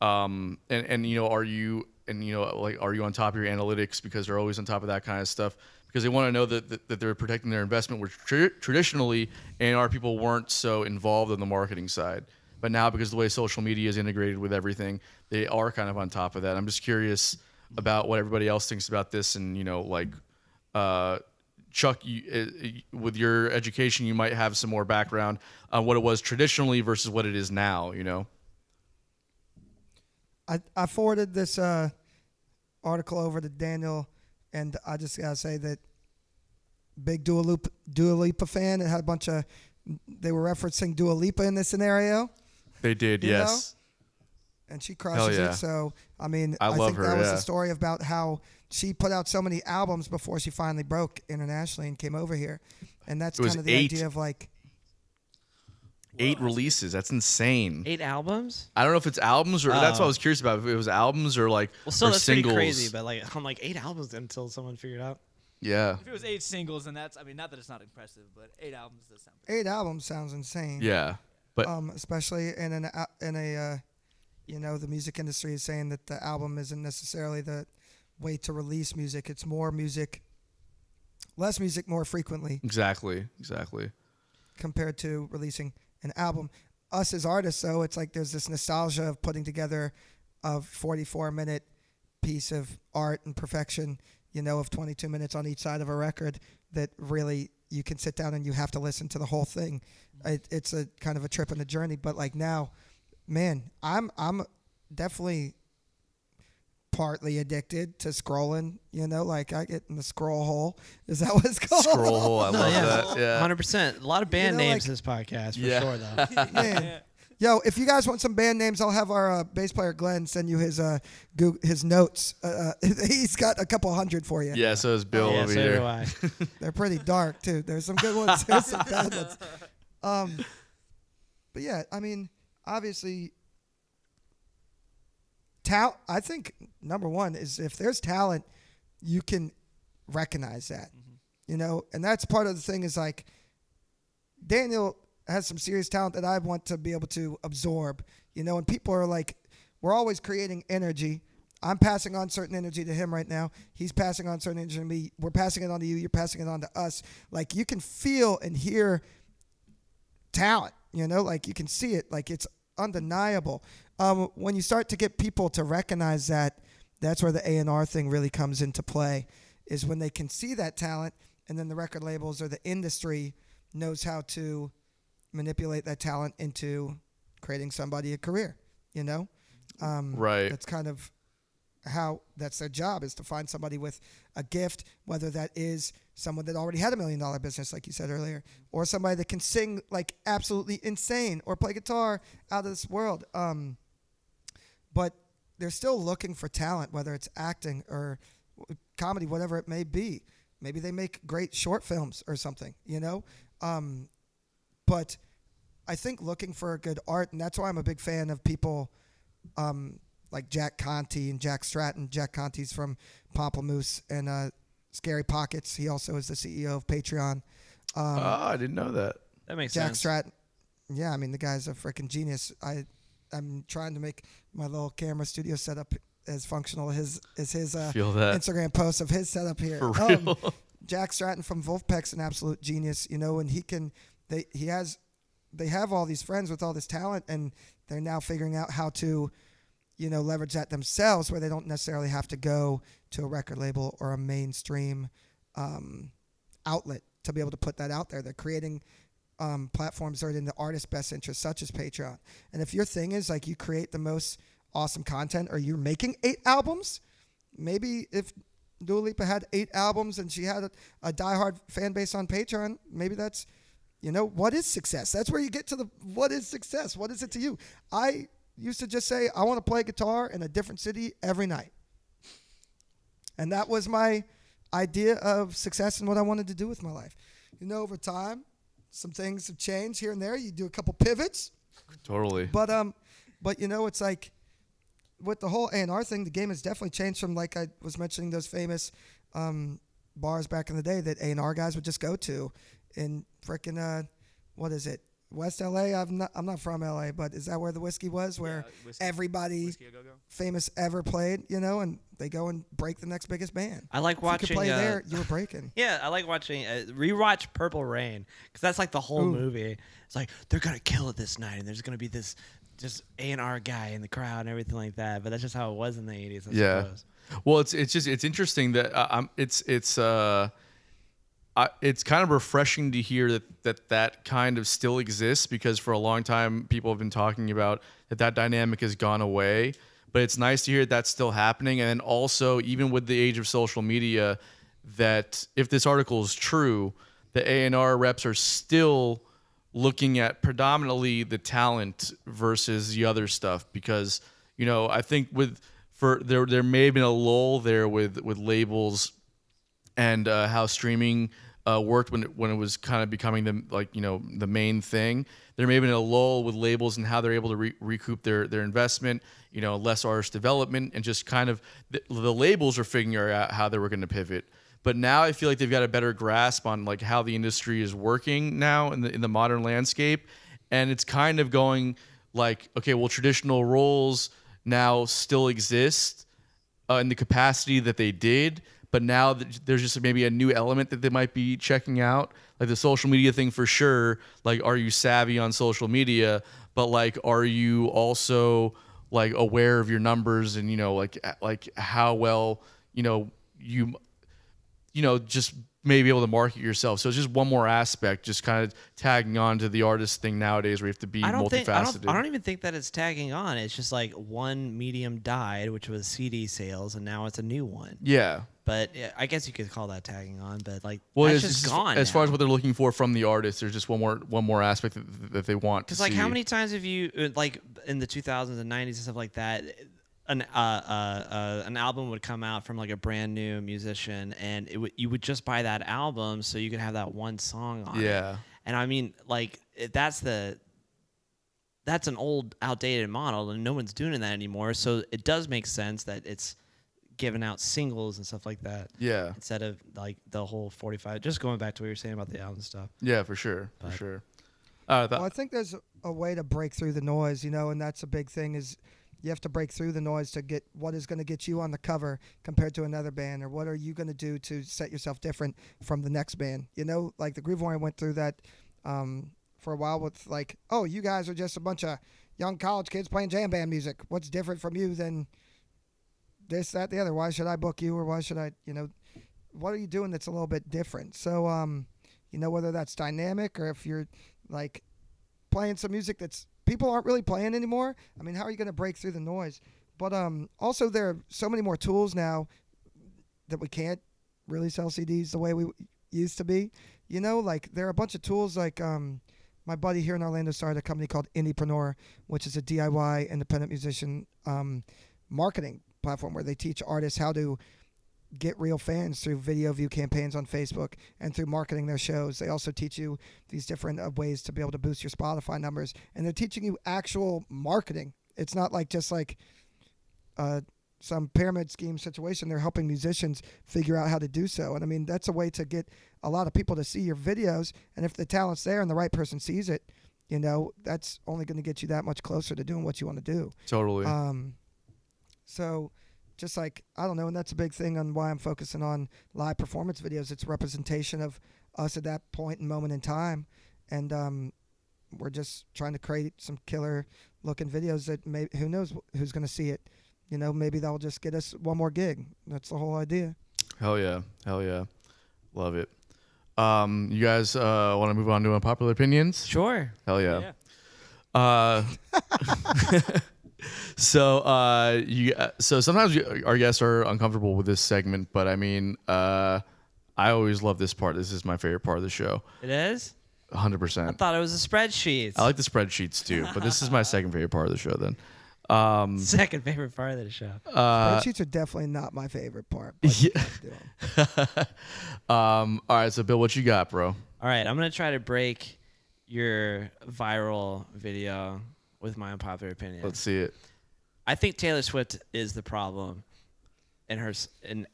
um, and and you know, are you and you know, like, are you on top of your analytics because they're always on top of that kind of stuff because they want to know that, that, that they're protecting their investment, which tr- traditionally our people weren't so involved on the marketing side, but now because of the way social media is integrated with everything, they are kind of on top of that. I'm just curious about what everybody else thinks about this, and you know, like uh, Chuck, you, uh, uh, with your education, you might have some more background on what it was traditionally versus what it is now. You know, I, I forwarded this uh, article over to Daniel, and I just gotta say that big Dua Lipa, Dua Lipa fan. It had a bunch of they were referencing Dua Lipa in this scenario, they did. You yes, and she crushes yeah. it. So I mean, I love think her, that was yeah. the story about how she put out so many albums before she finally broke internationally and came over here, and that's It was kind of the eight. idea of like eight releases. That's insane. eight albums. I don't know if it's albums or that's what I was curious about. If it was albums or like Well, still or that's singles. pretty crazy. But like, I'm like eight albums until someone figured out. yeah, If it was eight singles, and that's I mean, not that it's not impressive, but eight albums does sound. eight albums sounds insane. yeah. But um, especially in an a- in a uh, you know the music industry is saying that the album isn't necessarily the way to release music. It's more music, less music, more frequently exactly, exactly. compared to releasing an album. Us as artists, though, it's like there's this nostalgia of putting together a 44 minute piece of art and perfection, you know, of 22 minutes on each side of a record that really you can sit down and you have to listen to the whole thing. It, it's a kind of a trip and a journey. But like now, man, I'm I'm definitely partly addicted to scrolling. You know, like I get in the scroll hole. Is that what it's called? Scroll hole. I love that. Yeah. hundred percent. A lot of band know, names like- this podcast for Uh, Yeah. sure [laughs] though. man. Yo, if you guys want some band names, I'll have our uh, bass player Glenn send you his uh, Goo his notes. Uh, [laughs] uh, he's got a couple hundred for you. Yeah. So is Bill yeah, over so here. do I. They're pretty dark too. There's some good ones. There's some bad ones. Um, but yeah, I mean, obviously, talent. I think number one is if there's talent, you can recognize that. You know, and that's part of the thing is like Daniel has some serious talent that I want to be able to absorb. You know, and people are like, we're always creating energy. I'm passing on certain energy to him right now. He's passing on certain energy to me. We're passing it on to you. You're passing it on to us. Like you can feel and hear talent. You know, like you can see it. Like it's undeniable. Um, when you start to get people to recognize that, that's where the A and R thing really comes into play. Is when they can see that talent, and then the record labels or the industry knows how to manipulate that talent into creating somebody a career. You know, um, Right. That's kind of how that's their job is to find somebody with a gift, whether that is someone that already had a million dollar business, like you said earlier, or somebody that can sing like absolutely insane or play guitar out of this world. Um, but they're still looking for talent, whether it's acting or w- comedy, whatever it may be. Maybe they make great short films or something, you know? Um, but I think looking for good art, and that's why I'm a big fan of people um, like Jack Conti and Jack Stratton. Jack Conti's from Pomplamoose and uh, Scary Pockets. He also is the CEO of Patreon. Um, Ah, I didn't know that. That makes Jack sense. Stratton. Yeah, I mean the guy's a freaking genius. I I'm trying to make my little camera studio setup as functional as as his uh, Feel that. Instagram post of his setup here. For Um, real. Jack Stratton from Wolfpack's an absolute genius, you know, and he can they he has they have all these friends with all this talent and they're now figuring out how to you know leverage that themselves where they don't necessarily have to go to a record label or a mainstream um, outlet to be able to put that out there. They're creating um, platforms that are in the artist's best interest, such as Patreon. And if your thing is like you create the most awesome content or you're making eight albums, maybe if Dua Lipa had eight albums and she had a, a diehard fan base on Patreon, maybe that's, you know, what is success? That's where you get to the what is success? What is it to you? I used to just say, I want to play guitar in a different city every night. And that was my idea of success and what I wanted to do with my life. You know, over time, some things have changed here and there. You do a couple pivots, Totally. but um, but you know, it's like with the whole A and R thing, the game has definitely changed from like I was mentioning those famous um, bars back in the day that A and R guys would just go to in frickin' uh, what is it? West LA. I'm not. I'm not from LA, but is that where the whiskey was? Where whiskey- everybody Whiskey a go-go? famous ever played, you know, and they go and break the next biggest band. I like if You watching, could play uh, there. You were breaking. Yeah, I like watching uh, rewatch Purple Rain because that's like the whole movie. It's like they're gonna kill it this night, and there's gonna be this just A and R guy in the crowd and everything like that. But that's just how it was in the '80s. I yeah. suppose. Well, it's it's just it's interesting that uh, I'm it's it's uh, I, it's kind of refreshing to hear that that that kind of still exists because for a long time people have been talking about that that dynamic has gone away. But it's nice to hear that that's still happening, and then also even with the age of social media, that if this article is true, the A and R reps are still looking at predominantly the talent versus the other stuff because you know I think with for there there may have been a lull there with with labels and uh, how streaming uh, worked when it, when it was kind of becoming the like you know the main thing. There may have been a lull with labels and how they're able to re- recoup their their investment. You know, less artist development and just kind of the, the labels are figuring out how they were going to pivot. But now I feel like they've got a better grasp on like how the industry is working now in the in the modern landscape, and it's kind of going like okay, well traditional roles now still exist uh, in the capacity that they did. But now that there's just maybe a new element that they might be checking out, like the social media thing for sure. Like, are you savvy on social media? But like, are you also like aware of your numbers and you know like like how well you know you you know, just maybe able to market yourself. So it's just one more aspect, just kind of tagging on to the artist thing nowadays where you have to be I don't multifaceted. think I don't, I don't even think that it's tagging on. It's just like one medium died, which was CD sales, and now it's a new one. yeah. But yeah, I guess you could call that tagging on. But like, Well, that's it's just gone. As far now. as what they're looking for from the artist, there's just one more one more aspect that, that they want. to Because like, how see. many times have you uh, like in the 2000s and 90s and stuff like that? An uh, uh, uh, an album would come out from like a brand new musician, and it would you would just buy that album so you could have that one song on. it. Yeah. And I mean, like it- that's the that's an old, outdated model, and no one's doing that anymore. So it does make sense that it's giving out singles and stuff like that Yeah. instead of like the whole 45. Just going back to what you were saying about the album stuff. Yeah, for sure. For sure. Uh, th- well, I think there's a way to break through the noise, you know, and that's a big thing is you have to break through the noise to get what is going to get you on the cover compared to another band or what are you going to do to set yourself different from the next band. You know, like the Groove Warrior went through that um, for a while with like, oh, you guys are just a bunch of young college kids playing jam band music. What's different from you than this, that, the other? Why should I book you or why should I, you know, what are you doing that's a little bit different? So, um, you know, whether that's dynamic or if you're like playing some music that's people aren't really playing anymore. I mean, how are you going to break through the noise? But um, also there are so many more tools now that we can't really sell CDs the way we used to be. You know, like there are a bunch of tools like um, my buddy here in Orlando started a company called Indiepreneur, which is a DIY independent musician um, marketing platform where they teach artists how to get real fans through video view campaigns on Facebook and through marketing their shows. They also teach you these different uh, ways to be able to boost your Spotify numbers, and they're teaching you actual marketing. It's not like just like uh, some pyramid scheme situation. They're helping musicians figure out how to do so, and I mean that's a way to get a lot of people to see your videos. And if the talent's there and the right person sees it, you know that's only going to get you that much closer to doing what you want to do. totally. Um, so just like I don't know, and that's a big thing on why I'm focusing on live performance videos. It's representation of us at that point and moment in time, and um, we're just trying to create some killer looking videos that may who knows wh- who's gonna see it. You know, maybe that'll just get us one more gig. That's the whole idea. Hell yeah. Hell yeah. Love it. Um, you guys uh, want to move on to unpopular opinions? Sure. Hell yeah. Uh, [laughs] so uh, you uh, so sometimes you, our guests are uncomfortable with this segment, but I mean, uh, I always love this part. This is my favorite part of the show. It is. 100%. I thought it was a spreadsheet. I like the spreadsheets too, but this is my second favorite part of the show then. Um, [laughs] Second favorite part of the show. Spreadsheets are definitely not my favorite part. but Uh, yeah. I do [laughs] 'em. um, all right, so Bill, what you got, bro? All right, I'm gonna try to break your viral video with my unpopular opinion. Let's see it. I think Taylor Swift is the problem in her s- in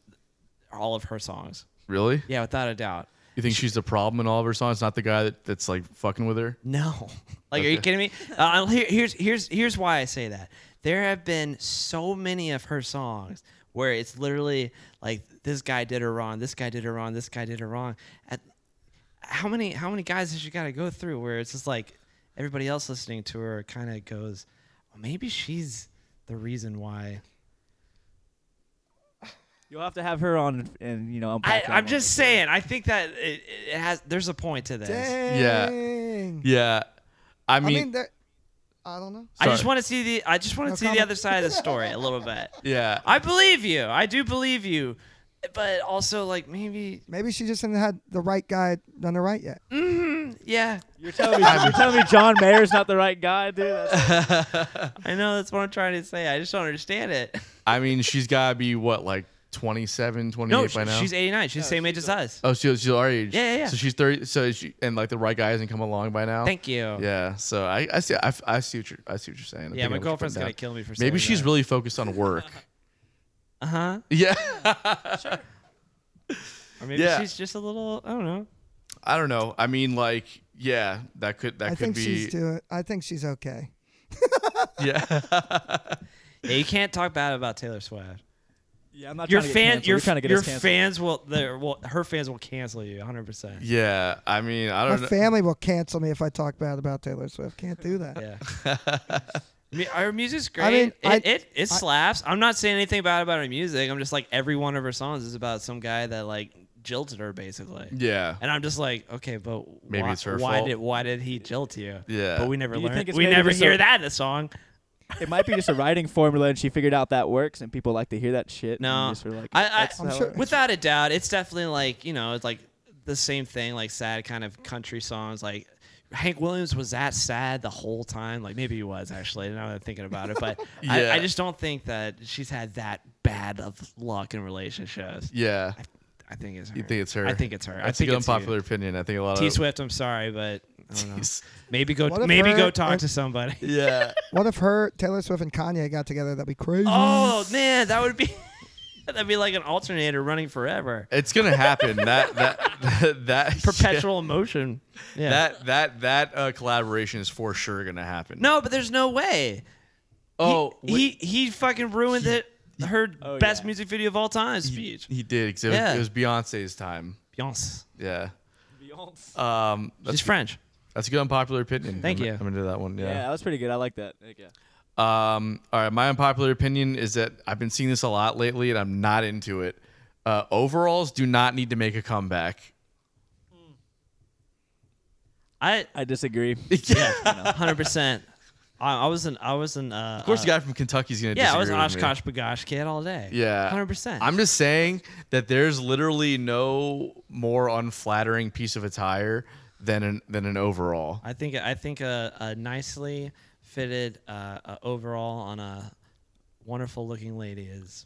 all of her songs. Really? Yeah, without a doubt. You think she's the problem in all of her songs, not the guy that, that's like fucking with her? No. [laughs] Like, are you Okay. kidding me? Uh, I'll- here, here's here's here's why I say that. There have been so many of her songs where it's literally like this guy did her wrong, this guy did her wrong, this guy did her wrong. At, how many how many guys has she got to go through where it's just like everybody else listening to her kind of goes, well, maybe she's the reason why. You'll have to have her on and you know. I, unpack that I'm one. just saying. I think that it, it has. There's a point to this. Yeah. Dang. Yeah. I I mean, mean, there- I don't know. I just Sorry. want to see the. I just want to No see the comment. other side of the story a little bit. yeah. I believe you. I do believe you. But also, like, maybe, Maybe she just hasn't had the right guy done her right yet. yeah. You're telling me, you're telling me John Mayer's not the right guy, dude. That's- I know that's what I'm trying to say. I just don't understand it. I mean, she's got to be what, like 27, 28 No, by now? she's 89. She's the same age as us. oh, she, she's our age. Yeah, yeah, yeah. So she's 30. So she, and like the right guy hasn't come along by now. Thank you. Yeah. So I, I see I, I see what you're I see what you're saying. I think Yeah, my I know what you're girlfriend's putting gonna down. kill me for saying Maybe she's that. really focused on [laughs] work. Uh huh. yeah. Or maybe Yeah. she's just a little. I don't know. I don't know. I mean, like, yeah, that could that I could think be. she's doing. I think she's okay. yeah. Yeah, you can't talk bad about Taylor Swift. yeah, I'm not Your trying to get fan, canceled. your We're trying to get your us canceled. fans will, they're- will, her fans will cancel you 100. percent Yeah. I mean, Oh, I My don't know. family will cancel me if I talk bad about Taylor Swift. Can't do that. Yeah. [laughs] I mean, Her music's great. I mean, it, I- it it slaps. I'm not saying anything bad about her music. I'm just like every one of her songs is about some guy that like jilted her basically. yeah. And I'm just like, okay, but Maybe why, it's her why fault. did why did he jilt you? Yeah. But we never Do you learn. think it's We maybe never just hear a- that in the song. [laughs] It might be just a writing formula, and she figured out that works, and people like to hear that shit. No. and just were like, I- I- "That's I'm how sure- it- Without a doubt, it's definitely like, you know, it's like the same thing, like sad kind of country songs. Like Hank Williams was that sad the whole time. Like maybe he was actually, now that I'm thinking about it. But Yeah. I, I just don't think that she's had that bad of luck in relationships. Yeah. I, I think it's her. You think it's her? I think it's her. That's a good unpopular opinion. I think a lot T of. Swift, I'm sorry, but I don't know. Jeez. Maybe What go if maybe her go talk and- to somebody. [laughs] [laughs] Yeah. What if her Taylor Swift and Kanye got together? That'd be crazy. Oh man, that would be [laughs] that'd be like an alternator running forever. It's gonna [laughs] happen. that that that, [laughs] that Perpetual emotion. Yeah. That that that uh, collaboration is for sure gonna happen. no, but there's no way. Oh, he he, he fucking ruined it. Her Oh, best yeah. music video of all time he, speech. he did. 'cause it, was, Yeah. it was Beyonce's time. Beyonce. Yeah. Um, that's She's French. that's a good unpopular opinion. Thank I'm, you. I'm gonna do that one. Yeah, that was pretty good. I like that. Heck yeah. Um, all right, my unpopular opinion is that I've been seeing this a lot lately, and I'm not into it. Uh, overalls do not need to make a comeback. I I disagree. [laughs] hundred percent. I, I was an I was an uh, Of course, the guy from Kentucky's gonna. yeah I was an disagree with me. Oshkosh Bagosh kid all day. Yeah, hundred percent. I'm just saying that there's literally no more unflattering piece of attire than an than an overall. I think I think a, a nicely fitted uh, uh, overall on a wonderful looking lady is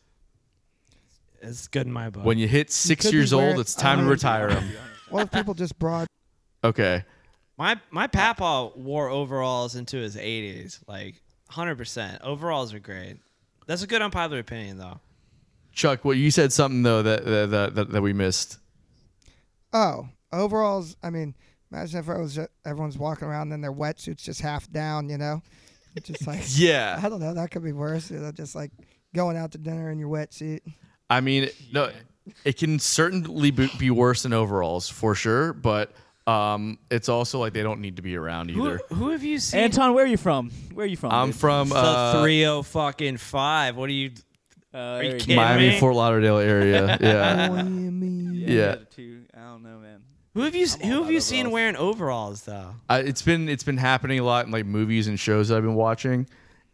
is good in my book. When you hit six could be years old, wearing- it's time to I- retire them. What if people just broad? Okay. my my papa wore overalls into his 80s, like 100%. Overalls are great. That's a good unpopular opinion though. Chuck, what you said something though that that, that, that we missed. Oh, overalls. I mean, imagine if it was ju- everyone's walking around in their wetsuits just half down. You know, [laughs] just like Yeah, I don't know. That could be worse. You know, just like going out to dinner in your [laughs] wetsuit. I mean, no, it can certainly be, be worse than overalls for sure, but um, it's also like they don't need to be around Who, either. who have you seen? Anton, where are you from? Where are you from? I'm dude? from the uh, 30 fucking 5. What are you you Uh, there kidding go. Miami, me? Fort Lauderdale [laughs] area. Yeah, Miami. Yeah. the other two, I don't know, man. Who have you all who have about you seen overalls. wearing overalls though? I, it's been it's been happening a lot in like movies and shows that I've been watching,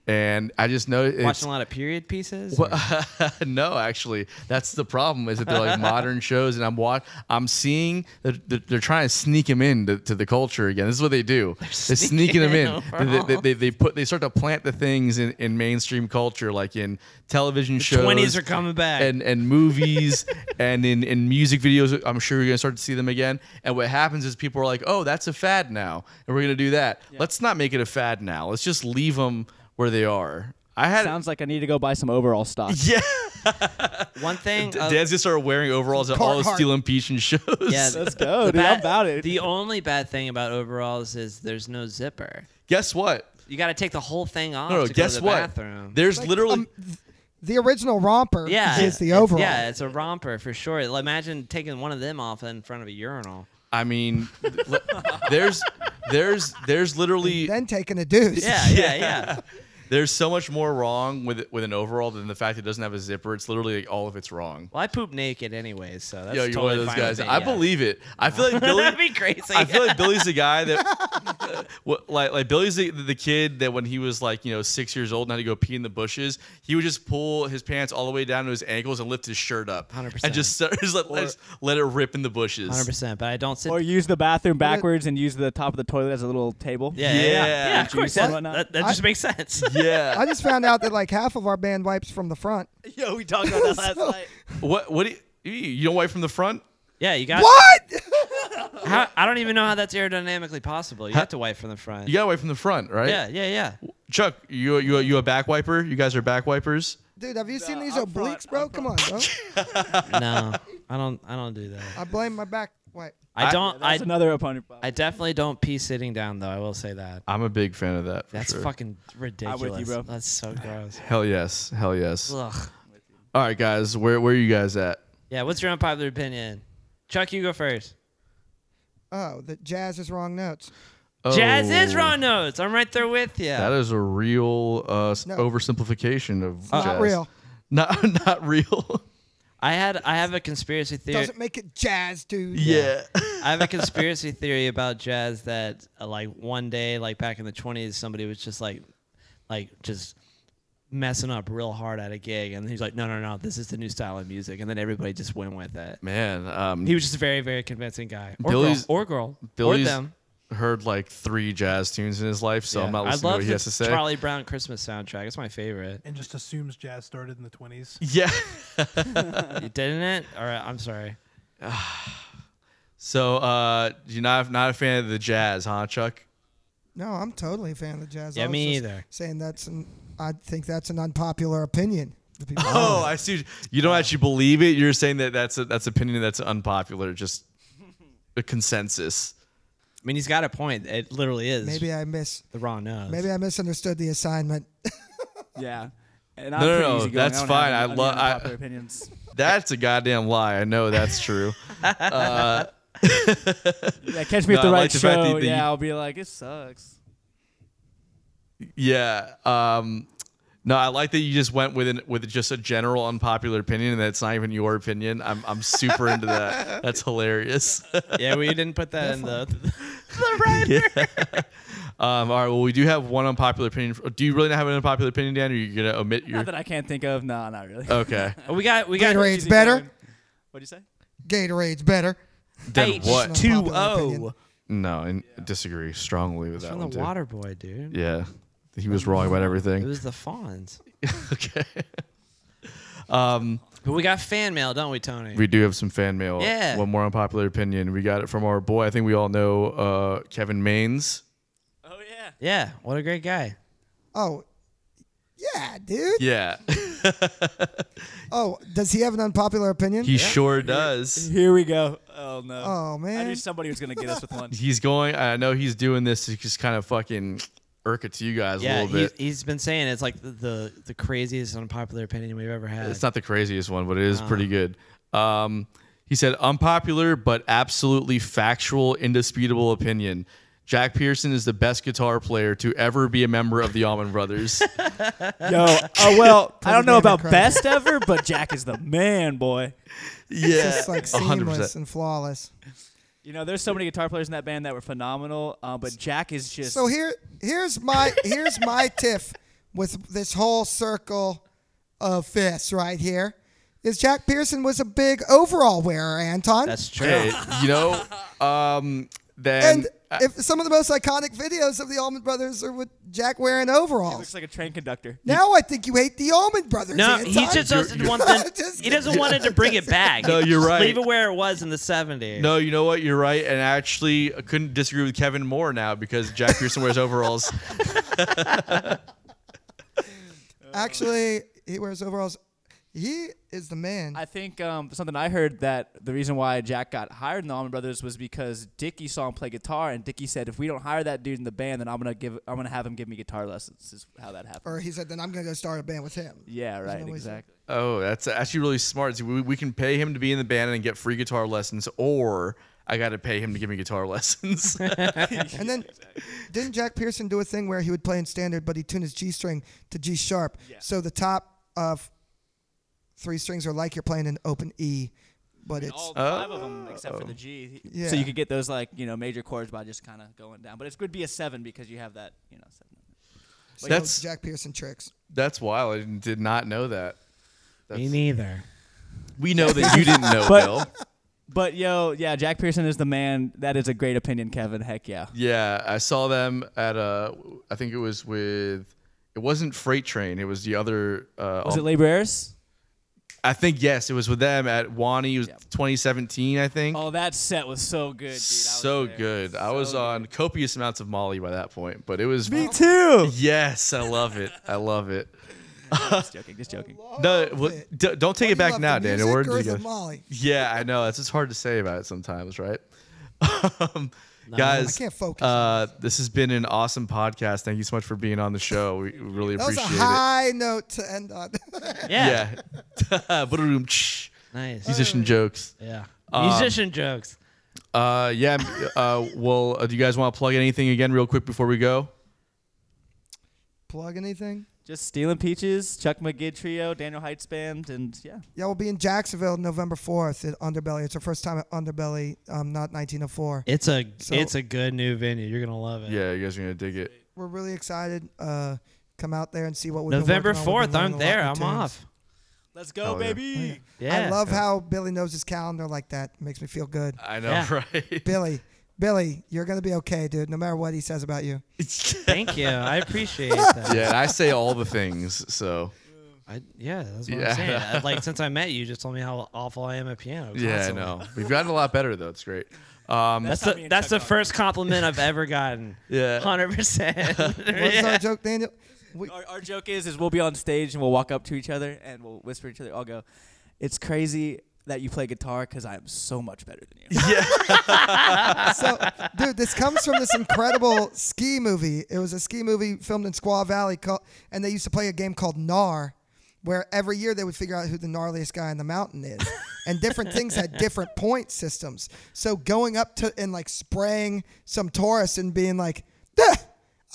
and I just know it's Watching a lot of period pieces. [laughs] no, actually, that's the problem. Is that they're like modern shows, and I'm watch, I'm seeing that that they're trying to sneak them in to, to the culture again. This is what they do. They're, sneaking sneaking them in in. They, overall. they, they, they put they start to plant the things in, in mainstream culture, like in television shows. 20s are coming back. and and [laughs] movies and in in music videos. I'm sure you're gonna start to see them again. And what happens is people are like, oh, that's a fad now, and we're gonna do that. Let's not make it a fad now. Let's just leave them where they are. I had Sounds like I need to go buy some overall stock. [laughs] yeah. One thing. D- uh, Dan's gonna start wearing overalls at all the Carhartt. Steel and Peach and shows. [laughs] yeah, Let's go, the dude. I'm bad- about it. The only bad thing about overalls is there's no zipper. Guess what? You got to take the whole thing off No, no. to Guess go to the what? bathroom. There's Like, literally um, the original [laughs] romper yeah, is the it's- overall. Yeah, it's a romper for sure. Like, Imagine taking one of them off in front of a urinal. I mean, th- li- there's there's there's literally Then taking a deuce. Yeah, yeah, yeah. there's so much more wrong with with an overall than the fact it doesn't have a zipper. It's literally like, all of it's wrong. Well, I poop naked anyway, so that's Yo, you're totally one of those fine guys. with me, I yeah. believe it. I feel [laughs] like Billy. That'd be crazy. I feel like Billy's the guy that, [laughs] [laughs] what, like, like Billy's the, the kid that when he was like, you know, six years old and had to go pee in the bushes, he would just pull his pants all the way down to his ankles and lift his shirt up, 100%. and just, start- [laughs] just let, just let it rip in the bushes. Hundred percent, but I don't sit. Or use the bathroom backwards and use the top of the toilet as a little table. yeah, yeah, yeah. Yeah, Yeah, of course. and That, whatnot. that, that just makes sense. Yeah. [laughs] [laughs] I just found out that like half of our band wipes from the front. Yo, we talked about [laughs] that last night. what? What? Do you, you don't wipe from the front? Yeah, you got. What? How, I don't even know how that's aerodynamically possible. You have to wipe from the front. You gotta wipe from the front, right? yeah, yeah, yeah. Chuck, you you you a back wiper? You guys are back wipers. Dude, have you seen Nah, these I'm front, obliques, bro? I'm Come on, bro. no, I don't. I don't do that. I blame my back wipe. I I- don't. I, That's another opponent. I definitely don't pee sitting down though. I will say that. I'm a big fan of that. for That's sure. fucking ridiculous. bro. That's so gross. Hell yes. Hell yes. Ugh. All right, guys. Where where are you guys at? Yeah. What's your unpopular opinion? Chuck, you go first. Oh, the jazz is wrong notes. Jazz is Oh. wrong notes. I'm right there with you. That is a real uh, s- No. oversimplification of not jazz. real. Not [laughs] not real. I had. I have a conspiracy theory. Doesn't make it jazz, dude. yeah. I have a conspiracy theory about jazz that, uh, like, one day, like back in the 20s, somebody was just like, like, just messing up real hard at a gig, and he's like, no, no, no, this is the new style of music, and then everybody just went with it. Man, um, He was just a very, very convincing guy. Or Billy's- girl, or girl, or Billy's them. heard like three jazz tunes in his life, so I'm Yeah. not I listening to love what he the has to say. Charlie Brown Christmas soundtrack. It's my favorite. and just assumes jazz started in the 20s. [laughs] Yeah. You didn't it? All right, I'm sorry. So uh, you're not not a fan of the jazz, huh, Chuck? No, I'm totally a fan of the jazz. Yeah, I was me just either. Saying that's an, I think that's an unpopular opinion. The people- [laughs] [laughs] Oh, I see. You don't actually believe it. You're saying that that's a, that's opinion that's unpopular, just a consensus. I mean, he's got a point. It literally is maybe I miss. the wrong nose. Maybe I misunderstood the assignment. [laughs] Yeah. And No, I'm no, pretty no, easygoing. that's I don't have fine. any- I any love- I- [laughs] unpopular opinions. That's a goddamn lie. I know that's true. [laughs] Yeah, catch me No, I at the right like the fact that- show. that you- yeah, I'll be like, it sucks. Yeah. Um, no, I like that you just went with an, with just a general unpopular opinion, and that's not even your opinion. I'm I'm super into that. That's hilarious. [laughs] yeah, we didn't put that in [laughs] the. Um, all right. Well, we do have one unpopular opinion. Do you really not have an unpopular opinion, Dan? Or are you gonna omit your? Not that I can't think of. No, not really. [laughs] Okay. Oh, we got. We got. Gatorade's better. What'd you say? Gatorade's better. Then what? It's an unpopular oh. opinion. No, and disagree strongly with that From one the too. water boy, dude. Yeah, he was wrong about It [laughs] everything. was the Fawns. okay. [laughs] Um, But we got fan mail, don't we, Tony? we do have some fan mail. Yeah. One more unpopular opinion. We got it from our boy. I think we all know uh, Kevin Maines. Oh, yeah. yeah, what a great guy. Oh, yeah, dude. Yeah, Oh, does he have an unpopular opinion? [laughs] he sure does. [laughs] Here we go. Oh, no. oh I man. knew somebody was going to get us [laughs] with one. He's going. I know he's doing this to just kind of fucking irk it to you guys a Yeah, little bit. he's, he's been saying it's like the, the the craziest unpopular opinion we've ever had. It's not the craziest one, but it is pretty Uh-huh. good. Um, he said, unpopular but absolutely factual, indisputable opinion. Jack Pearson is the best guitar player to ever be a member of the Allman [laughs] Brothers. Yo, oh, well, I don't know David about Crowe. best [laughs] ever, but Jack is the man, boy. yeah, Just like seamless and flawless. You know, there's so many guitar players in that band that were phenomenal, uh, but Jack is just. So here, here's my here's my tiff with this whole circle of fists right here is Jack Pearson was a big overall wearer, Anton. That's true. [laughs] Hey, you know, um, then and if some of the most iconic videos of the Allman Brothers are with Jack wearing overalls. Looks like a train conductor. Now I think you hate the Allman Brothers. No, Anton. he just doesn't want [laughs] them. Just- he doesn't want it to bring it back. No, you're Just right. Leave it where it was in the '70s. No, you know what? You're right, and actually, I couldn't disagree with Kevin more now because Jack Pearson wears overalls. Actually, he wears overalls. He is the man. I think um, something I heard that the reason why Jack got hired in the Allman Brothers was because Dickie saw him play guitar, and Dickie said, "If we don't hire that dude in the band, then I'm gonna give, I'm gonna have him give me guitar lessons." Is how that happened. or he said, then I'm going to go start a band with him. yeah, There's no right, way- exactly. Oh, that's actually really smart. See, We, we can pay him to be in the band and get free guitar lessons, or I got to pay him to give me guitar [laughs] [laughs] lessons. [laughs] And then didn't Jack Pearson do a thing where he would play in standard, but he tuned his G string to G sharp, so the top of three strings are like you're playing an open E, but it's All Oh. five of them except for the G. So Yeah. you could get those like you know major chords by just kind of going down, but it would be a seven because you have that you know. Seven. so That's- Jack Pearson tricks. that's wild. I did not know that. Me neither. We know that you didn't know, [laughs] But- Bill. But yo, yeah, Jack Pearson is the man. That is a great opinion, Kevin. Heck yeah. Yeah, I saw them at uh, I think it was with. It wasn't Freight Train. It was the other. Uh, Was it Laborers? I think yes, it was with them at Wani. It was 2017, I think. Oh, that set was so good, dude. I was so there. good. I was So on copious amounts of Molly by that point, but it was Me too. Yes, I love it. I love it. [laughs] just joking. Just joking. No, well, it. d- don't take it Love back the now, Daniel. music Where or did is you it go? Molly? Yeah, I know. It's just hard to say about it sometimes, right? [laughs] um, guys, I can't focus Uh, this has been an awesome podcast. Thank you so much for being on the show. We we really That was a appreciate it. high note to end on. [laughs] Yeah. Yeah. [laughs] Ba-da-doom, tsh. Nice. Musician jokes. Yeah. Um, Musician jokes. Uh, yeah. Uh, well, uh, do you guys want to plug anything again, real quick, before we go? Plug anything? Just stealing peaches. Chuck McGid trio. Daniel Heights band. And yeah. Yeah, we'll be in Jacksonville November 4th at Underbelly. It's our first time at Underbelly, um, not 1904. It's a So- it's a good new venue. You're gonna love it. Yeah, you guys are gonna dig it. We're really excited. Uh, come out there and see what we've been November working on. We've been fourth. I'm learning a lot there. in I'm tunes. off. Let's go, Oh, yeah. Uh, baby. Yeah. I love how Billy knows his calendar like that. It makes me feel good. I know, Yeah. right? Billy, Billy, you're gonna be okay, dude. No matter what he says about you. [laughs] Thank you. [laughs] I appreciate [laughs] that. yeah, and I say all the things. So I, yeah, that's what Yeah. I'm saying. I- like since I met you, you just told me how awful I am at piano. yeah, I constantly. know we've gotten a lot better though. It's great. Um, That's the that's the first compliment I've ever [laughs] gotten. Yeah. hundred percent. What's our joke, Daniel? We, Our, our joke is is we'll be on stage and we'll walk up to each other and we'll whisper to each other. I'll go. It's crazy that you play guitar because I am so much better than you. so, dude, this comes from this incredible ski movie. It was a ski movie filmed in Squaw Valley, called, and they used to play a game called Gnar, where every year they would figure out who the gnarliest guy in the mountain is, and different things had different point systems. So, going up to and like spraying some tourists and being like, "Ah,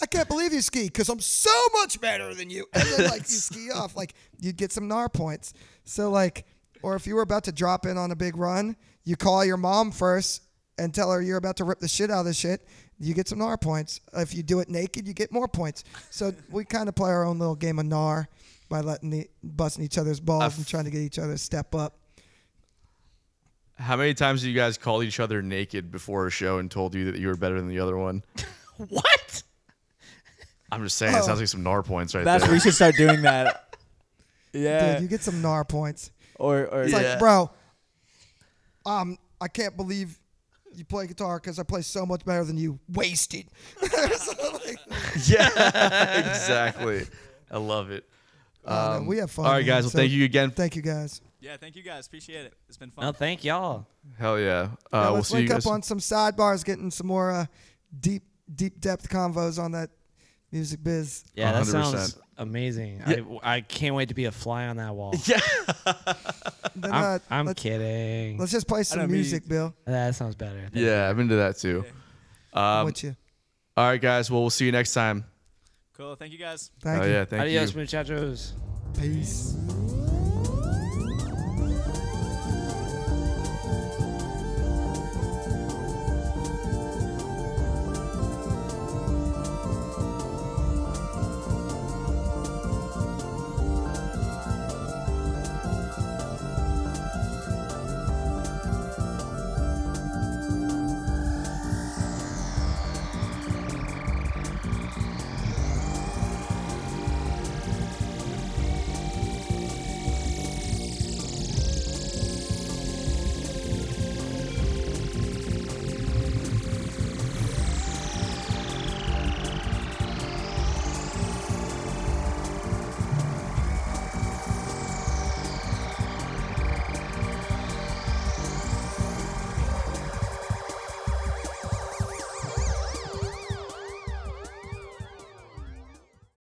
"I can't believe you ski because I'm so much better than you," and then like you ski off, like you'd get some Gnar points. So, like, or if you were about to drop in on a big run, you call your mom first and tell her you're about to rip the shit out of this shit, you get some NAR points. If you do it naked, you get more points. So we kind of play our own little game of NAR by letting the busting each other's balls and trying to get each other to step up. how many times did you guys call each other naked before a show and told you that you were better than the other one? what? I'm just saying, it sounds like some NAR points right That's there. we should start doing that. [laughs] Yeah. Dude, you get some NAR points. or or It's Yeah. like, bro, um, I can't believe you play guitar because I play so much better than you. Wasted. [laughs] So, like, [laughs] yeah, exactly. I love it. I don't know. we have fun. Um, All right, man. guys. Well, So thank you again. Thank you guys. yeah. Thank you guys. Appreciate it. It's been fun. No, thank y'all. Hell yeah. Uh, Yeah, we'll let's see you link guys. up on some sidebars, getting some more uh, deep, deep depth convos on that music biz. Yeah, that 100%. sounds amazing. I, I can't wait to be a fly on that [laughs] wall. Then, I'm, uh, I'm let's, kidding. let's just play know, some me- music, Bill. that sounds better. yeah, I'm into that too. I'm Um, with you. all right, guys. Well, we'll see you next time. Cool. Thank you guys. Thank oh you. yeah, thank Adios, you. muchachos. Peace.